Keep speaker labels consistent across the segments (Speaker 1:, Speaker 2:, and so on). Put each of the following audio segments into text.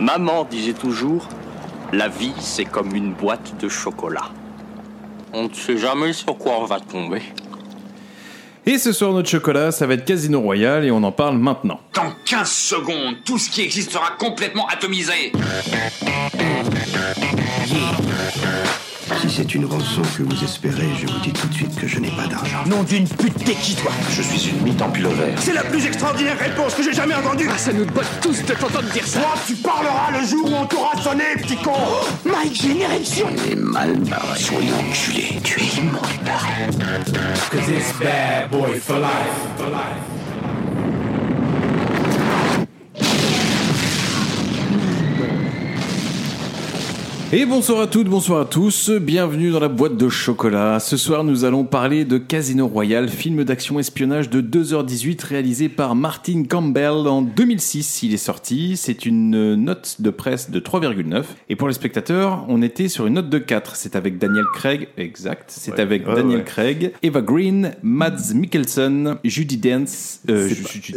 Speaker 1: Maman disait toujours, la vie c'est comme une boîte de chocolat. On ne sait jamais sur quoi on va tomber.
Speaker 2: Et ce soir, notre chocolat, ça va être Casino Royal et on en parle maintenant.
Speaker 3: Dans 15 secondes, tout ce qui existe sera complètement atomisé.
Speaker 4: Si c'est une rançon que vous espérez, je vous dis tout de suite que je n'ai pas d'argent.
Speaker 5: Nom d'une pute, t'es qui toi
Speaker 6: Je suis une mythe en pull vert.
Speaker 7: C'est la plus extraordinaire réponse que j'ai jamais entendue
Speaker 8: ah, Ça nous botte tous de t'entendre dire ça
Speaker 7: Toi, tu parleras le jour où on t'aura sonné, petit con oh,
Speaker 5: My Generation
Speaker 4: Elle est mal barrée. Soyez enculé, tu es immonde barré.
Speaker 9: Cause it's bad boy for life, for life.
Speaker 2: Et bonsoir à toutes, bonsoir à tous, bienvenue dans la boîte de chocolat. Ce soir, nous allons parler de Casino Royale, film d'action-espionnage de 2h18 réalisé par Martin Campbell en 2006. Il est sorti, c'est une euh, note de presse de 3,9. Et pour les spectateurs, on était sur une note de 4. C'est avec Daniel Craig, exact, c'est ouais. avec oh, Daniel ouais. Craig, Eva Green, Mads Mikkelsen, Judy Dance.
Speaker 10: Euh,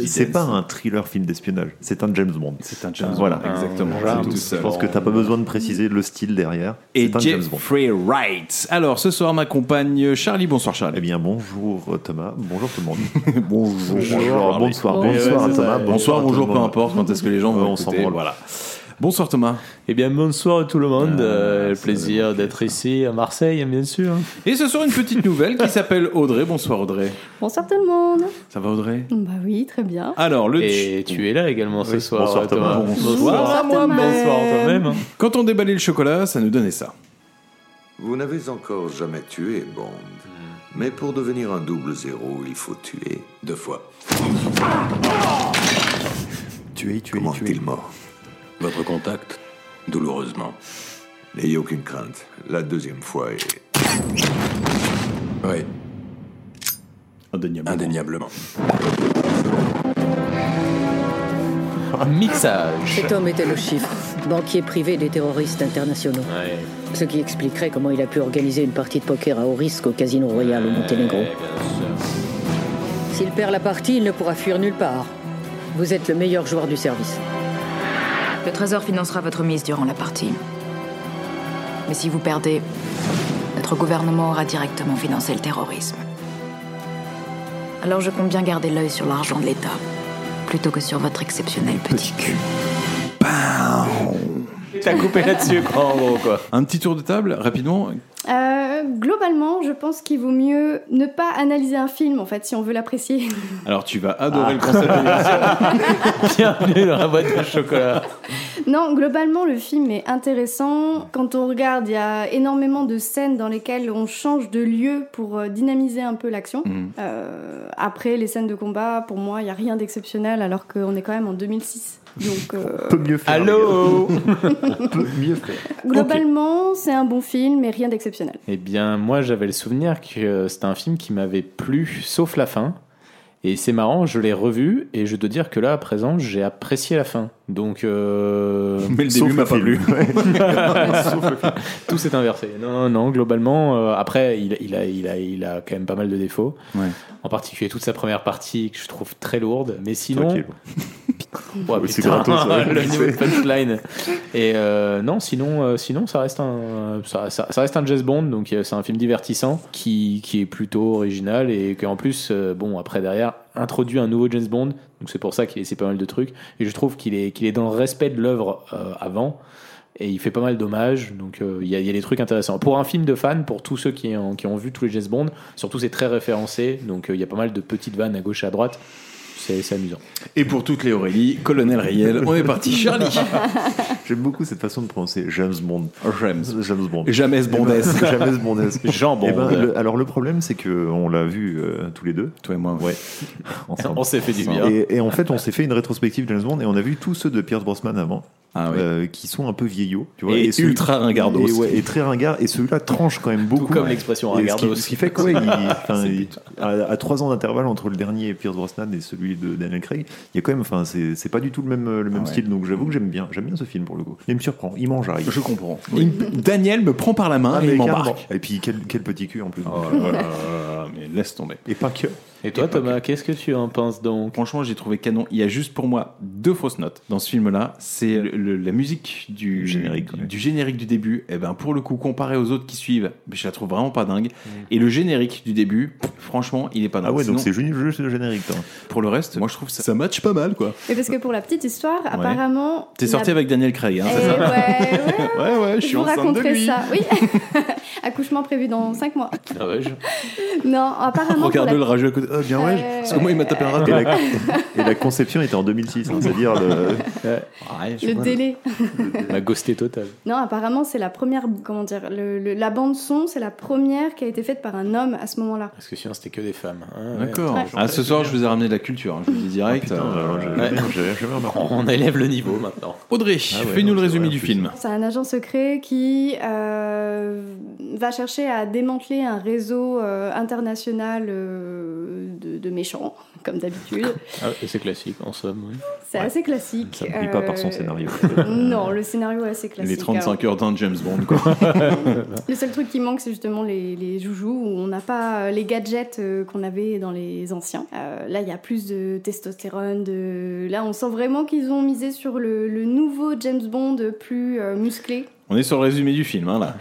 Speaker 10: c'est pas, pas, un thriller film d'espionnage, c'est un James Bond.
Speaker 2: C'est un James Bond.
Speaker 10: Voilà,
Speaker 2: exactement.
Speaker 10: Tout. Je pense que t'as pas besoin de préciser le style derrière.
Speaker 2: Et Jeffrey Wright. Alors ce soir m'accompagne Charlie. Bonsoir Charlie.
Speaker 10: Eh bien bonjour Thomas. Bonjour tout le monde.
Speaker 2: bonjour.
Speaker 10: Eh bonjour bonsoir. Bonsoir, bonsoir à Thomas.
Speaker 2: Bonsoir. Bonjour. Peu importe quand est-ce que
Speaker 10: Euh,
Speaker 2: les gens vont écouter. Voilà. Bonsoir Thomas.
Speaker 11: Eh bien bonsoir à tout le monde. Euh, plaisir d'être ici à Marseille, bien sûr.
Speaker 2: Et ce soir une petite nouvelle qui s'appelle Audrey. Bonsoir Audrey.
Speaker 12: Bonsoir tout le monde.
Speaker 2: Ça va Audrey
Speaker 12: Bah oui, très bien.
Speaker 2: Alors le
Speaker 11: et tu es là également oui. ce soir.
Speaker 10: Bonsoir Thomas. Thomas.
Speaker 11: Bonsoir, moi-même. Bonsoir toi-même.
Speaker 2: Quand on déballait le chocolat, ça nous donnait ça.
Speaker 13: Vous n'avez encore jamais tué Bond, mmh. mais pour devenir un double zéro, il faut tuer deux fois.
Speaker 10: Tuer, tuer,
Speaker 13: Comment
Speaker 10: tuer.
Speaker 13: est mort
Speaker 14: votre contact, douloureusement.
Speaker 13: N'ayez aucune crainte. La deuxième fois est.
Speaker 14: Oui.
Speaker 2: Indéniablement.
Speaker 14: Indéniablement.
Speaker 11: Mixage.
Speaker 15: Cet homme était le chiffre, banquier privé des terroristes internationaux.
Speaker 11: Ouais.
Speaker 15: Ce qui expliquerait comment il a pu organiser une partie de poker à haut risque au Casino Royal au Monténégro. Ouais, S'il perd la partie, il ne pourra fuir nulle part. Vous êtes le meilleur joueur du service.
Speaker 16: Le trésor financera votre mise durant la partie. Mais si vous perdez, notre gouvernement aura directement financé le terrorisme. Alors je compte bien garder l'œil sur l'argent de l'État, plutôt que sur votre exceptionnel petit cul.
Speaker 11: T'as coupé là-dessus, quoi, en gros, quoi.
Speaker 2: Un petit tour de table, rapidement.
Speaker 12: Euh, globalement, je pense qu'il vaut mieux ne pas analyser un film, en fait, si on veut l'apprécier.
Speaker 2: Alors, tu vas adorer ah. le concept de
Speaker 11: Bienvenue dans la boîte de chocolat.
Speaker 12: Non, globalement, le film est intéressant. Quand on regarde, il y a énormément de scènes dans lesquelles on change de lieu pour euh, dynamiser un peu l'action.
Speaker 2: Mhm.
Speaker 12: Mm. Euh, après, les scènes de combat, pour moi, il n'y a rien d'exceptionnel, alors qu'on est quand même en 2006. Donc, euh...
Speaker 10: on peut mieux faire.
Speaker 11: Allô
Speaker 10: on peut mieux faire.
Speaker 12: Globalement, okay. c'est un bon film, mais rien d'exceptionnel.
Speaker 11: Eh bien, moi, j'avais le souvenir que c'était un film qui m'avait plu, sauf la fin. Et c'est marrant, je l'ai revu et je dois dire que là, à présent, j'ai apprécié la fin. Donc, euh...
Speaker 2: mais le début m'a pas plu.
Speaker 11: Tout s'est inversé. Non, non, globalement, euh, après, il, il, a, il, a, il a quand même pas mal de défauts.
Speaker 2: Ouais.
Speaker 11: En particulier toute sa première partie que je trouve très lourde. Mais sinon,
Speaker 10: oh, oui, c'est gratos, ça,
Speaker 11: le niveau punchline. Et euh, non, sinon, euh, sinon, ça reste un, ça, ça, ça reste un jazz bond, donc euh, c'est un film divertissant qui, qui est plutôt original et qui en plus, euh, bon, après derrière introduit un nouveau James Bond, donc c'est pour ça qu'il essaie pas mal de trucs. Et je trouve qu'il est, qu'il est dans le respect de l'œuvre euh, avant et il fait pas mal d'hommages donc il euh, y, y, a des trucs intéressants pour un film de fans pour tous ceux qui, en, qui ont vu tous les James Bond surtout c'est très référencé donc il euh, y a pas mal de petites vannes à gauche et à droite c'est amusant.
Speaker 2: Et pour toutes les Aurélie, Colonel Riel, on est parti. Charlie
Speaker 10: J'aime beaucoup cette façon de prononcer James Bond.
Speaker 2: James.
Speaker 10: James Bond.
Speaker 2: Jamais Bondesque.
Speaker 10: Ben, Jamais Bondesque.
Speaker 11: Jean Bond.
Speaker 10: Ben, le, alors le problème, c'est qu'on l'a vu euh, tous les deux.
Speaker 2: Toi et moi.
Speaker 10: Ouais.
Speaker 11: on s'est fait du bien.
Speaker 10: Et, et en fait, on s'est fait une rétrospective James Bond et on a vu tous ceux de Pierce Brosnan avant.
Speaker 2: Ah oui.
Speaker 10: euh, qui sont un peu vieillots. Tu vois,
Speaker 2: et, et celui, ultra ringardos.
Speaker 10: Et, ouais, et, très ringard. Et celui-là tranche quand même beaucoup.
Speaker 11: Tout comme ouais. l'expression
Speaker 10: Ce
Speaker 11: ringardos.
Speaker 10: qui, ce qui, fait quoi il, à, trois ans d'intervalle entre le dernier Pierce Brosnan et celui de Daniel Craig, il y a quand même. Enfin, c'est pas du tout le même,
Speaker 2: Ah
Speaker 10: le même ouais. style. Donc j'avoue que j'aime bien, j'aime bien ce film pour le coup. Il me surprend. Il mange arrive.
Speaker 2: Je comprends. Oui. Ah, Daniel me prend par la main ah, et il m'embarque.
Speaker 10: Et puis quel, quel, petit cul en plus.
Speaker 2: Oh, voilà, Oh mais laisse tomber.
Speaker 10: Et pas que.
Speaker 11: Et toi, Thomas, qu'est-ce que tu en penses donc
Speaker 2: Franchement, j'ai trouvé canon. Il y a juste pour moi deux fausses notes dans ce film-là. C'est le- le- la musique du
Speaker 10: générique,
Speaker 2: du, générique du début. Et ben pour le coup, comparé aux autres qui suivent, je la trouve vraiment pas dingue. Et le générique du début, pff, franchement, il est pas dingue.
Speaker 10: Mm. Ah ouais, donc
Speaker 2: Sinon,
Speaker 10: c'est juste juste le générique, toi.
Speaker 2: pour le reste, moi je trouve ça, ça match pas mal quoi.
Speaker 12: Et parce que pour la petite histoire, apparemment.
Speaker 2: T'es
Speaker 12: la-
Speaker 2: sorti avec Daniel Craig, hein,
Speaker 12: Eh
Speaker 2: c'est ça
Speaker 12: ouais, ouais,
Speaker 2: Ouais, ouais, je suis
Speaker 12: vous
Speaker 2: enceinte de
Speaker 12: raconterai
Speaker 2: lui.
Speaker 12: ça. Oui. Accouchement prévu dans 5 mois.
Speaker 11: Ah ouais, je-
Speaker 12: Non, apparemment. pour
Speaker 10: Regarde-le
Speaker 12: la-
Speaker 10: le rageux à côté. Ah, bien ouais,
Speaker 12: Euh,
Speaker 10: parce que moi il m'a tapé
Speaker 2: Ah,
Speaker 10: un raté. Et la, et la conception était en 2006, hein, c'est-à-dire le.
Speaker 2: Ah,
Speaker 12: Le délai.
Speaker 11: La ghostée totale.
Speaker 12: Non, apparemment, c'est la première. Comment dire le- le- La bande-son, c'est la première qui a été faite par un homme à ce moment-là.
Speaker 11: Parce que sinon, c'était que des femmes. Ah ouais.
Speaker 2: D'accord.
Speaker 12: Ouais.
Speaker 2: Ah, ce soir, je vous ai ramené de la culture, hein, je vous le dis direct.
Speaker 10: Oh,
Speaker 11: Euh, Ouais. On élève le niveau maintenant.
Speaker 2: Audrey, fais-nous le résumé du film.
Speaker 12: C'est un agent secret qui euh, va chercher à démanteler un réseau euh, international euh, de, de méchants, comme d'habitude.
Speaker 11: Ah, et c'est classique, en somme. oui.
Speaker 12: C'est assez classique.
Speaker 11: Ça brille pas
Speaker 12: euh,
Speaker 11: par son scénario.
Speaker 12: non, le scénario est assez classique.
Speaker 2: Les 35 heures d'un James Bond, quoi.
Speaker 12: Alors, le seul truc qui manque, c'est justement les, les joujoux où on n'a pas euh, les gadgets euh, qu'on avait dans les anciens. Euh, là, il y a plus de testostérone. De... Là, on sent vraiment qu'ils ont misé sur le, le nouveau James Bond plus euh, musclé.
Speaker 2: On est sur le résumé du film, hein, là.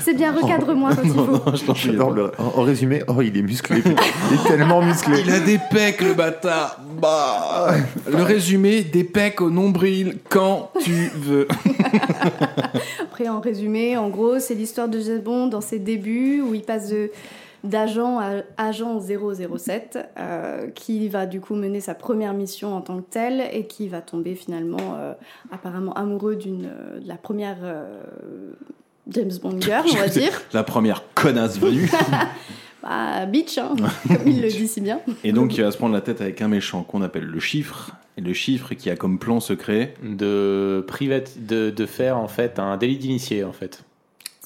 Speaker 12: C'est bien, recadre-moi quand il faut.
Speaker 10: J'adore le- En, en résumé, oh, il est musclé. putain. Il est tellement musclé.
Speaker 2: Il a des pecs, le bâtard. Bah, le résumé des pecs au nombril quand tu veux.
Speaker 12: Après, en résumé, en gros, c'est l'histoire de James Bond dans ses débuts où il passe de- d'agent à agent 007 euh, qui va du coup mener sa première mission en tant que telle et qui va tomber finalement euh, apparemment amoureux d'une euh, de la première euh, James Bond girl on va dire
Speaker 2: La première connasse venue.
Speaker 12: bah, bitch hein, comme il le dit si bien
Speaker 2: Et donc, il va se prendre la tête avec un méchant qu'on appelle le chiffre. Et le chiffre qui a comme plan secret.
Speaker 11: De, private, de, de faire en fait un délit d'initié en fait.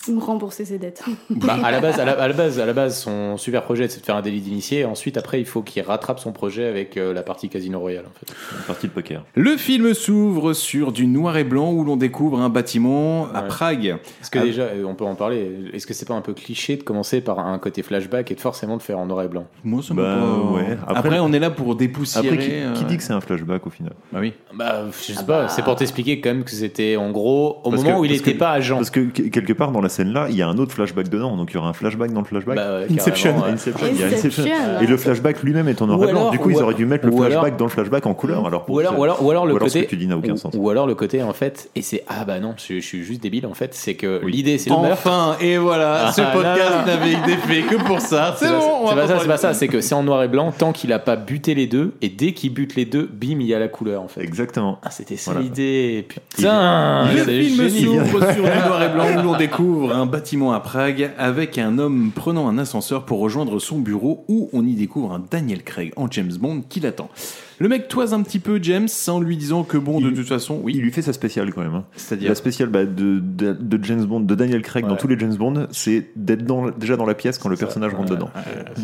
Speaker 12: ou rembourser ses dettes
Speaker 11: Bah, à la base, à la, à la base, à la base, son super projet c'est de faire un délit d'initié. Ensuite, après, il faut qu'il rattrape son projet avec euh, la partie Casino Royale en fait.
Speaker 10: Une partie de poker.
Speaker 2: Le film s'ouvre sur du noir et blanc où l'on découvre un bâtiment à
Speaker 11: Ouais.
Speaker 2: Prague.
Speaker 11: Est-ce que
Speaker 2: Ah,
Speaker 11: déjà, euh, on peut en parler Est-ce que c'est pas un peu cliché de commencer par un côté flashback et de forcément de faire en noir et blanc
Speaker 2: Moi, ça me
Speaker 10: Bah,
Speaker 2: pas-
Speaker 10: ouais.
Speaker 2: Après, on est là pour dépoussiérer.
Speaker 10: Après, qui, qui
Speaker 2: euh,
Speaker 10: dit que c'est un flashback au final
Speaker 2: Bah oui.
Speaker 11: Bah, je sais pas. C'est pour t'expliquer quand même que c'était en gros au moment où il était pas agent.
Speaker 10: Parce que que- quelque part dans la scène-là, il y a un autre flashback dedans, donc il y aura un flashback dans le flashback.
Speaker 11: Bah ouais, Inception. carrément, ouais.
Speaker 10: Inception, il y a
Speaker 11: Inception.
Speaker 10: Et le flashback lui-même est en noir
Speaker 11: Ou
Speaker 10: et blanc.
Speaker 11: alors-
Speaker 10: Du coup, ils
Speaker 11: ou-
Speaker 10: auraient dû mettre le
Speaker 11: ou
Speaker 10: flashback
Speaker 11: alors-
Speaker 10: dans le flashback en couleur. Alors,
Speaker 11: Ou alors, ou alors, ou alors le côté.
Speaker 10: ce que tu dis n'a aucun
Speaker 11: ou-
Speaker 10: sens.
Speaker 11: Ou alors le côté en fait, et c'est ah bah non, je, je suis juste débile en fait, c'est que l'idée c'est le meurtre.
Speaker 2: Enfin, et voilà,
Speaker 11: Ah,
Speaker 2: ce
Speaker 11: là,
Speaker 2: podcast
Speaker 11: là.
Speaker 2: n'avait été fait que pour ça. C'est
Speaker 11: pas ça,
Speaker 2: bon, on
Speaker 11: Ah, c'est
Speaker 2: va
Speaker 11: pas ça,
Speaker 2: pas
Speaker 11: c'est pas ça,
Speaker 2: parler.
Speaker 11: c'est que c'est en noir et blanc tant qu'il a pas buté les deux, et dès qu'il bute les deux, bim, il y a la couleur en fait.
Speaker 10: Exactement.
Speaker 11: Ah, c'était ça
Speaker 10: Voilà.
Speaker 11: l'idée, putain,
Speaker 2: Le
Speaker 11: c'est
Speaker 2: film
Speaker 11: génial.
Speaker 2: s'ouvre sur du noir et blanc où l'on découvre un bâtiment à Prague avec un homme prenant un ascenseur pour rejoindre son bureau où on y découvre un Daniel Craig en James Bond qui l'attend. Le mec toise un petit peu James en lui disant que bon, de toute façon, oui.
Speaker 10: Il lui fait sa spéciale quand même. hein.
Speaker 2: C'est-à-dire
Speaker 10: La spéciale bah, de, de, de James Bond, de Daniel Craig dans
Speaker 2: Ouais.
Speaker 10: tous les James Bond, c'est d'être dans- déjà dans la pièce quand le personnage rentre dedans.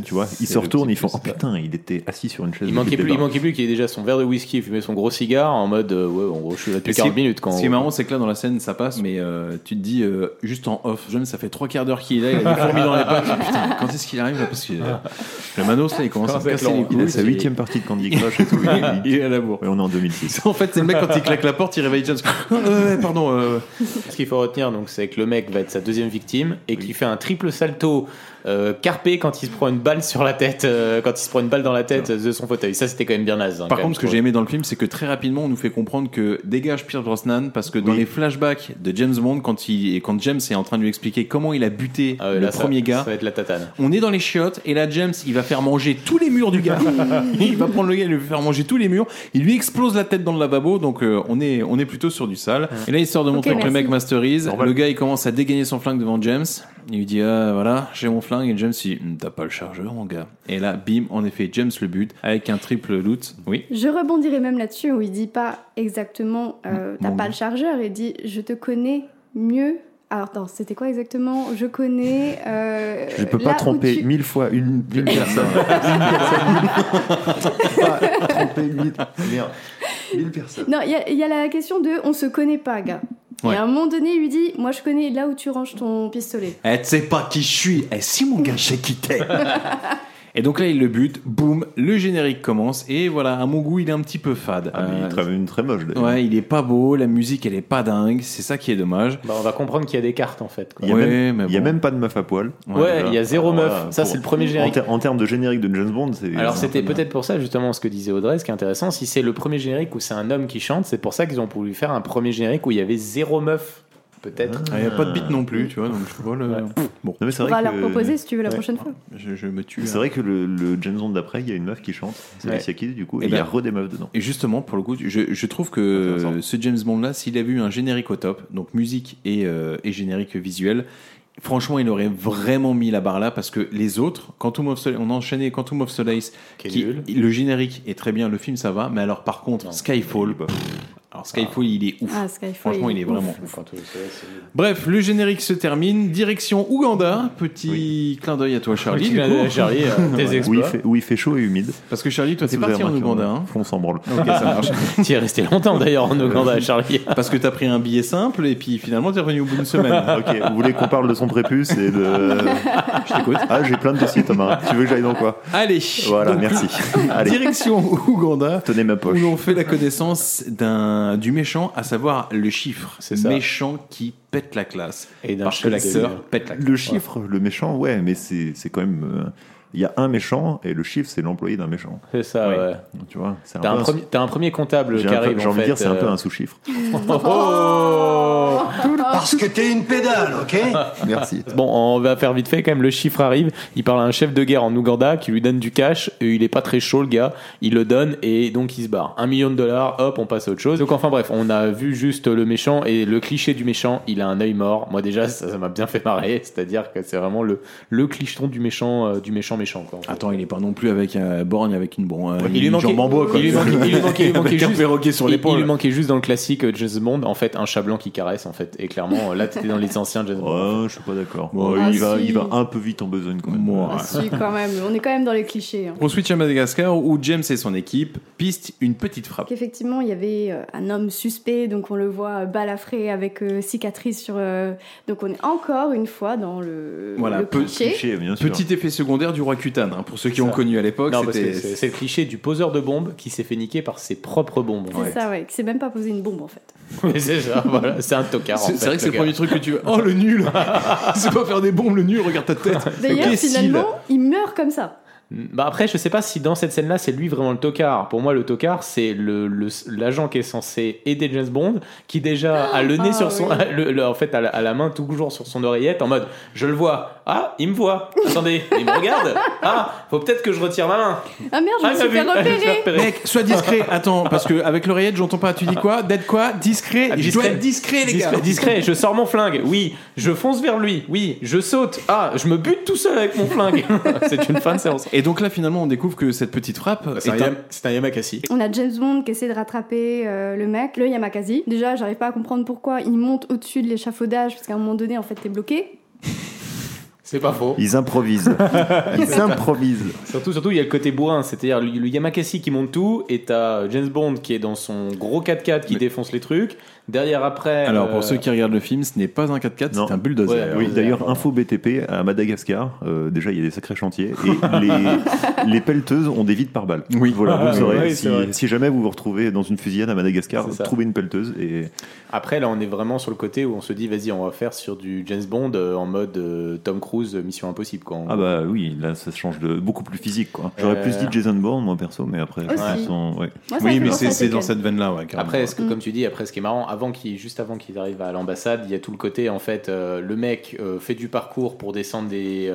Speaker 10: tu vois, il
Speaker 11: c'est
Speaker 10: se
Speaker 11: le
Speaker 10: retourne,
Speaker 11: petit
Speaker 10: il fait
Speaker 11: plus,
Speaker 10: Oh
Speaker 11: ça.
Speaker 10: putain, il était assis sur une chaise.
Speaker 11: Il
Speaker 10: de
Speaker 11: manquait, plus,
Speaker 10: débat.
Speaker 11: il manquait plus qu'il ait déjà son verre de whisky, il fumait son gros cigare en mode euh, ouais, en gros, je suis là depuis
Speaker 2: Et ce qui-
Speaker 11: 40 minutes quand.
Speaker 2: Ce qui est marrant, c'est que là, dans la scène, ça passe, mais euh, tu te dis, euh, juste en off, James, ça fait trois quarts d'heure qu'il est, là, il a des fourmis dans les pattes. Putain, quand est-ce qu'il arrive là Parce que euh, le Manos, là, il commence à
Speaker 10: Quand
Speaker 2: me
Speaker 10: c'est
Speaker 2: casser
Speaker 10: lent.
Speaker 2: les
Speaker 10: Il
Speaker 2: couilles.
Speaker 10: a sa
Speaker 2: Et-
Speaker 10: huitième partie de Candy Crush et tout. le mec,
Speaker 2: Il est à la bourre.
Speaker 10: Ouais, on est en 2006.
Speaker 2: En fait, c'est le mec, quand il claque la porte, il réveille James. Euh, pardon. euh,
Speaker 11: Ce qu'il faut retenir, donc, c'est que le mec va être sa deuxième victime et qu'il fait un triple salto euh, carpé quand il se prend une balle sur la tête, euh, quand il se prend une balle dans la tête de son fauteuil. Ça, c'était quand même bien naze. hein,
Speaker 2: Par
Speaker 11: quand même,
Speaker 2: contre, ce que
Speaker 11: je
Speaker 2: j'ai aimé dans le film, c'est que très rapidement, on nous fait comprendre que dégage Pierce Brosnan parce que dans les flashbacks de James Bond, quand il et quand James est en train de lui expliquer comment il a buté
Speaker 11: trouve. Ah ouais,
Speaker 2: le
Speaker 11: là, ça-
Speaker 2: premier gars,
Speaker 11: Ça va être la tatane.
Speaker 2: on est dans les chiottes et là James, il va faire manger tous les murs du gars. il va prendre le gars, il lui fait faire manger tous les murs. Il lui explose la tête dans le lavabo, donc euh, on est on est plutôt sur du sale. Et là, histoire de montrer
Speaker 12: Ok,
Speaker 2: que le
Speaker 12: merci.
Speaker 2: mec masterise, le gars, il commence à dégainer son flingue devant James. Il lui dit ah, voilà, j'ai mon flingue et James il dit Hum, t'as pas le chargeur mon gars. Et là, bim, en effet, James le bute avec un triple loot. Oui.
Speaker 12: Je rebondirai même là-dessus où il dit pas exactement
Speaker 10: Mm.
Speaker 12: euh, t'as
Speaker 2: Mon
Speaker 12: pas
Speaker 2: Dieu.
Speaker 12: le chargeur, il dit je te connais mieux. Alors attends, c'était quoi exactement Je connais. euh,
Speaker 10: Je peux
Speaker 12: là
Speaker 10: pas
Speaker 12: où
Speaker 10: tromper
Speaker 12: tu-
Speaker 10: mille fois une, une personne. Pas tromper mille, merde, mille personnes.
Speaker 12: Non, il y, a- il y a la question de on se connaît pas, gars. Ouais. Et à un moment donné, il lui dit Moi, je connais là où tu ranges ton pistolet.
Speaker 2: Elle sait Eh, pas qui je suis. Eh, si mon gars, je sais qui t'es. Et donc là, il le bute, boum, le générique commence, et voilà, à mon goût, il est un petit peu fade. Euh,
Speaker 10: Ah, mais il est très, une très moche d'ailleurs.
Speaker 2: Ouais, il est pas beau, la musique, elle est pas dingue, c'est ça qui est dommage.
Speaker 11: Bah, on va comprendre qu'il y a des cartes en fait.
Speaker 10: Il y a,
Speaker 2: Ouais,
Speaker 10: même,
Speaker 2: mais
Speaker 10: il y a
Speaker 2: bon.
Speaker 10: même pas de meuf à poil.
Speaker 11: Ouais, il y a zéro meuf. Ça, c'est le premier
Speaker 10: En,
Speaker 11: générique.
Speaker 10: ter- en termes de générique de James Bond, c'est.
Speaker 11: Alors
Speaker 10: c'est
Speaker 11: c'était
Speaker 10: un peu
Speaker 11: peut-être pour ça justement ce que disait Audrey, ce qui est intéressant, si c'est le premier générique où c'est un homme qui chante, c'est pour ça qu'ils ont voulu faire un premier générique où il y avait zéro meuf, peut-être.
Speaker 2: Ah, Il n'y a pas de beat non plus, tu vois, donc je vois le. Bon,
Speaker 10: Non, mais c'est
Speaker 12: On
Speaker 10: vrai
Speaker 12: va
Speaker 10: que-
Speaker 12: leur proposer si tu veux la prochaine fois.
Speaker 2: je, je me tue.
Speaker 10: C'est vrai que le, le James Bond d'après, il y a une meuf qui chante, c'est Alicia Keys du
Speaker 11: Eh
Speaker 10: coup, et, il
Speaker 11: ben.
Speaker 10: y a re des meufs dedans.
Speaker 2: Et justement, pour le coup, je, je trouve que ce James Bond-là, s'il avait eu un générique au top, donc musique et, euh, et générique visuel, franchement, il aurait vraiment mis la barre là parce que les autres, Quantum of Solace, on a enchaîné Quantum of Solace,
Speaker 11: Qui est
Speaker 2: qui-
Speaker 11: nul.
Speaker 2: le générique est très bien, le film ça va, mais alors par contre, Skyfall, alors Skyfall, il est ouf.
Speaker 12: Ah, Skyfall,
Speaker 2: franchement, il est,
Speaker 12: ouf.
Speaker 2: vraiment ouf. Bref, le générique se termine, direction Ouganda, petit clin d'œil à toi, Charlie.
Speaker 11: Petit
Speaker 2: du
Speaker 11: clin d'œil
Speaker 2: coup.
Speaker 11: à Charlie, euh, tes
Speaker 2: Voilà.
Speaker 11: exploits.
Speaker 10: Où il, fait, où il fait chaud et humide.
Speaker 2: Parce que Charlie, toi,
Speaker 10: c'est
Speaker 2: t'es parti en Ouganda, hein
Speaker 10: On s'en branle.
Speaker 2: Ok, ça marche.
Speaker 11: Tu es resté longtemps d'ailleurs en Ouganda, Charlie.
Speaker 2: Parce que t'as pris un billet simple et puis finalement t'es revenu au bout d'une semaine.
Speaker 10: ok, vous voulez qu'on parle de son prépuce et de.
Speaker 2: Je t'écoute.
Speaker 10: Ah, j'ai plein de dossiers, Thomas. Tu veux que j'aille dans quoi
Speaker 2: Allez.
Speaker 10: Voilà,
Speaker 2: Donc,
Speaker 10: merci. Allez.
Speaker 2: Direction Ouganda.
Speaker 10: Tenez ma
Speaker 2: Où
Speaker 10: poche.
Speaker 2: l'on fait la connaissance d'un du méchant, à savoir le chiffre.
Speaker 11: C'est ça.
Speaker 2: Méchant qui pète la classe.
Speaker 11: Et d'un
Speaker 2: parce que
Speaker 11: l'acteur
Speaker 2: l'acteur pète la classe.
Speaker 10: Le chiffre, le méchant, ouais, mais c'est c'est quand même. euh, Il y a un méchant et le chiffre, c'est l'employé d'un méchant.
Speaker 11: C'est ça, Ah, ouais.
Speaker 10: Tu vois, c'est
Speaker 11: T'as un,
Speaker 10: peu
Speaker 11: premier- t'as un premier comptable
Speaker 10: J'ai
Speaker 11: qui
Speaker 10: un peu-
Speaker 11: arrive.
Speaker 10: j'ai
Speaker 11: en
Speaker 10: envie de
Speaker 11: fait,
Speaker 10: dire, c'est un peu
Speaker 11: euh,
Speaker 10: un sous-chiffre.
Speaker 11: Oh
Speaker 5: Parce que t'es une pédale, ok
Speaker 10: Merci.
Speaker 11: Bon, on va faire vite fait quand même. Le chiffre arrive. Il parle à un chef de guerre en Ouganda qui lui donne du cash. Et il est pas très chaud, le gars. Il le donne et donc il se barre. Un million de dollars, hop, on passe à autre chose. Donc, enfin, bref, on a vu juste le méchant et le cliché du méchant. Il a un œil mort. Moi, déjà, ça ça m'a bien fait marrer. C'est-à-dire que c'est vraiment le, le clicheton du méchant, euh, du méchant méchant, quoi.
Speaker 2: Attends, il est pas non plus avec un borgne, avec une, bon,
Speaker 11: Il lui manquait,
Speaker 2: jambe en bois, quoi.
Speaker 11: il lui manquait, il lui manquait, il lui manquait
Speaker 2: Avec un
Speaker 11: juste,
Speaker 2: perroquet sur
Speaker 11: il-
Speaker 2: l'épaule.
Speaker 11: il lui manquait juste dans le classique euh, James Bond, en fait, un chat blanc qui caresse, en fait. Et clairement, là, t'étais dans les anciens James Bond.
Speaker 10: Ouais, Oh, je suis pas d'accord.
Speaker 2: Ouais,
Speaker 10: il,
Speaker 12: Ah,
Speaker 10: va,
Speaker 12: si.
Speaker 10: il va un peu vite en besogne quand même.
Speaker 2: Moi.
Speaker 12: Ah, si, quand même, on est quand même dans les clichés. hein.
Speaker 2: On switch à Madagascar où James et son équipe pistent une petite frappe.
Speaker 12: Donc, Effectivement, il y avait euh, un homme suspect, donc on le voit euh, balafré avec euh, cicatrice sur. euh, donc on est encore une fois dans le,
Speaker 2: Voilà,
Speaker 12: le
Speaker 2: peu-
Speaker 12: cliché.
Speaker 10: bien sûr.
Speaker 2: Petit effet secondaire du roi Cutane, hein, pour ceux qui ont
Speaker 11: Ça.
Speaker 2: connu à l'époque.
Speaker 11: Non, parce que
Speaker 2: c'était-
Speaker 11: c'est c'est le cliché du poseur de bombes qui s'est fait niquer par ses propres bombes.
Speaker 12: C'est ça, ouais, qui s'est même pas posé une bombe en fait.
Speaker 11: Mais c'est ça, voilà, c'est un tocard. en
Speaker 2: C'est
Speaker 11: fait,
Speaker 2: c'est vrai que c'est le
Speaker 11: gars.
Speaker 2: premier truc que tu veux. Oh le nul C'est pas faire des bombes le nul, regarde ta tête
Speaker 12: D'ailleurs,
Speaker 2: Qu'est-ce qu'il
Speaker 12: finalement, il meurt comme ça.
Speaker 11: Bah après, je sais pas si dans cette scène-là, c'est lui vraiment le tocard. Pour moi, le tocard, c'est le- le- l'agent qui est censé aider James Bond, qui déjà a le nez
Speaker 12: Ah,
Speaker 11: sur son,
Speaker 12: oui.
Speaker 11: le- le- en fait, à la, à la main toujours sur son oreillette, en mode, je le vois. Ah, il me voit. Attendez, il me regarde. Ah, faut peut-être que je retire ma main.
Speaker 12: Ah merde, je
Speaker 11: Ah,
Speaker 12: me
Speaker 11: il m'a
Speaker 12: suis fait
Speaker 11: vu. Ah, je me suis fait
Speaker 12: repérer.
Speaker 11: repérer.
Speaker 2: Mec, sois discret, attends, parce que avec l'oreillette, j'entends pas, tu dis quoi D'être quoi Discret
Speaker 11: Ah,
Speaker 2: Je dois être discret, les gars
Speaker 11: Discret, discret. je sors mon flingue, oui, je fonce vers lui, oui, je saute, ah, je me bute tout seul avec mon flingue. c'est une fin de séance.
Speaker 2: Et donc là, finalement, on découvre que cette petite frappe
Speaker 11: C'est un,
Speaker 2: est un-
Speaker 11: Yam- c'est un Yamakasi.
Speaker 12: On a James Bond qui essaie de rattraper euh, le mec, le Yamakasi. Déjà, j'arrive pas à comprendre pourquoi il monte au-dessus de l'échafaudage, parce qu'à un moment donné, en fait, t'es bloqué.
Speaker 11: C'est pas faux.
Speaker 10: Ils improvisent. Ils improvisent.
Speaker 11: Surtout, surtout, il y a le côté bourrin, c'est-à-dire le, le Yamakasi qui monte tout, et t'as euh, James Bond qui est dans son gros 4x4 qui défonce les trucs. Derrière, après.
Speaker 2: Alors,
Speaker 11: euh,
Speaker 2: pour ceux qui regardent le film, ce n'est pas un 4x4,
Speaker 10: Non.
Speaker 2: c'est un bulldozer.
Speaker 11: Ouais,
Speaker 10: Oui,
Speaker 11: ouais,
Speaker 10: d'ailleurs,
Speaker 11: pardon.
Speaker 10: info BTP à Madagascar, euh, déjà il y a des sacrés chantiers et les, les pelleteuses ont des vides par balles.
Speaker 2: Oui.
Speaker 10: Voilà, vous
Speaker 11: Ah,
Speaker 10: le saurez.
Speaker 11: oui,
Speaker 10: si,
Speaker 11: c'est vrai.
Speaker 10: si jamais vous vous retrouvez dans une fusillade à Madagascar,
Speaker 11: C'est ça.
Speaker 10: trouvez une pelleteuse et
Speaker 11: Après, là, on est vraiment sur le côté où on se dit, vas-y, on va faire sur du James Bond euh, en mode euh, Tom Cruise, euh, Mission Impossible. Quoi.
Speaker 10: ah bah oui, là ça se change de beaucoup plus physique quoi. J'aurais
Speaker 11: Euh.
Speaker 10: plus dit Jason Bourne moi perso, mais après je
Speaker 12: Aussi.
Speaker 10: pense qu'ils sont- ouais.
Speaker 12: Moi, ça a
Speaker 2: Oui,
Speaker 12: fait
Speaker 2: mais
Speaker 12: penser
Speaker 2: c'est
Speaker 12: à
Speaker 2: c'est dans
Speaker 12: Tekken.
Speaker 2: cette veine-là, ouais, carrément.
Speaker 11: Après, est-ce que,
Speaker 12: Mm.
Speaker 11: comme tu dis, après, ce qui est marrant, avant qu'il- juste avant qu'ils arrivent à l'ambassade, il y a tout le côté, en fait, euh, le mec euh, fait du parcours pour descendre des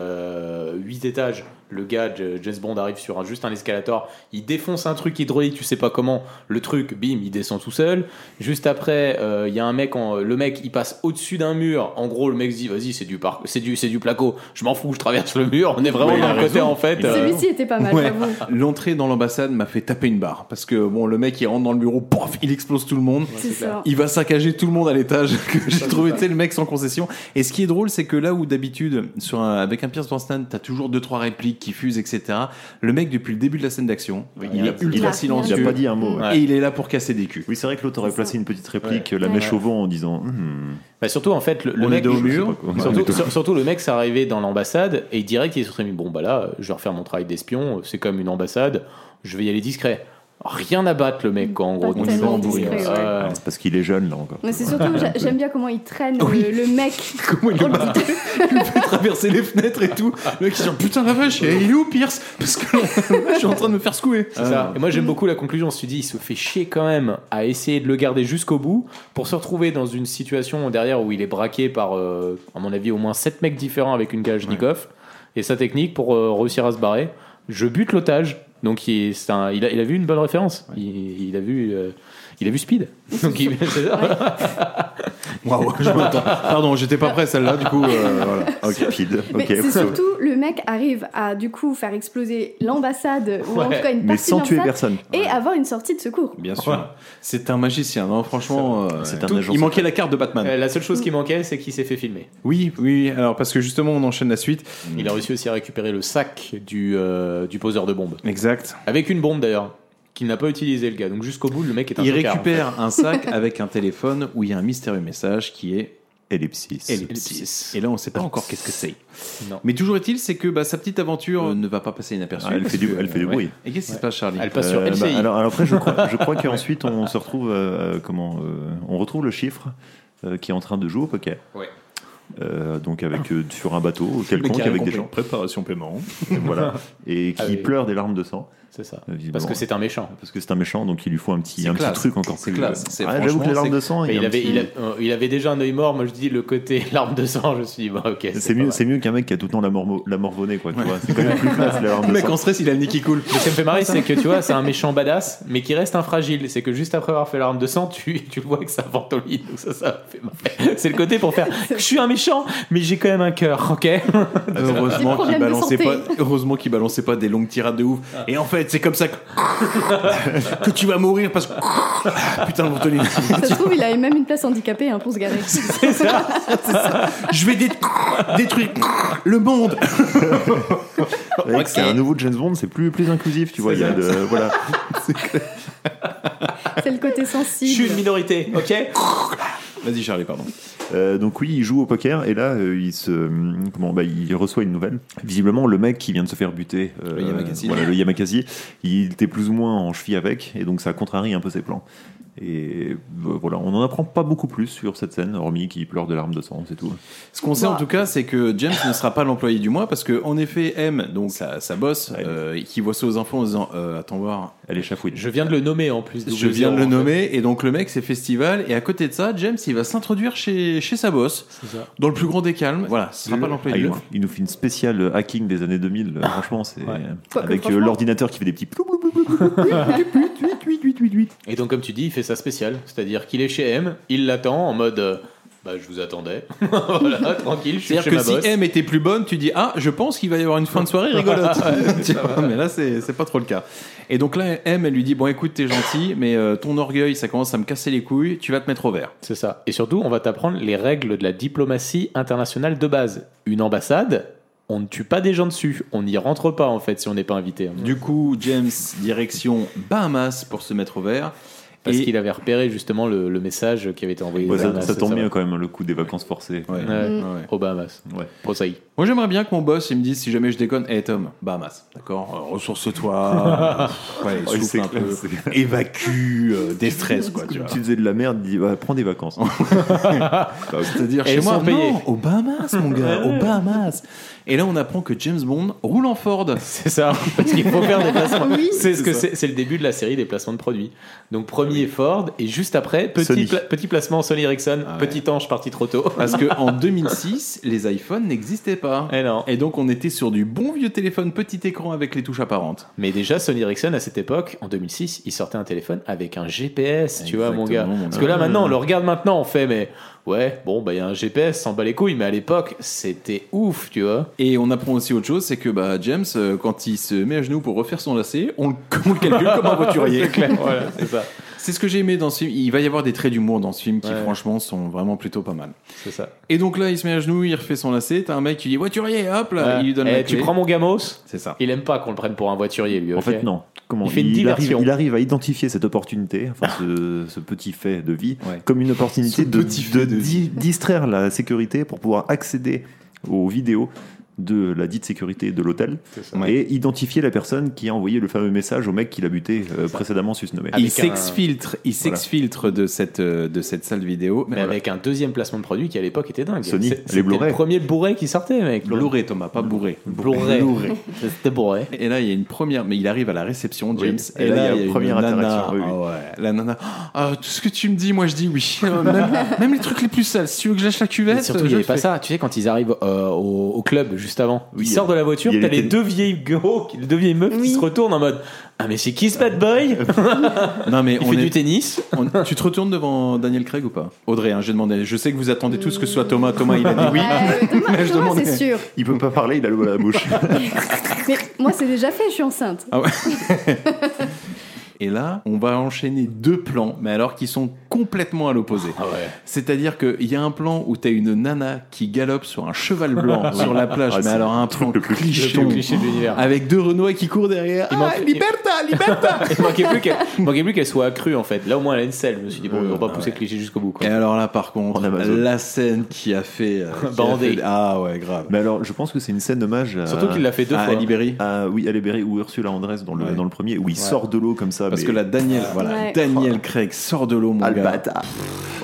Speaker 11: 8 étages. Le gars, J- James Bond, arrive sur un, juste un escalator. Il défonce un truc hydraulique, tu sais pas comment. Le truc, bim, il descend tout seul. Juste après, euh, il y a un mec, en- le mec, il passe au-dessus d'un mur. En gros, le mec se dit, vas-y, c'est du, par- c'est du, c'est du placo. Je m'en fous, je traverse le mur. On est vraiment
Speaker 2: Ouais, il a
Speaker 11: dans le côté,
Speaker 2: raison.
Speaker 11: en fait.
Speaker 2: Il a
Speaker 11: euh,
Speaker 12: Celui-ci était pas mal,
Speaker 2: Ouais.
Speaker 12: j'avoue.
Speaker 2: L'entrée dans l'ambassade m'a fait taper une barre. Parce que, bon, le mec, il rentre dans le bureau, pof, il explose tout le monde.
Speaker 12: C'est ça.
Speaker 2: Il va saccager tout le monde à l'étage que j'ai trouvé, tu sais, le mec sans concession. Et ce qui est drôle, c'est que là où d'habitude, sur un- avec un Pierce Brosnan, t'as toujours deux trois répliques qui fusent, etc. Le mec, depuis le début de la scène d'action,
Speaker 10: Oui,
Speaker 2: il,
Speaker 10: il a-
Speaker 2: est ultra
Speaker 10: il a-
Speaker 2: silencieux.
Speaker 10: il a pas dit un mot, ouais.
Speaker 2: Et il est là pour casser des culs.
Speaker 10: Oui, c'est vrai que l'autre aurait placé une petite réplique,
Speaker 11: Ouais.
Speaker 10: la mèche
Speaker 11: Ouais.
Speaker 10: au vent en disant. Hmm.
Speaker 11: Bah surtout en fait le, le
Speaker 10: On est
Speaker 11: mec
Speaker 10: dos au
Speaker 11: je sais
Speaker 10: mur.
Speaker 11: pas quoi.
Speaker 10: Ouais, on est
Speaker 11: surtout,
Speaker 10: dos-
Speaker 11: sur- surtout, le mec s'est arrivé dans l'ambassade et direct il se serait mis bon bah là je vais refaire mon travail d'espion c'est comme une ambassade je vais y aller discret rien à battre le mec quoi, en gros
Speaker 12: Mm. Pas
Speaker 11: donc
Speaker 12: tellement
Speaker 11: il va en bourrine.
Speaker 12: discret, ouais.
Speaker 11: Ah,
Speaker 10: C'est parce qu'il est jeune là encore.
Speaker 12: Mais c'est surtout, j'a- j'aime bien comment il traîne le- le, mec.
Speaker 2: Comment il le bat Il le fait traverser les fenêtres et tout. Le mec, il dit Putain, la vache, il est où Pierce Parce que là, je suis en train de me faire secouer.
Speaker 11: C'est ça. Et moi j'aime beaucoup la conclusion. On se dit, il se fait chier quand même à essayer de le garder jusqu'au bout pour se retrouver dans une situation derrière où il est braqué par, euh, à mon avis, au moins 7 mecs différents avec une Kalachnikov et sa technique pour euh, réussir à se barrer. Je bute l'otage. Donc il, c'est un- il, a, il a vu une bonne référence. Il, il a vu, euh, il a vu Speed. Donc il, c'est ça.
Speaker 2: Waouh, je m'attends. Euh, Pardon, j'étais pas prêt celle-là, du coup, euh, voilà. Ok,
Speaker 10: pide.
Speaker 12: Mais c'est surtout, le mec arrive à du coup faire exploser l'ambassade ou en
Speaker 2: Ouais.
Speaker 12: tout cas une
Speaker 2: Mais
Speaker 12: partie
Speaker 2: sans
Speaker 12: de
Speaker 2: tuer
Speaker 12: l'ambassade,
Speaker 2: personne.
Speaker 12: Et avoir une sortie de secours.
Speaker 2: Bien sûr. C'est un magicien, non Franchement, euh, tout- il manquait la carte de Batman.
Speaker 11: Euh, La seule chose qui manquait, c'est qu'il s'est fait filmer.
Speaker 2: Oui, oui, alors parce que justement, on enchaîne la suite.
Speaker 11: Il a réussi aussi à récupérer le sac du, euh, du poseur de bombe.
Speaker 2: Exact.
Speaker 11: Avec une bombe d'ailleurs, qu'il n'a pas utilisé le gars. Donc jusqu'au bout, le mec est un hein.
Speaker 2: Il
Speaker 11: tocard, en
Speaker 2: récupère
Speaker 11: fait.
Speaker 2: un sac avec un téléphone où il y a un mystérieux message qui est
Speaker 10: ellipsis.
Speaker 2: ellipsis. Et là, on ne sait pas encore qu'est-ce que c'est.
Speaker 11: Non.
Speaker 2: Mais toujours est-il, c'est que bah, sa petite aventure ne va pas passer inaperçue.
Speaker 10: Ah, elle
Speaker 2: parce
Speaker 10: fait du-
Speaker 2: que,
Speaker 10: elle fait du
Speaker 2: euh,
Speaker 10: bruit.
Speaker 2: ouais. Et qu'est-ce qui se passe, Charlie
Speaker 10: Euh, bah, alors, alors après, je crois, je crois qu'ensuite on se retrouve, euh, comment, euh, on retrouve le chiffre euh, qui est en train de jouer au poker.
Speaker 11: Ouais.
Speaker 10: Euh, donc avec euh, sur un bateau quelconque
Speaker 2: carré
Speaker 10: avec des
Speaker 2: complet.
Speaker 10: gens préparation paiement voilà et qui
Speaker 11: Ah oui.
Speaker 10: pleure des larmes de sang
Speaker 11: C'est ça.
Speaker 10: euh, visiblement.
Speaker 11: Parce que c'est un méchant.
Speaker 10: parce que c'est un méchant donc il lui faut un petit
Speaker 11: C'est
Speaker 10: un petit
Speaker 11: classe.
Speaker 10: truc encore
Speaker 11: C'est
Speaker 10: plus
Speaker 11: classe. C'est-
Speaker 10: Ah, j'avoue que les
Speaker 11: franchement,
Speaker 10: larmes de
Speaker 11: c'est-
Speaker 10: sang il
Speaker 11: Mais
Speaker 10: y a
Speaker 11: il,
Speaker 10: un
Speaker 11: avait,
Speaker 10: petit-
Speaker 11: il, a- euh, il avait déjà un œil mort. Moi, je dis le côté larme de sang. Je me suis dit, bah, ok.
Speaker 10: c'est
Speaker 11: pas
Speaker 10: mieux
Speaker 11: mal.
Speaker 10: c'est mieux qu'un mec qui a tout le temps la, mormo- la morvonnée quoi tu vois c'est quand même plus classe les larmes de sang
Speaker 2: stress, il a le nez qui coule.
Speaker 11: Mais ce qui me fait marrer, c'est que tu vois, c'est un méchant badass, mais qui reste infragile. C'est que juste après avoir fait l'arme de sang, tu, tu le vois que ça vente au lit. Donc ça, ça me fait marrer. C'est le côté pour faire je suis un méchant, mais j'ai quand même un cœur, ok Des
Speaker 2: Heureusement
Speaker 11: problèmes
Speaker 2: qu'il
Speaker 11: de
Speaker 2: balançait
Speaker 11: santé.
Speaker 2: pas, heureusement qu'il balançait pas des longues tirades de ouf. Et en fait, c'est comme ça que, que tu vas mourir parce que putain, Anthony.
Speaker 12: Ça se trouve, il avait même une place handicapée hein, pour se garer. C'est ça.
Speaker 2: Je vais dét- détruire le monde.
Speaker 10: Ouais, que c'est un nouveau James Bond c'est plus plus inclusif tu vois il y a de, voilà
Speaker 12: C'est le côté sensible.
Speaker 11: Je suis une minorité, ok
Speaker 2: Vas-y Charlie, pardon.
Speaker 10: Euh, donc oui, il joue au poker et là, euh, il se comment bah, il reçoit une nouvelle. Visiblement, le mec qui vient de se faire buter, euh,
Speaker 2: Le Yamakasi.
Speaker 10: voilà, le Yamakasi, il était plus ou moins en cheville avec et donc ça contrarie un peu ses plans. Et bah, voilà, on n'en apprend pas beaucoup plus sur cette scène, hormis qu'il pleure de larmes de sang, c'est tout.
Speaker 2: Ce qu'on sait en tout cas, c'est que James ne sera pas l'employé du mois parce que en effet, M, donc sa, sa boss, euh, qui voit ça aux infos en disant euh, attends voir,
Speaker 10: elle est chafouine.
Speaker 11: Je viens de le nommer en plus.
Speaker 2: Je
Speaker 11: double
Speaker 2: viens de
Speaker 11: zéro,
Speaker 2: le
Speaker 11: en fait.
Speaker 2: nommer et donc le mec c'est festival et à côté de ça, James il va s'introduire chez chez sa boss
Speaker 11: ça.
Speaker 2: dans le plus grand des calmes. Voilà, ce sera pas l'employé
Speaker 10: Ah,
Speaker 2: du
Speaker 10: il,
Speaker 2: mois.
Speaker 10: il nous fait une spéciale euh, hacking des années 2000, euh, franchement, c'est
Speaker 2: Quoi que
Speaker 10: avec euh,
Speaker 2: franchement-
Speaker 10: l'ordinateur qui fait des petits ploup, ploup, ploup,
Speaker 11: Et donc, comme tu dis, il fait ça spécial. C'est-à-dire qu'il est chez M, il l'attend en mode euh, Bah, je vous attendais. voilà, tranquille, je suis chez
Speaker 2: C'est-à-dire que
Speaker 11: ma
Speaker 2: si
Speaker 11: boss.
Speaker 2: M était plus bonne, tu dis ah, je pense qu'il va y avoir une fin de soirée rigolote. Tu vois, mais là c'est c'est pas trop le cas. Et donc là M elle lui dit bon écoute t'es gentil mais euh, ton orgueil ça commence à me casser les couilles, tu vas te mettre au vert.
Speaker 11: C'est ça. Et surtout, on va t'apprendre les règles de la diplomatie internationale de base. Une ambassade, on ne tue pas des gens dessus. On n'y rentre pas, en fait, si on n'est pas invité. hein.
Speaker 2: Du coup, James, direction Bahamas pour se mettre au vert.
Speaker 11: Parce
Speaker 2: Et-
Speaker 11: qu'il avait repéré justement le, le message qui avait été envoyé.
Speaker 10: Ouais,
Speaker 11: aux
Speaker 10: ça,
Speaker 11: Bahamas,
Speaker 10: ça tombe
Speaker 11: va.
Speaker 10: bien quand même le coup des vacances forcées.
Speaker 2: Ouais.
Speaker 11: Ouais,
Speaker 2: Mm.
Speaker 11: Aux Bahamas.
Speaker 10: Ouais.
Speaker 11: Pour ça y est.
Speaker 2: Moi, j'aimerais bien que mon boss, il me dise si jamais je déconne, hey Tom, Bahamas, d'accord, euh, ressource-toi, euh, ouais,
Speaker 10: Ouais,
Speaker 2: souffle
Speaker 10: c'est
Speaker 2: un
Speaker 10: clair,
Speaker 2: peu,
Speaker 10: c'est-
Speaker 2: évacue, euh, déstresse, quoi, tu
Speaker 10: tu,
Speaker 2: vois.
Speaker 10: faisais de la merde, dis, ouais, prends des vacances.
Speaker 2: C'est-à-dire chez moi, non, aux Bahamas, mon gars, aux Bahamas. Et là, on apprend que James Bond roule en Ford.
Speaker 11: C'est ça, parce qu'il faut faire des
Speaker 12: Ah
Speaker 11: placements.
Speaker 2: Oui.
Speaker 11: c'est ce que
Speaker 2: C'est ça.
Speaker 11: c'est, c'est le début de la série des placements de produits. Donc premier Ford et juste après
Speaker 2: Sony. Ah
Speaker 11: petit, pla- petit placement Sony Ericsson,
Speaker 2: ouais.
Speaker 11: petit ange parti trop tôt.
Speaker 2: Parce que en 2006, les iPhones n'existaient pas.
Speaker 11: Et,
Speaker 2: donc on était sur du bon vieux téléphone petit écran avec les touches apparentes.
Speaker 11: Mais déjà Sony Ericsson à cette époque, en 2006, il sortait un téléphone avec un GPS, tu vois
Speaker 2: Exactement,
Speaker 11: mon gars.
Speaker 2: mon
Speaker 11: Parce
Speaker 2: gars.
Speaker 11: que là maintenant, on le regarde maintenant, on fait mais ouais, bon, bah il y a un GPS, s'en bat les couilles, mais à l'époque, c'était ouf, tu vois.
Speaker 2: Et on apprend aussi autre chose, c'est que bah, James, euh, quand il se met à genoux pour refaire son lacet, on, le- on le calcule comme un voiturier.
Speaker 11: C'est clair, voilà, c'est ça.
Speaker 2: C'est ce que j'ai aimé dans ce film. Il va y avoir des traits d'humour dans ce film qui,
Speaker 11: Ouais.
Speaker 2: franchement, sont vraiment plutôt pas mal.
Speaker 11: C'est ça.
Speaker 2: Et donc là, il se met à genoux, il refait son lacet. T'as un mec qui dit voiturier, hop là,
Speaker 11: Ouais.
Speaker 2: Ah, il lui donne
Speaker 11: Eh,
Speaker 2: la
Speaker 11: tu
Speaker 2: clé.
Speaker 11: prends mon gamos
Speaker 2: C'est ça.
Speaker 11: Il aime pas qu'on le prenne pour un voiturier, lui.
Speaker 10: En fait, non. Comment
Speaker 11: Il fait une diversion.
Speaker 10: Arrive, il arrive à identifier cette opportunité, enfin ce, ce petit fait de vie, comme une opportunité de, de di- distraire la sécurité pour pouvoir accéder aux vidéos de la dite sécurité de l'hôtel et identifier la personne qui a envoyé le fameux message au mec qui l'a buté euh, précédemment susnommé.
Speaker 2: il s'exfiltre, il s'exfiltre de cette euh, de cette salle vidéo,
Speaker 11: Mais avec un deuxième placement de produit qui à l'époque était dingue.
Speaker 2: Sony,
Speaker 11: C'est-
Speaker 2: les
Speaker 11: c'était
Speaker 2: Blu-ray.
Speaker 11: le premier Blu-ray qui sortait, mec.
Speaker 2: Blu-ray, Thomas, pas bourré.
Speaker 11: Blu-ray. C'était bourré.
Speaker 2: Et là, il y a une première, mais il arrive à la réception,
Speaker 11: Oui.
Speaker 2: James.
Speaker 11: Et là, il y a
Speaker 2: une
Speaker 11: première
Speaker 2: nana.
Speaker 11: interaction, oui, oui.
Speaker 2: Ah ouais, la nana. Ah, tout ce que tu me dis, moi, je dis oui. même, même les trucs les plus sales. Si tu veux que je lâche la
Speaker 11: Mais
Speaker 2: cuvette,
Speaker 11: surtout, il
Speaker 2: je
Speaker 11: n'y
Speaker 2: le
Speaker 11: avait pas
Speaker 2: fais.
Speaker 11: ça. Tu sais, quand ils arrivent euh, au, au club juste avant,
Speaker 2: Oui,
Speaker 11: ils sortent de la voiture,
Speaker 2: il y a
Speaker 11: t'as
Speaker 2: les
Speaker 11: les
Speaker 2: télé-
Speaker 11: deux vieilles gros, les deux vieilles meufs qui se retournent en mode Ah, mais c'est qui ce bad boy
Speaker 2: Non, mais
Speaker 11: Il
Speaker 2: Euh, on
Speaker 11: fait
Speaker 2: est-
Speaker 11: du tennis.
Speaker 2: On- tu te retournes devant Daniel Craig ou pas Audrey, hein, j'ai demandé. Je sais que vous attendez tous que ce soit Thomas. Thomas, il a dit oui. mais je
Speaker 12: euh, Thomas,
Speaker 2: demandais.
Speaker 12: c'est sûr.
Speaker 10: Il peut pas parler, il a l'eau à la bouche.
Speaker 12: Mais moi, c'est déjà fait, je suis enceinte.
Speaker 2: Ah ouais. Et là, on va enchaîner deux plans, mais alors qui sont complètement à l'opposé.
Speaker 11: Ah
Speaker 2: C'est-à-dire qu'il y a un plan où t'as une nana qui galope sur un cheval blanc
Speaker 11: Oui.
Speaker 2: sur la plage,
Speaker 11: Ah,
Speaker 2: mais
Speaker 11: c'est
Speaker 2: alors un
Speaker 11: le
Speaker 2: plan
Speaker 11: truc le plus
Speaker 2: cliché,
Speaker 11: le plus cliché de l'univers.
Speaker 2: avec deux Renois qui courent derrière.
Speaker 11: Il
Speaker 2: Ah,
Speaker 11: manque-
Speaker 2: liberta, liberta
Speaker 11: Il manquait plus qu'elle il manquait plus qu'elle soit accrue en fait. Là au moins elle a une selle. Je me suis dit
Speaker 2: Euh,
Speaker 11: bon ils vont
Speaker 2: bah
Speaker 11: pas pousser le cliché jusqu'au bout. Quoi.
Speaker 2: Et alors là, par contre, la scène qui a fait. euh, qui a
Speaker 11: Bandé.
Speaker 2: fait- Ah ouais, grave. Ah,
Speaker 10: Mais alors, je pense que c'est une scène hommage à.
Speaker 2: Surtout qu'il l'a fait deux
Speaker 10: à
Speaker 2: fois.
Speaker 10: Libéry.
Speaker 11: Ah,
Speaker 10: À- oui, à Libéry ou Ursula Andress dans le, dans le premier, où
Speaker 2: Ouais.
Speaker 10: il sort de l'eau comme ça.
Speaker 2: Parce
Speaker 10: mais-
Speaker 2: que là, Daniel, voilà,
Speaker 10: Ouais.
Speaker 2: Daniel Craig sort de l'eau, mon gars.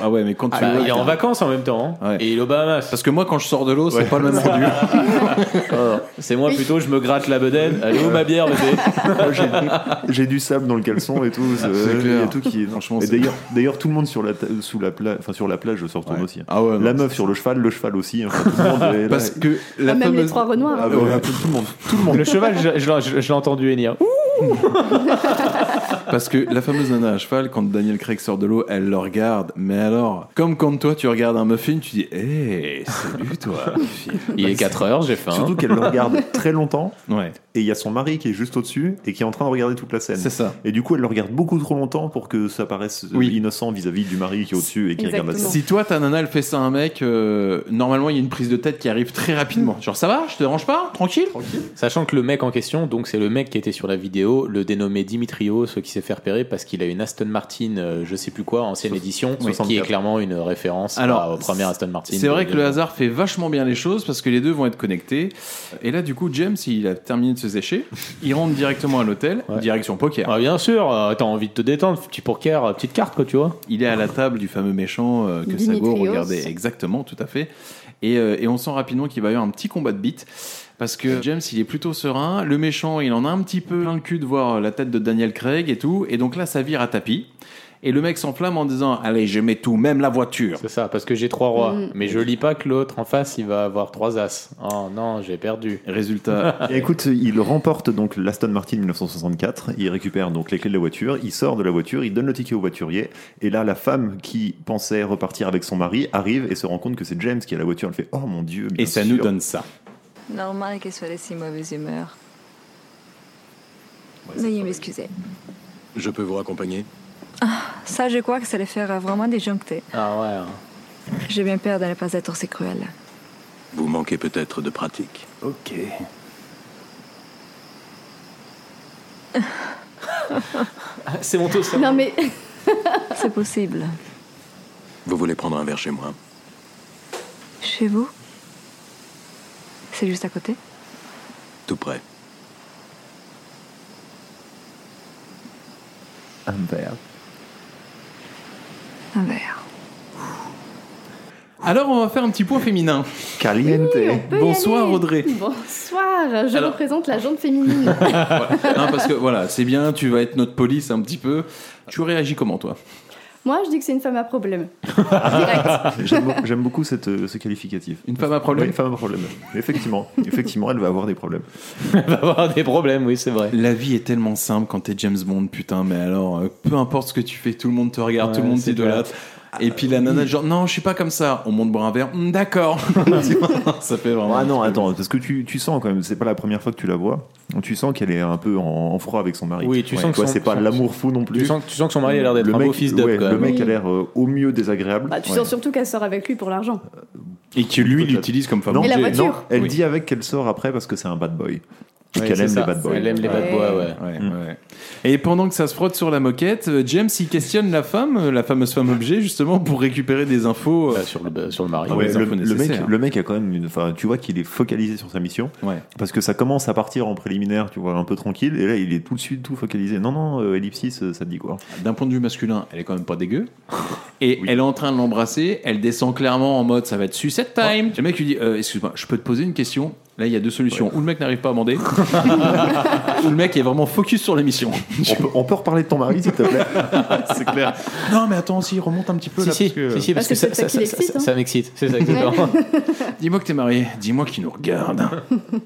Speaker 2: Ah ouais, mais quand tu
Speaker 11: Ah,
Speaker 2: vois-
Speaker 11: il est en vacances en même temps. hein. Et il est au Bahamas.
Speaker 2: Parce que moi, quand je sors de l'eau, c'est
Speaker 11: Ouais.
Speaker 2: pas le même rendu. Ah.
Speaker 11: C'est moi plutôt je me gratte la bedaine. Allez où ma bière bébé
Speaker 10: J'ai du sable dans le caleçon et tout.
Speaker 2: C'est
Speaker 10: euh, Il y a
Speaker 2: clair.
Speaker 10: tout qui est.
Speaker 2: Franchement,
Speaker 10: Et
Speaker 2: c'est-
Speaker 10: d'ailleurs, d'ailleurs, tout le monde sur la, ta- sous la, pla- enfin, sur la plage se retourne aussi. hein. la meuf sur le cheval, le cheval aussi. enfin, tout le monde est là.
Speaker 2: Parce que
Speaker 12: Ah, même les trois Renoirs.
Speaker 10: Ah, ouais, ouais, tout, tout le monde. Tout le monde.
Speaker 11: Le cheval je, je l'ai- je- je l'ai entendu hennir. Ouh
Speaker 2: Parce que la fameuse nana à cheval, quand Daniel Craig sort de l'eau, elle le regarde. Mais alors, comme quand toi tu regardes un muffin, tu dis Hé, salut toi.
Speaker 11: Il est 4 heures j'ai faim.
Speaker 10: Surtout qu'elle le regarde très longtemps.
Speaker 2: Ouais.
Speaker 10: Et il y a son mari qui est juste au-dessus et qui est en train de regarder toute la scène.
Speaker 2: C'est ça.
Speaker 10: Et du coup, elle le regarde beaucoup trop longtemps pour que ça paraisse euh,
Speaker 2: Oui.
Speaker 10: innocent vis-à-vis du mari qui est au-dessus et qui regarde la scène.
Speaker 2: Si toi ta nana elle fait ça à un mec, euh, normalement il y a une prise de tête qui arrive très rapidement. Genre ça va, je te dérange pas, tranquille.
Speaker 11: Sachant que le mec en question, donc c'est le mec qui était sur la vidéo, le dénommé Dimitrios, qui s'est fait repérer parce qu'il a une Aston Martin, euh, je sais plus quoi, ancienne édition,
Speaker 2: oui.
Speaker 11: qui est clairement une référence
Speaker 2: Alors,
Speaker 11: à- au premier Aston Martin.
Speaker 2: C'est vrai
Speaker 11: de-
Speaker 2: que le hasard fait vachement bien les choses parce que les deux vont être connectés. Et là, du coup, James, il a terminé de se sécher. Il rentre directement à l'hôtel, direction poker.
Speaker 11: Ah, bien sûr, euh, t'as envie de te détendre, petit poker, euh, petite carte, quoi, tu vois.
Speaker 2: Il est à la table du fameux méchant euh, que
Speaker 11: Dimitrios.
Speaker 2: Sago regardait exactement, tout à fait. Et, euh, et on sent rapidement qu'il va y avoir un petit combat de bites. Parce que James, il est plutôt serein. Le méchant, il en a un petit peu plein le cul de voir la tête de Daniel Craig et tout. Et donc là, ça vire à tapis. Et le mec s'enflamme en disant Allez, je mets tout, même la voiture.
Speaker 11: C'est ça, parce que j'ai trois rois.
Speaker 2: Mm.
Speaker 11: Mais je lis pas que l'autre en face, il va avoir trois as. Oh non, j'ai perdu.
Speaker 2: Résultat.
Speaker 10: Et écoute, il remporte donc l'Aston Martin 1964, il récupère donc les clés de la voiture, il sort de la voiture, il donne le ticket au voiturier, et là la femme qui pensait repartir avec son mari arrive et se rend compte que c'est James qui a la voiture, elle fait Oh mon dieu,
Speaker 2: Et ça nous donne ça.
Speaker 6: Normal qu'elle soit de si mauvaise humeur. Veuillez m'excuser.
Speaker 14: Je peux vous raccompagner
Speaker 6: Ah, ça, je crois que ça les fera vraiment déjoncter.
Speaker 11: Ah ouais.
Speaker 6: J'ai bien peur de ne pas être si cruelle.
Speaker 14: Vous manquez peut-être de pratique.
Speaker 4: Ok.
Speaker 11: C'est mon tour, ça.
Speaker 12: Non, mais
Speaker 6: C'est possible.
Speaker 14: Vous voulez prendre un verre chez moi
Speaker 6: Chez vous C'est juste à côté
Speaker 14: Tout près.
Speaker 10: Un verre.
Speaker 6: Un verre.
Speaker 2: Alors, on va faire un petit point féminin.
Speaker 10: Caliente.
Speaker 12: on peut y
Speaker 2: Bonsoir,
Speaker 12: aller.
Speaker 2: Audrey.
Speaker 12: Bonsoir, je
Speaker 2: Alors-
Speaker 12: représente la jambe féminine.
Speaker 2: non, parce que voilà, c'est bien, tu vas être notre police un petit peu. Tu réagis comment, toi
Speaker 12: Moi, je dis que c'est une femme à problème.
Speaker 10: J'aime beau- J'aime beaucoup cette, euh, ce qualificatif.
Speaker 2: Une femme à problème
Speaker 10: une femme à problème. Effectivement, effectivement, elle va avoir des problèmes.
Speaker 11: va avoir des problèmes, oui, c'est vrai.
Speaker 2: La vie est tellement simple quand t'es James Bond, putain, mais alors, euh, peu importe ce que tu fais, tout le monde te regarde, tout le
Speaker 11: Ouais,
Speaker 2: monde
Speaker 11: c'est
Speaker 2: t'idolâtre. Et puis la nana, genre, non, je suis pas comme ça. On monte boire un verre. Hum, D'accord. ça fait vraiment.
Speaker 10: Ah non, attends, parce que tu, tu sens quand même, c'est pas la première fois que tu la vois. Tu sens qu'elle est un peu en, en froid avec son mari.
Speaker 11: Oui, tu sens que
Speaker 10: toi,
Speaker 11: son-
Speaker 10: c'est pas
Speaker 11: son-
Speaker 10: l'amour fou non plus.
Speaker 11: tu sens- tu sens que son mari a l'air d'être
Speaker 10: Le
Speaker 11: un beau
Speaker 10: mec-
Speaker 11: fils d'up,
Speaker 10: ouais,
Speaker 11: quand
Speaker 10: Le
Speaker 11: même.
Speaker 10: mec a
Speaker 12: Oui.
Speaker 10: l'air euh, au mieux désagréable.
Speaker 12: Bah, tu
Speaker 10: Ouais.
Speaker 12: sens surtout qu'elle sort avec lui pour l'argent.
Speaker 2: Et que lui l'utilise comme femme
Speaker 12: Et la
Speaker 10: j'ai-
Speaker 12: voiture.
Speaker 10: elle
Speaker 12: Oui.
Speaker 10: dit avec qu'elle sort après parce que c'est un bad boy. Et
Speaker 2: Ouais,
Speaker 10: qu'elle
Speaker 2: c'est
Speaker 10: aime
Speaker 2: ça.
Speaker 10: les bad boys.
Speaker 11: Elle aime les bad boys,
Speaker 2: Ouais,
Speaker 11: ouais.
Speaker 2: ouais. Et pendant que ça se frotte sur la moquette, euh, James il questionne la femme, euh, la fameuse femme objet, justement pour récupérer des infos euh,
Speaker 11: sur, le, sur le mari.
Speaker 10: Ah ouais, le, le mec, le mec a quand même une. Enfin, tu vois qu'il est focalisé sur sa mission.
Speaker 2: Ouais.
Speaker 10: Parce que ça commence à partir en préliminaire, tu vois, un peu tranquille. Et là, il est tout de suite tout focalisé. Non, non, euh, ellipsis, euh, ça te dit quoi
Speaker 2: D'un point de vue masculin, elle est quand même pas dégueu. Et elle est en train de l'embrasser, elle descend clairement en mode ça va être sucette time. Le mec lui dit Euh, Excuse-moi, je peux te poser une question Là, il y a deux solutions. Ou le mec n'arrive pas à bander, ou le mec est vraiment focus sur la mission.
Speaker 10: on, peut, on peut reparler de ton mari, s'il te plaît
Speaker 2: C'est clair. Non, mais attends, si, remonte un petit peu
Speaker 11: Si,
Speaker 2: là.
Speaker 11: si,
Speaker 2: parce que...
Speaker 11: si, si, parce Ah, que
Speaker 10: euh,
Speaker 11: c'est ça- peut-être ça- ça qu'il ça- excite, hein. ça m'excite, c'est ça, exactement.
Speaker 2: Dis-moi que t'es marié, dis-moi qu'il nous regarde.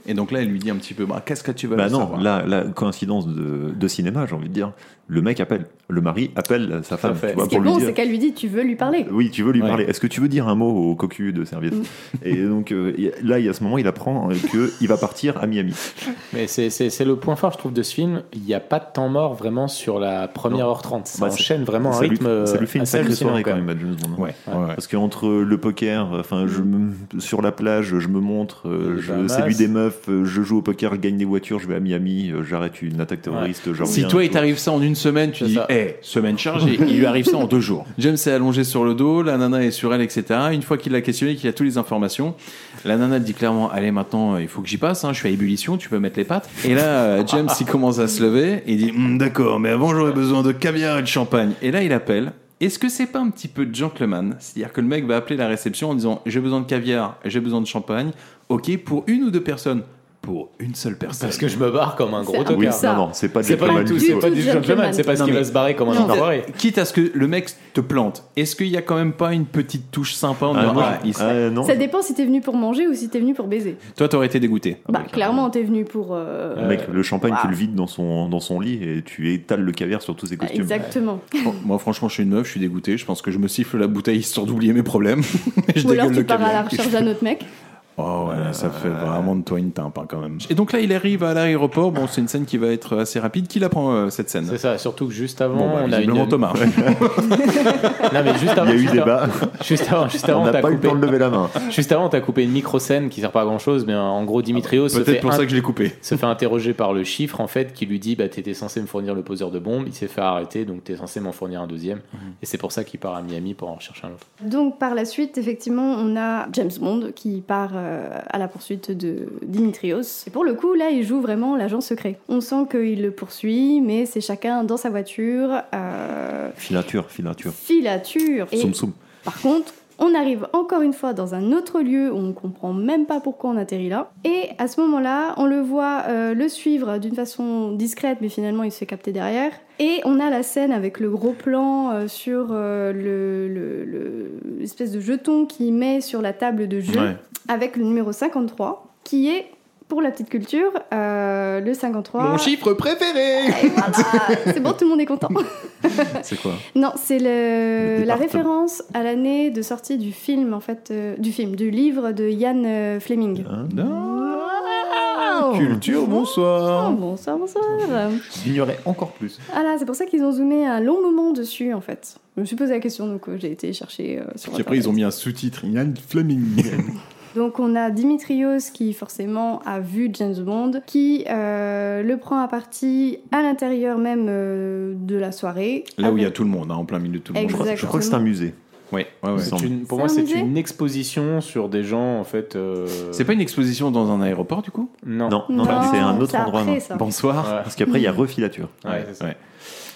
Speaker 2: Et donc là, elle lui dit un petit peu bah, Qu'est-ce que tu vas
Speaker 10: Bah
Speaker 2: nous
Speaker 10: non,
Speaker 2: savoir
Speaker 10: là, la coïncidence de, de cinéma, j'ai envie de dire. Le mec appelle, le mari appelle sa femme,
Speaker 11: fait.
Speaker 10: tu vois,
Speaker 12: Ce qui est
Speaker 10: pour lui
Speaker 12: bon,
Speaker 10: dire. Euh,
Speaker 12: c'est qu'elle lui dit Tu veux lui parler
Speaker 10: Oui, tu veux lui
Speaker 12: Ouais.
Speaker 10: parler. Est-ce que tu veux dire un mot au cocu de serviette Et donc euh, y- là, il y a ce moment, il apprend qu'il va partir à Miami.
Speaker 11: Mais c'est- c'est c'est le point fort, je trouve, de ce film. Il n'y a pas de temps mort vraiment sur la première heure 30. Ça
Speaker 10: Bah, c'est-
Speaker 11: enchaîne vraiment un
Speaker 10: ça lui-
Speaker 11: rythme. euh,
Speaker 10: ça lui fait une
Speaker 11: assez
Speaker 10: sacrée
Speaker 11: hallucinant,
Speaker 10: soirée quand même, à James Bond.
Speaker 2: Ouais, ouais, ouais.
Speaker 10: Parce que entre le poker, enfin, je
Speaker 11: Mm.
Speaker 10: me- sur la plage, je me montre, euh,
Speaker 2: Les
Speaker 10: je
Speaker 2: Bahamas.
Speaker 10: séduis des meufs, euh, je joue au poker, je gagne des voitures, je vais à Miami, euh, j'arrête une attaque terroriste, je
Speaker 2: Si
Speaker 10: reviens,
Speaker 2: toi,
Speaker 10: tu
Speaker 2: il t'arrive ça en une semaine, tu dis, hé, semaine chargée, il lui arrive ça en deux jours. James est allongé sur le dos, la nana est sur elle, etc. Une fois qu'il l'a questionné, qu'il a toutes les informations, la nana dit clairement, allez, maintenant, il faut que j'y passe, hein, je suis à ébullition, tu peux mettre les pattes. Et là, euh, James, il commence à se lever, il dit, Hum, d'accord, mais avant, j'aurais besoin de caviar et de champagne. Et là, il appelle. Est-ce que c'est pas un petit peu de gentleman C'est-à-dire que le mec va appeler la réception en disant j'ai besoin de caviar, j'ai besoin de champagne. Ok, pour une ou deux personnes Pour une seule personne.
Speaker 11: Parce que je me barre comme un gros tocard.
Speaker 2: Oui, non, non, c'est pas
Speaker 11: c'est pas
Speaker 2: gentleman
Speaker 11: du tout,
Speaker 2: du
Speaker 11: c'est
Speaker 2: tout.
Speaker 11: pas du gentleman. C'est parce
Speaker 2: Non,
Speaker 11: qu'il
Speaker 2: mais-
Speaker 11: va se barrer comme un
Speaker 2: Non,
Speaker 11: enfoiré.
Speaker 2: Quitte à ce que le mec te plante, est-ce qu'il y a quand même pas une petite touche sympa en
Speaker 10: Ah,
Speaker 2: disant,
Speaker 10: moi,
Speaker 2: ah, il-
Speaker 12: Ça dépend si t'es venu pour manger ou si t'es venu pour baiser.
Speaker 11: ah.
Speaker 2: Toi, t'aurais été dégoûté.
Speaker 12: Bah, clairement, t'es venu pour. euh,
Speaker 10: Le mec, le champagne, tu
Speaker 12: waouh.
Speaker 10: le vides dans son, dans son lit et tu étales le caviar sur tous
Speaker 11: Bah,
Speaker 10: ses costumes.
Speaker 12: Exactement.
Speaker 2: Fran- Moi, franchement, je suis une meuf, je suis dégoûté. Je pense que je me siffle la bouteille histoire d'oublier mes problèmes. Et je
Speaker 12: Ou alors
Speaker 2: dégueule le
Speaker 12: tu pars à la
Speaker 2: caviar.
Speaker 12: recherche d'un autre mec.
Speaker 2: Oh ouais, ça fait
Speaker 11: Euh.
Speaker 2: vraiment de toi une timpe hein, quand même. Et donc là, il arrive à l'aéroport. Bon, c'est une scène qui va être assez rapide. Qui la prend euh, cette scène
Speaker 11: C'est ça, surtout que juste avant,
Speaker 2: Bon, bah,
Speaker 11: on a
Speaker 2: visiblement
Speaker 11: une.
Speaker 2: Thomas.
Speaker 11: Non, mais juste
Speaker 10: Il y
Speaker 11: avant,
Speaker 10: a eu
Speaker 11: juste
Speaker 10: débat.
Speaker 11: avant- Juste avant, juste
Speaker 10: On
Speaker 11: avant,
Speaker 10: n'a
Speaker 11: t'as
Speaker 10: pas eu le
Speaker 11: coupé.
Speaker 10: temps de lever la main.
Speaker 11: Juste avant, t'as coupé une micro scène qui sert pas à grand chose, mais euh, en gros, Dimitrios se
Speaker 2: Peut-être
Speaker 11: fait
Speaker 2: pour
Speaker 11: int-
Speaker 2: ça que je l'ai coupé.
Speaker 11: se fait interroger par le chiffre en fait qui lui dit bah t'étais censé me fournir le poseur de bombe, il s'est fait arrêter donc t'es censé m'en fournir un deuxième
Speaker 2: Mhm.
Speaker 11: et c'est pour ça qu'il part à Miami pour en rechercher un autre.
Speaker 12: Donc par la suite, effectivement, on a James Bond qui part euh, à la poursuite de Dimitrios. Et pour le coup, là, il joue vraiment l'agent secret. On sent qu'il le poursuit, mais c'est chacun dans sa voiture. Euh,
Speaker 10: Filature, filature.
Speaker 12: filature. Et
Speaker 10: Soum soum.
Speaker 12: Par contre, on arrive encore une fois dans un autre lieu où on comprend même pas pourquoi on atterrit là. Et à ce moment-là, on le voit euh, le suivre d'une façon discrète, mais finalement il se fait capter derrière. Et on a la scène avec le gros plan euh, sur euh, le- le- le- l'espèce de jeton qu'il met sur la table de jeu,
Speaker 17: Ouais.
Speaker 12: avec le numéro 53, qui est, pour la petite culture, euh, le 53.
Speaker 17: Mon chiffre préféré
Speaker 12: C'est bon, tout le monde est content.
Speaker 2: C'est quoi
Speaker 12: Non, c'est le-
Speaker 2: Le
Speaker 12: la
Speaker 2: département.
Speaker 12: référence à l'année de sortie du film, en fait, euh, du film, du livre de Ian euh, Fleming.
Speaker 2: hein Ah.
Speaker 12: Wow.
Speaker 2: Culture, bonsoir.
Speaker 12: Oh, bonsoir, bonsoir.
Speaker 10: J'ignorais encore plus.
Speaker 12: Ah là, c'est pour ça qu'ils ont zoomé un long moment dessus, en fait. Je me suis posé la question, donc euh, j'ai été chercher euh, sur
Speaker 2: Puis après,
Speaker 12: Internet.
Speaker 2: ils ont mis un sous-titre Ian Fleming.
Speaker 12: Donc on a Dimitrios qui forcément a vu James Bond, qui euh, le prend à partie à l'intérieur même euh, de la soirée.
Speaker 2: Là où il y a tout le monde, hein, en plein milieu de tout le monde.
Speaker 12: Exactement. Je crois que c'est un
Speaker 10: musée.
Speaker 2: Ouais, ouais, ouais.
Speaker 11: C'est une- pour
Speaker 12: C'est
Speaker 11: moi
Speaker 12: un
Speaker 11: c'est
Speaker 12: musée
Speaker 11: une exposition sur des gens en fait. euh,
Speaker 2: C'est pas une exposition dans un aéroport du coup
Speaker 11: Non,
Speaker 10: Non, non,
Speaker 12: Non,
Speaker 10: c'est un autre
Speaker 12: c'est
Speaker 10: endroit.
Speaker 12: après,
Speaker 10: non.
Speaker 12: ça.
Speaker 2: Bonsoir.
Speaker 10: Parce qu'après, il y a refilature.
Speaker 11: Ouais, c'est ça.